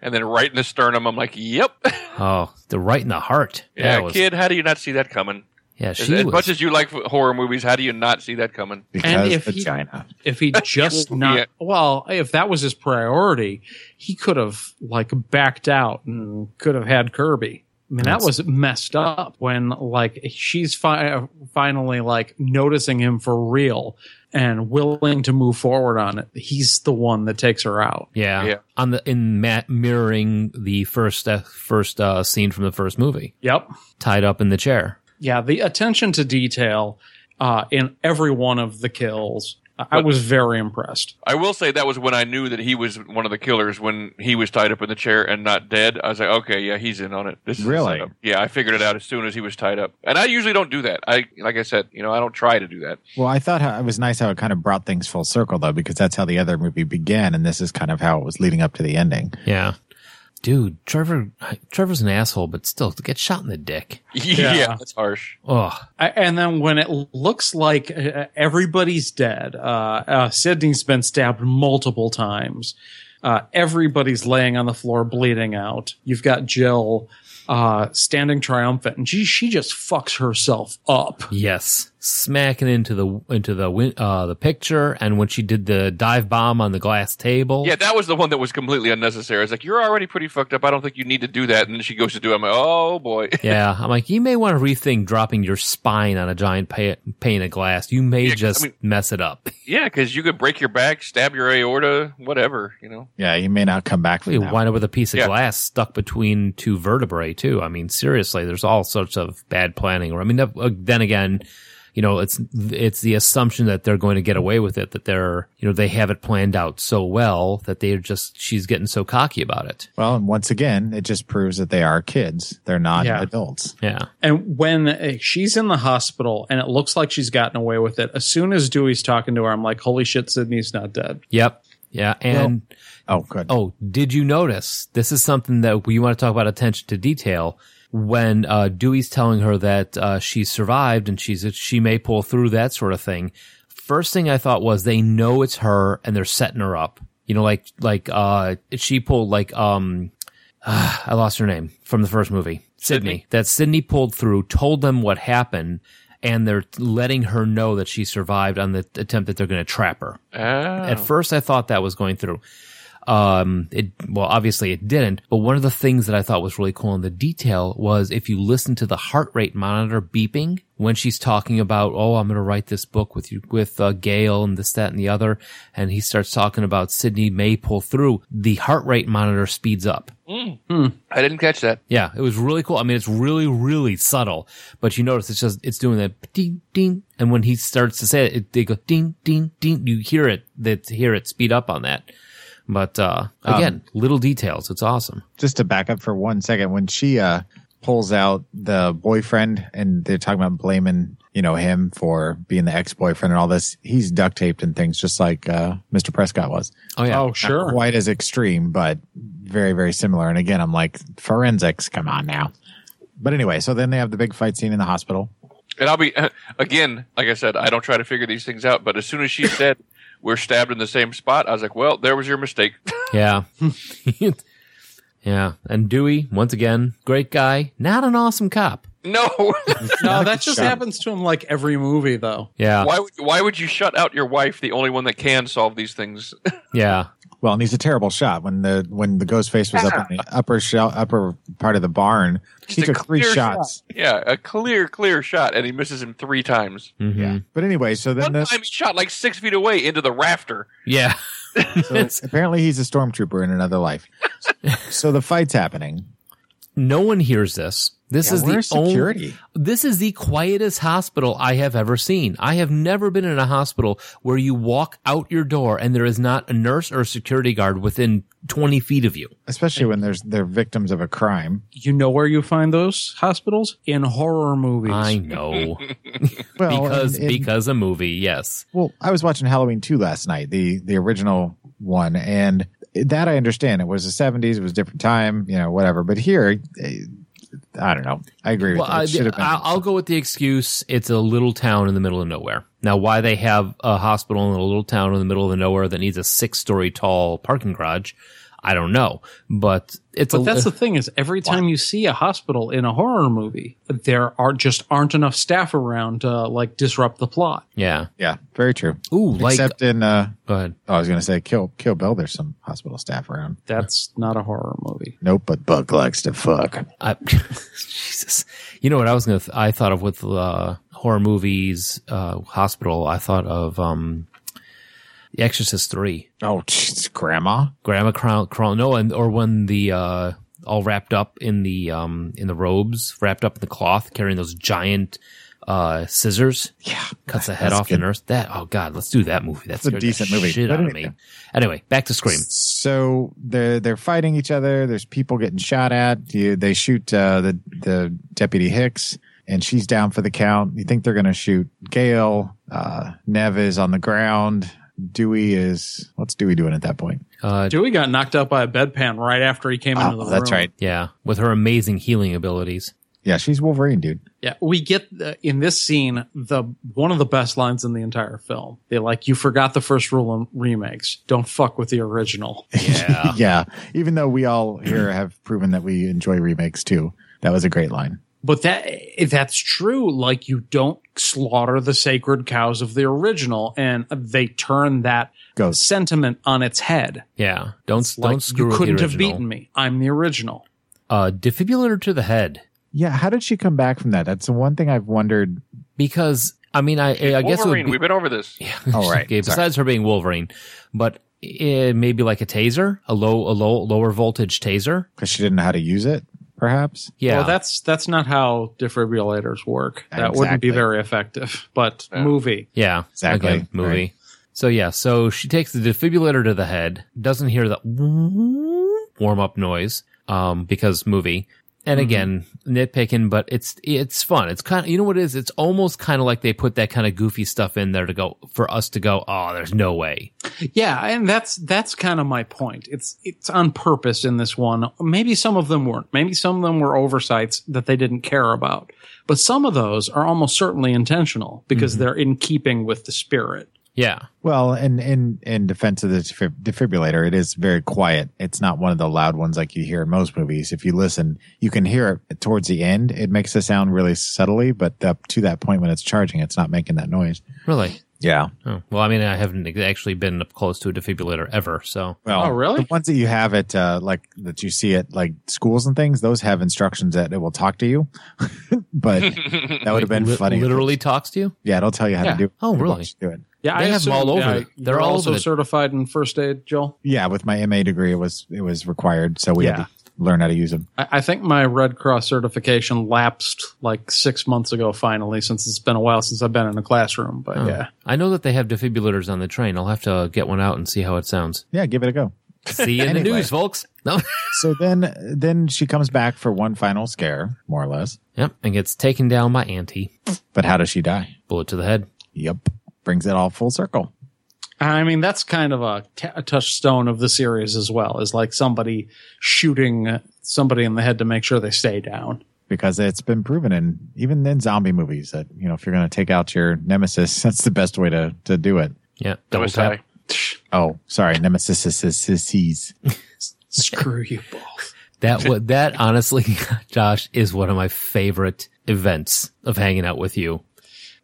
F: And then right in the sternum, I'm like, yep.
B: Oh, the right in the heart.
F: Yeah,
B: That was,
F: kid, how do you not see that coming?
B: Yeah.
F: As,
B: She
F: as
B: was.
F: much as you like horror movies, how do you not see that coming?
C: Because
D: if he-
C: vagina.
D: If he just not,
F: Yeah.
D: well, if that was his priority, he could have like backed out and could have had Kirby. I mean, that was messed up when like she's fi- finally like noticing him for real and willing to move forward on it. He's the one that takes her out.
B: yeah.
F: Yeah.
B: On the in ma- mirroring the first uh, first uh, scene from the first movie,
D: Yep.
B: tied up in the chair.
D: Yeah. The attention to detail uh, in every one of the kills. I was very impressed.
F: I will say that was when I knew that he was one of the killers when he was tied up in the chair and not dead. I was like, okay, yeah, he's in on it. This is a
C: Really?
F: setup. Yeah, I figured it out as soon as he was tied up. And I usually don't do that. I like I said, you know, I don't try to do that. [laughs]
C: Well, I thought how, it was nice how it kind of brought things full circle, though, because that's how the other movie began, and this is kind of how it was leading up to the ending.
B: Yeah. Dude, Trevor. Trevor's an asshole, but still, to get shot in the dick. Oh,
F: Yeah,
D: Yeah.
F: that's harsh.
B: Ugh.
D: I, and then when it looks like uh, everybody's dead, uh, uh, Sydney's been stabbed multiple times. Uh, everybody's laying on the floor bleeding out. You've got Jill uh, standing triumphant, and she she just fucks herself up.
B: Yes, smacking into the into the win- uh, the picture, and when she did the dive bomb on the glass table.
F: Yeah, that was the one that was completely unnecessary. It's like you're already pretty fucked up. I don't think you need to do that. And then she goes to do it. I'm like, oh boy. [laughs]
B: Yeah, I'm like, you may want to rethink dropping your spine on a giant pa- pane of glass. You may
F: Yeah, 'cause,
B: just
F: I mean-
B: mess it up.
F: yeah, because you could break your back, stab your aorta, whatever. You know.
C: Yeah, you may not come back from
B: You
C: that.
B: wind up with a piece of
F: Yeah.
B: glass stuck between two vertebrae, too. I mean, seriously, there's all sorts of bad planning. Or I mean, that- uh, then again, you know, it's it's the assumption that they're going to get away with it, that they're you know they have it planned out so well that they're just she's getting so cocky about it.
C: Well, and once again, it just proves that they are kids. They're not
D: Yeah.
C: adults.
B: Yeah,
D: And when uh, she's in the hospital and it looks like she's gotten away with it, as soon as Dewey's talking to her, I'm like, holy shit, Sydney's not dead.
B: yep, yeah, and.
C: Oh, good.
B: Oh, did you notice? This is something that we want to talk about attention to detail. When uh, Dewey's telling her that uh, she survived and she's she may pull through that sort of thing. First thing I thought was they know it's her and they're setting her up. You know, like like uh, she pulled like um, I lost her name from the first movie, Sydney. That Sydney pulled through, told them what happened, and they're letting her know that she survived on the attempt that they're going to trap her. At first, I thought that was going through. Um, it well, obviously it didn't. But one of the things that I thought was really cool in the detail was if you listen to the heart rate monitor beeping when she's talking about, oh, I'm going to write this book with you with uh, Gail and this, that, and the other, and he starts talking about Sydney may pull through. The heart rate monitor speeds up.
F: I didn't catch that.
B: Yeah, it was really cool. I mean, it's really, really subtle, but you notice it's just, it's doing that ding, ding. And when he starts to say it, it they go ding, ding, ding. You hear it, that hear it speed up on that. But, uh, again, little details. It's awesome.
C: Just to back up for one second, when she uh, pulls out the boyfriend and they're talking about blaming, you know, him for being the ex-boyfriend and all this, he's duct taped and things just like uh, Mr. Prescott was.
B: Oh, yeah.
D: Oh,
C: Not
D: sure.
C: quite as extreme, but very, very similar. And again, I'm like, forensics, come on now. But anyway, so then they have the big fight scene in the hospital.
F: And I'll be [laughs] again, like I said, I don't try to figure these things out. But as soon as she said we're stabbed in the same spot, I was like, well, there was your mistake. [laughs]
B: Yeah. [laughs] yeah. And Dewey, once again, great guy, not an awesome cop.
F: no.
D: No, that just
C: Shut up.
D: happens to him like every movie, though.
B: Yeah.
F: why? would- Why would you shut out your wife, the only one that can solve these things? [laughs]
B: Yeah.
C: Well, and he's a terrible shot when the when the ghost face was up in the upper shell upper part of the barn. he
F: a
C: took three
F: clear
C: shots.
F: yeah, a clear, clear shot, and he misses him three times.
B: Mhm.
C: Yeah. But anyway, so then
F: One
C: the,
F: time he shot like six feet away into the rafter.
B: Yeah. [laughs]
C: so [laughs] apparently he's a stormtrooper in another life. so the fight's happening.
B: No one hears this. This
C: Yeah,
B: is the
C: where's
B: only,
C: security?
B: This is the quietest hospital I have ever seen. I have never been in a hospital where you walk out your door and there is not a nurse or a security guard within 20 feet of you.
C: Especially when there's they're victims of a crime.
D: You know where you find those hospitals? In horror movies.
B: I know.
C: Well,
B: because
C: and- and-
B: because a movie, yes.
C: Well, I was watching Halloween 2 last night, the the original one, and that I understand. It was the 70s, it was a different time, you know, whatever. But here, eh, I don't know. I agree with
B: Well,
C: you. It
B: I,
C: should have been-
B: I'll I'll go with the excuse it's a little town in the middle of nowhere. Now, why they have a hospital in a little town in the middle of nowhere that needs a six story tall parking garage, I don't know. But it's
D: But
B: a
D: that's the thing is every time you see a hospital in a horror movie, there are just aren't enough staff around to like disrupt the plot.
B: [laughs] yeah.
C: yeah, very true.
B: Ooh, like
C: Except in, uh,
B: go ahead.
C: oh, I was going to say Kill Kill Bill, there's some hospital staff around.
D: That's not a horror movie.
C: Nope, but Buck likes to fuck.
B: I, [laughs] Jesus, you know what I was gonna? Th- I thought of with uh, horror movies, uh, hospital. I thought of um, The Exorcist Three,
C: Oh, jeez, Grandma.
B: Grandma Crown, Crown no, and or when the uh, all wrapped up in the um, in the robes, wrapped up in the cloth, carrying those giant uh, scissors. Yeah, cuts the head
C: that's
B: off the
C: good.
B: nurse. That oh god, let's do that movie. That's
C: a decent movie.
B: Shit
C: But
B: out of
C: anyway.
B: me. Anyway, back to Scream.
C: So they're they're fighting each other. There's people getting shot at. You, they shoot uh, the the deputy Hicks, and she's down for the count. You think they're going to shoot Gail? Uh, Nev is on the ground. Dewey is what's Dewey doing at that point? Ah,
B: Uh,
D: Dewey got knocked out by a bedpan right after he came into
B: Oh,
D: the room.
B: yeah, with her amazing healing abilities.
C: Yeah, she's Wolverine, dude.
D: Yeah, we get uh, in this scene the one of the best lines in the entire film. They like you forgot the first rule in remakes: don't fuck with the original.
B: Yeah.
C: [laughs] Yeah, even though we all here have proven that we enjoy remakes too. That was a great line.
D: But that if that's true. Like you don't slaughter the sacred cows of the original, and they turn that
C: Goes.
D: sentiment on its head.
B: Yeah. Don't
D: Like
B: don't screw
D: you
B: with the
D: couldn't have
B: original.
D: beaten me. I'm the original.
B: Uh, defibrillator to the head
C: Yeah, how did she come back from that? That's the one thing I've wondered.
B: because I mean I I guess it would
F: Wolverine,
B: be, [laughs]
F: we've been over this. [laughs]
B: Yeah.
C: Oh, right.
B: Okay, besides her being Wolverine, but eh, maybe like a taser, a low, a low, lower voltage taser.
C: Because she didn't know how to use it, perhaps.
B: Yeah.
D: Well, that's that's not how defibrillators work. That wouldn't
C: Exactly.
D: be very effective. [laughs] But
F: Yeah.
D: movie.
B: yeah.
C: Exactly.
B: Again, movie.
C: Right.
B: So yeah, so she takes the defibrillator to the head, doesn't hear the warm up noise, um, because movie. And
C: Mm-hmm.
B: again, nitpicking, but it's it's fun. It's kind of you know what it is. It's almost kind of like they put that kind of goofy stuff in there to go for us to go. Oh, there's no way.
D: Yeah, and that's that's kind of my point. It's it's on purpose in this one. Maybe some of them weren't. Maybe some of them were oversights that they didn't care about. But some of those are almost certainly intentional because
B: Mm-hmm.
D: they're in keeping with the spirit.
B: Yeah,
C: Well, in, in, in defense of the defib- defibrillator, it is very quiet. It's not one of the loud ones like you hear in most movies. If you listen, you can hear it towards the end. It makes the sound really subtly, but up to that point when it's charging, it's not making that noise.
B: really.
C: Yeah.
B: Oh, well, I mean, I haven't actually been up close to a defibrillator ever, so
C: Well,
D: Oh, really?
C: The ones that you have at uh, like that you see at like schools and things, those have instructions that it will talk to you. [laughs]
D: [laughs]
C: but that would have been
B: Li-
C: funny.
B: Literally talks to you.
C: yeah, it'll tell you how
D: Yeah.
C: to do. It.
B: Oh,
C: It'll
B: really?
C: watch you Do it.
D: Yeah,
B: They
D: I
B: have 'em all
D: assume-
B: over
D: yeah,
B: the- they're
D: you're
B: all
D: also
B: over the-
D: certified in first aid, Joel.
C: Yeah, with my MA degree, it was it was required, so we
D: Yeah.
C: had to learn how to use them.
D: I, I think my Red Cross certification lapsed like six months ago. Finally, since it's been a while since I've been in a classroom. But yeah,
B: I know that they have defibrillators on the train. I'll have to get one out and see how it sounds.
C: Yeah, give it a go.
B: See you in the
C: Anyway.
B: news, folks. No.
C: So then then she comes back for one final scare, more or less.
B: yep, and gets taken down by Auntie.
C: But how does she die?
B: Bullet to the head.
C: Yep, brings it all full circle.
D: I mean, that's kind of a, t- a touchstone of the series as well, is like somebody shooting somebody in the head to make sure they stay down.
C: because it's been proven in even in zombie movies that you know if you're going to take out your nemesis, [laughs] that's the best way to to do it.
B: Yeah,
F: That
B: double
F: was
B: tap.
F: high.
C: Oh, sorry, nemesis is- is- is- is-
D: Screw you both.
F: [laughs]
B: That wa- that honestly, [laughs] Josh, is one of my favorite events of hanging out with you.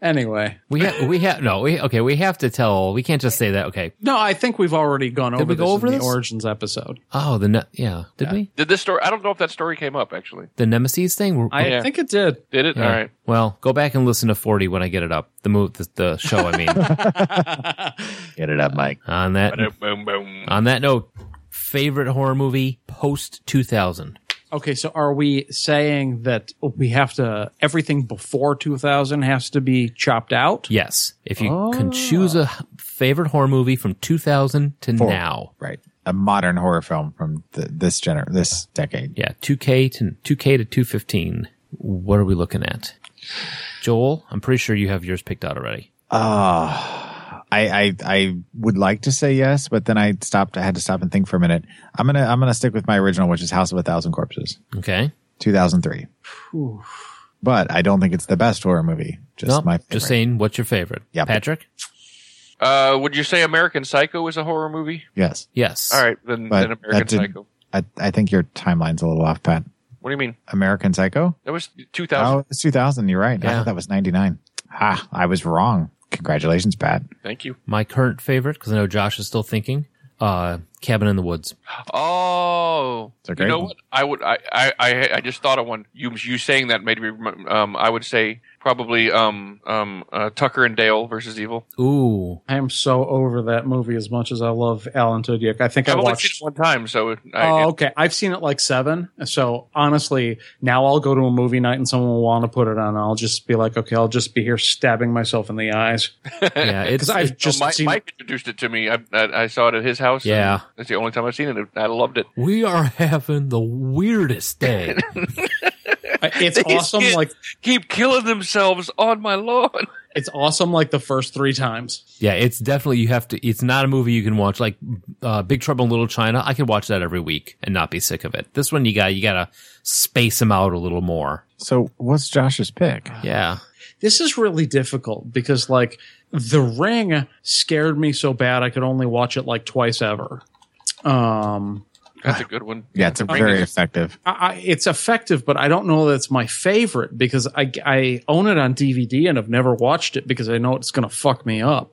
D: Anyway,
B: We have we have no we okay we have to tell we can't just say that okay
D: no, I think we've already gone over,
B: we go
D: this
B: over
D: in
B: this?
D: the origins episode.
B: oh the ne- yeah did we
F: Did this story? I don't know if that story came up actually.
B: the nemesis thing We're-
D: I
F: Yeah.
D: think it did.
F: Did it?
B: yeah.
F: All right.
B: well go back and listen to forty when I get it up the move the, the show
C: [laughs]
B: I mean
C: Get it up, Mike.
B: on that
F: Boom, boom.
B: On that note, favorite horror movie post 2000.
D: Okay, so are we saying that we have to, everything before 2000 has to be chopped out?
B: Yes. If you
C: Oh.
B: can choose a favorite horror movie from 2000 to
C: Four.
B: now.
C: Right, a modern horror film from the, this gener this decade.
B: Yeah, 2K to 2K to 215. What are we looking at? Joel, I'm pretty sure you have yours picked out already.
C: Ah, I, I I would like to say yes, but then I stopped. I had to stop and think for a minute. I'm gonna I'm gonna stick with my original, which is House of a Thousand Corpses,
B: Okay.
C: 2003. But I don't think it's the best horror movie. Just
B: Nope.
C: my favorite.
B: just saying, what's your favorite?
C: Yeah, but-
B: Patrick?
F: Uh, would you say American Psycho is a horror movie?
C: Yes,
B: Yes.
F: All right, then,
C: But
F: then American
C: that didn't-
F: Psycho.
C: I I think your timeline's a little off, Pat.
F: What do you mean?
C: American Psycho?
F: That was
C: Oh,
F: 2000.
C: it's 2000. You're right. I
B: Yeah.
C: thought that was 99. Ah, I was wrong. Congratulations, Pat.
F: Thank you.
B: My current favorite cuz I know Josh is still thinking, uh Cabin in the Woods.
F: Oh,
C: It's a
F: you
C: great
F: know
C: one.
F: what? I would. I, I. I. I just thought of one. You. You saying that made me. remem- Um. I would say probably. Um. Um. Uh, Tucker and Dale versus Evil.
B: Ooh.
D: I am so over that movie as much as I love Alan Tudyk. I think I
F: I've only seen
D: watched
F: it one time, so I,
D: Oh, okay. I've seen it like seven. So honestly, now I'll go to a movie night and someone will want to put it on. I'll just be like, okay, I'll just be here stabbing myself in the eyes
B: Yeah,
F: [laughs]
B: it's
D: because I've
F: Just
D: just seen.
F: Mike introduced it to me. I, I, I saw it at his house. and
B: Yeah.
F: that's the only time I've seen it. I loved it.
B: we are having the weirdest
F: [laughs]
B: day.
D: it's
F: These
D: awesome.
F: kids
D: Like
F: keep killing themselves on my lawn. [laughs]
D: it's awesome. Like the first three times.
B: Yeah, it's definitely you have to. It's not a movie you can watch like uh, Big Trouble in Little China. I could watch that every week and not be sick of it. This one you got you gotta space them out a little more.
C: So, what's Josh's pick?
B: Yeah,
D: This is really difficult because like the ring scared me so bad I could only watch it like twice ever. Um,
F: That's a good one.
C: Yeah, it's a
F: Bring
C: very
F: it.
C: effective.
D: I, I, it's effective, but I don't know that's my favorite because I, I own it on DVD and I've never watched it because I know it's going to fuck me up.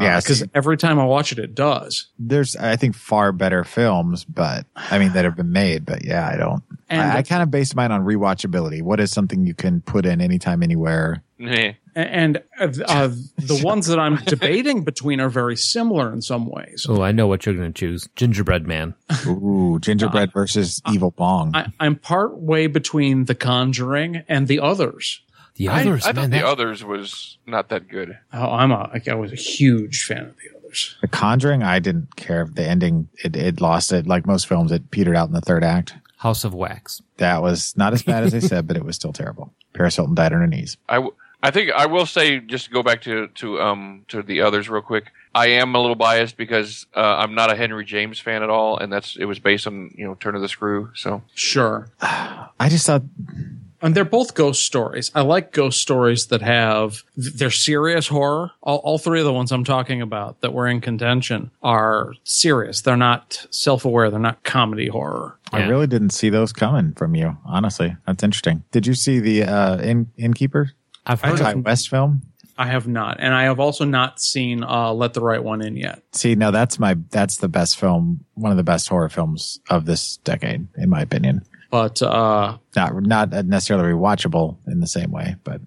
C: yeah,
D: Because
C: because
D: every time I watch it, it does.
C: there's I think far better films, but I mean that have been made. But yeah, I don't.
D: And
C: I, I
D: that's-
C: kind of base mine on rewatchability. What is something you can put in anytime, anywhere?
F: Meh.
D: A- And uh, uh, the ones that I'm debating between are very similar in some ways.
B: Oh, I know what you're going to choose. Gingerbread Man.
C: Ooh,
F: Uh,
C: gingerbread versus evil bong.
D: I, I'm part way between The Conjuring and the others.
B: The
F: I,
B: others,
F: I
B: man.
F: thought the
B: that-
F: others was not that good.
D: Oh, I'm a, like, I was a huge fan of the others.
C: the Conjuring, I didn't care. The ending, it, it lost it. Like most films, it petered out in the third act.
B: House of Wax.
C: That was not as bad as
B: [laughs]
C: they said, but it was still terrible. Paris Hilton died on her knees.
F: I, w- I think I will say just to go back to to um to the others real quick. I am a little biased because uh, I'm not a Henry James fan at all, and that's it was based on you know Turn of the Screw. So
D: Sure.
C: I just thought
D: And they're both ghost stories. I like ghost stories that have, they're serious horror. All, all three of the ones I'm talking about that were in contention are serious. They're not self aware, they're not comedy horror.
C: I
B: Yeah.
C: really didn't see those coming from you. Honestly, that's interesting. Did you see the uh, in, innkeeper
B: I've heard
C: Ty
B: of
C: West film?
D: I have not. And I have also not seen uh, Let the Right One In yet.
C: See, no, that's my that's the best film, one of the best horror films of this decade, in my opinion.
D: But uh,
C: Not not necessarily rewatchable in the same way, but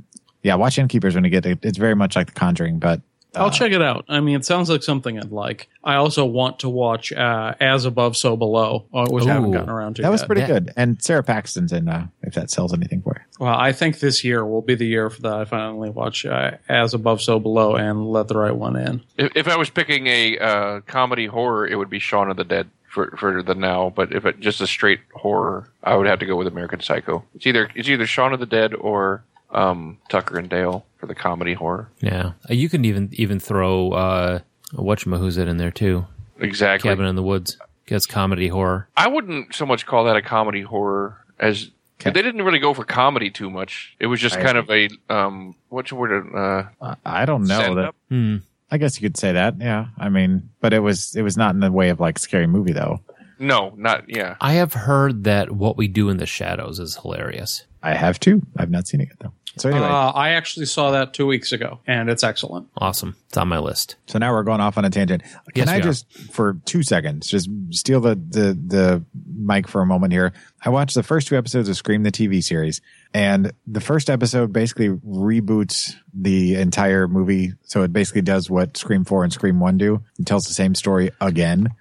C: yeah, watch Innkeepers when you get it. It's very much like The Conjuring, but
D: I'll check it out. I mean, it sounds like something I'd like. I also want to watch uh, As Above, So Below, uh, which I haven't
B: Ooh.
D: gotten around to.
C: that was
D: yet.
C: pretty
B: that-
C: good. And Sarah Paxton's in, uh, if that sells anything for you.
D: Well, I think this year will be the year for that. I finally watch uh, As Above, So Below and Let the Right One In.
F: if, if I was picking a uh, comedy horror, it would be Shaun of the Dead for for the now. But if it just a straight horror, I would have to go with American Psycho. It's either it's either Shaun of the Dead or um, Tucker and Dale for the comedy horror.
B: Yeah, Uh, you can even even throw uh, whatchamahoo's it in there too.
F: Exactly.
B: Cabin in the Woods. That's comedy horror.
F: I wouldn't so much call that a comedy horror as
C: Okay.
F: they didn't really go for comedy too much. It was just kind of a um, what's the word? Uh,
C: Uh, I don't know
F: Stand
C: that.
F: up?
B: Hmm.
C: I guess you could say that. Yeah, I mean, but it was it was not in the way of like scary movie though.
F: no, not yeah.
B: I have heard that what we do in the shadows is hilarious.
C: I have two. I've not seen it yet though. So anyway,
D: Uh, I actually saw that two weeks ago, and it's excellent.
B: Awesome. It's on my list.
C: So now we're going off on a tangent.
B: Yes,
C: Can I
B: we are.
C: just for two seconds just steal the, the the mic for a moment here? I watched the first two episodes of Scream the TV series, and the first episode basically reboots the entire movie. So it basically does what Scream Four and Scream One do. It tells the same story again.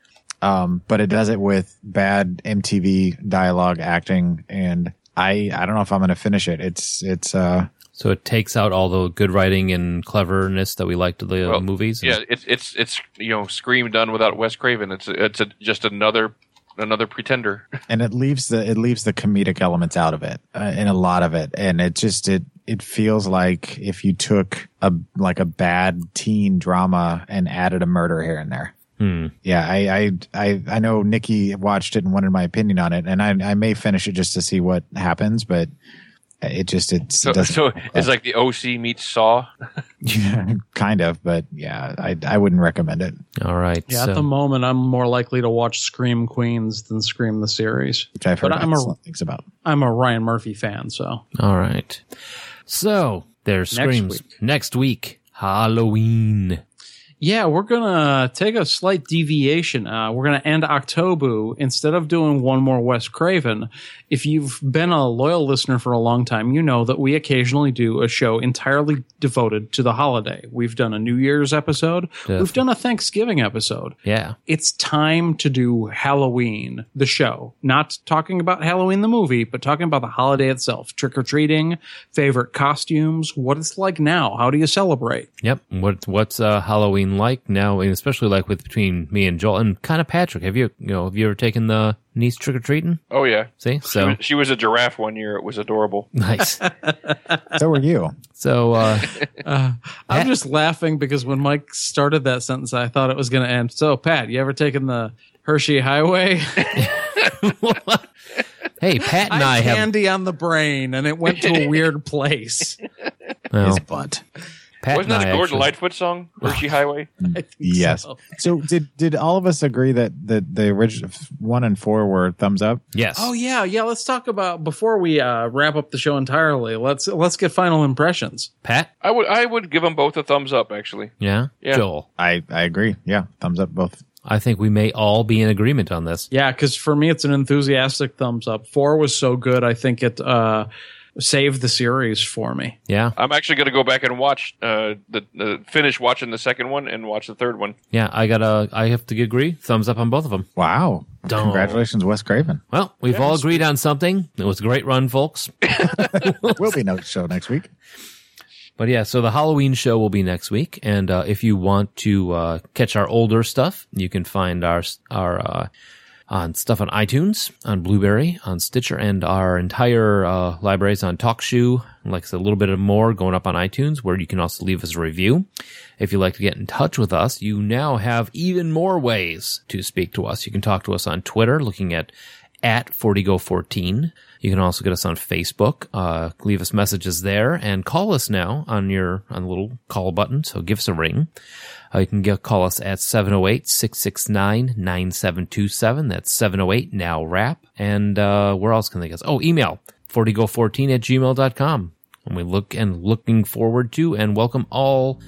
C: Um, but it does it with bad MTV dialogue acting and I, I don't know if I'm going to finish it. It's, it's, uh,
B: So it takes out all the good writing and cleverness that we liked in the
F: Well,
B: movies.
F: Yeah, it's it's it's you know Scream done without Wes Craven. It's it's a, just another another pretender. [laughs]
C: and it leaves the it leaves the comedic elements out of it uh, in a lot of it and it just it it feels like if you took a like a bad teen drama and added a murder here and there
B: Hmm.
C: yeah i i i, I know nikki watched it and wanted my opinion on it and i i may finish it just to see what happens but it just it's,
F: So,
C: it doesn't [laughs]
F: so it's like the OC meets Saw.
C: kind of but yeah i i wouldn't recommend it
B: All right.
D: Yeah,
B: so
D: at the moment, I'm more likely to watch Scream Queens than Scream the series.
C: which i've heard
D: But I'm a-
C: excellent things about
D: I'm a Ryan Murphy fan, so
B: all right. So there's
D: Next
B: screams
D: week.
B: next week. Halloween.
D: Yeah, we're gonna take a slight deviation. Uh, we're gonna end October instead of doing one more Wes Craven. If you've been a loyal listener for a long time, you know that we occasionally do a show entirely devoted to the holiday. We've done a New Year's episode. We've done a Thanksgiving episode.
B: Yeah.
D: It's time to do Halloween, the show. Not talking about Halloween, the movie, but talking about the holiday itself. Trick or treating, favorite costumes, what it's like now. How do you celebrate?
B: Yep. What what's uh, Halloween like now, and especially like with between me and Joel and kind of Patrick. Have you you know have you ever taken the niece trick or treating?
F: Oh yeah,
B: See,
F: [laughs]
B: so [laughs]
F: she was a giraffe one year. It was adorable.
B: nice.
C: so were you
B: So uh, [laughs]
D: Uh, I'm
B: Pat-
D: just laughing because when Mike started that sentence, I thought it was going to end. So, Pat, you ever taken the
B: [laughs]
D: Hershey Highway?
B: hey, Pat and I, have
D: [laughs] candy on the brain, and it went to a weird place.
B: well,
C: Oh, but
B: Pat
F: Wasn't that
B: and I
F: a Gordon
B: actually-
F: Lightfoot song? Hershey Highway.
D: I think
C: Yes.
D: so.
C: So did did all of us agree that the the original one and four were thumbs up?
B: Yes.
D: Oh yeah, yeah. Let's talk about before we uh, wrap up the show entirely. Let's let's get final impressions.
B: Pat.
F: I would I would give them both a thumbs up actually.
B: Yeah?
F: Yeah.
B: Joel.
C: I I agree. Yeah, thumbs up both.
B: I think we may all be in agreement on this.
D: Yeah, because for me, it's an enthusiastic thumbs up. Four was so good, I think it uh, saved the series for me.
B: Yeah.
F: I'm actually going to go back and watch uh, the, the finish watching the second one and watch the third one.
B: Yeah. I gotta. I have to agree. Thumbs up on both of them.
C: Wow!
B: Don't.
C: Congratulations, Wes Craven.
B: Well, we've all agreed on something. It was a great run, folks.
C: Will be no show next week.
B: But yeah, so the Halloween show will be next week, and uh, if you want to uh, catch our older stuff, you can find our our uh, on stuff on iTunes, on Blueberry, on Stitcher, and our entire uh, libraries on TalkShoe. Like I said, a little bit of more going up on iTunes, where you can also leave us a review. If you'd like to get in touch with us, you now have even more ways to speak to us. You can talk to us on Twitter, looking at at 40go14. You can also get us on Facebook. Uh, leave us messages there and call us now on your on the little call button. So give us a ring. Uh, you can get, call us at 708-669-9727. That's 708 now wrap. And uh, where else can they get us? Oh, email 40go14 at gmail.com. And we look and looking forward to and welcome all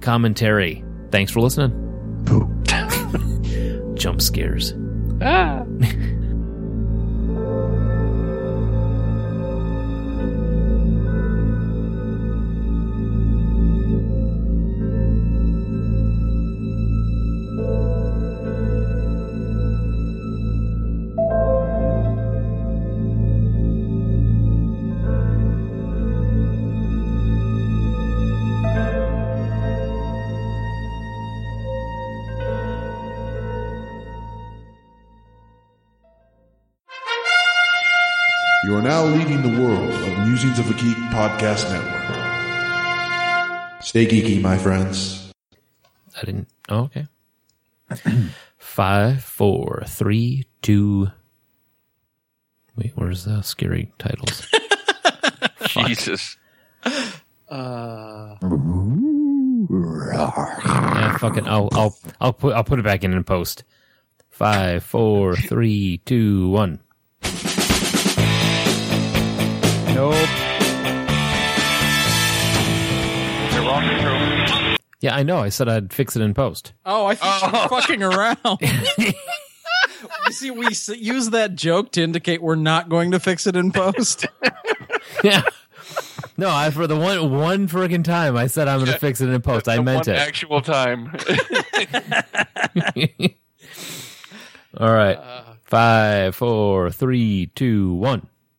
B: commentary. Thanks for listening. [laughs] Jump scares.
J: You are now leading the world of Musings of a Geek Podcast Network. Stay geeky, my friends.
B: I didn't. Oh,
F: [clears throat]
B: okay. Five, four, three, two. Wait, where's the scary
F: [laughs]
B: titles?
F: Jesus.
B: yeah, fucking. I'll, I'll, I'll put, I'll put it back in in post. Five, four, three, two, one.
C: Nope.
F: They're wrong, they're true.
B: Yeah, I know. I said I'd fix it in
F: [laughs]
B: post. [laughs]
D: Oh, I think you're fucking around. You See, we s- use that joke to indicate we're not going to fix it in post.
B: Yeah. No, I for the one one friggin' time I said I'm gonna fix it in post. I
F: The
B: meant
F: one
B: it.
F: Actual time. [laughs]
B: [laughs] All right. Five, four, three, two, one.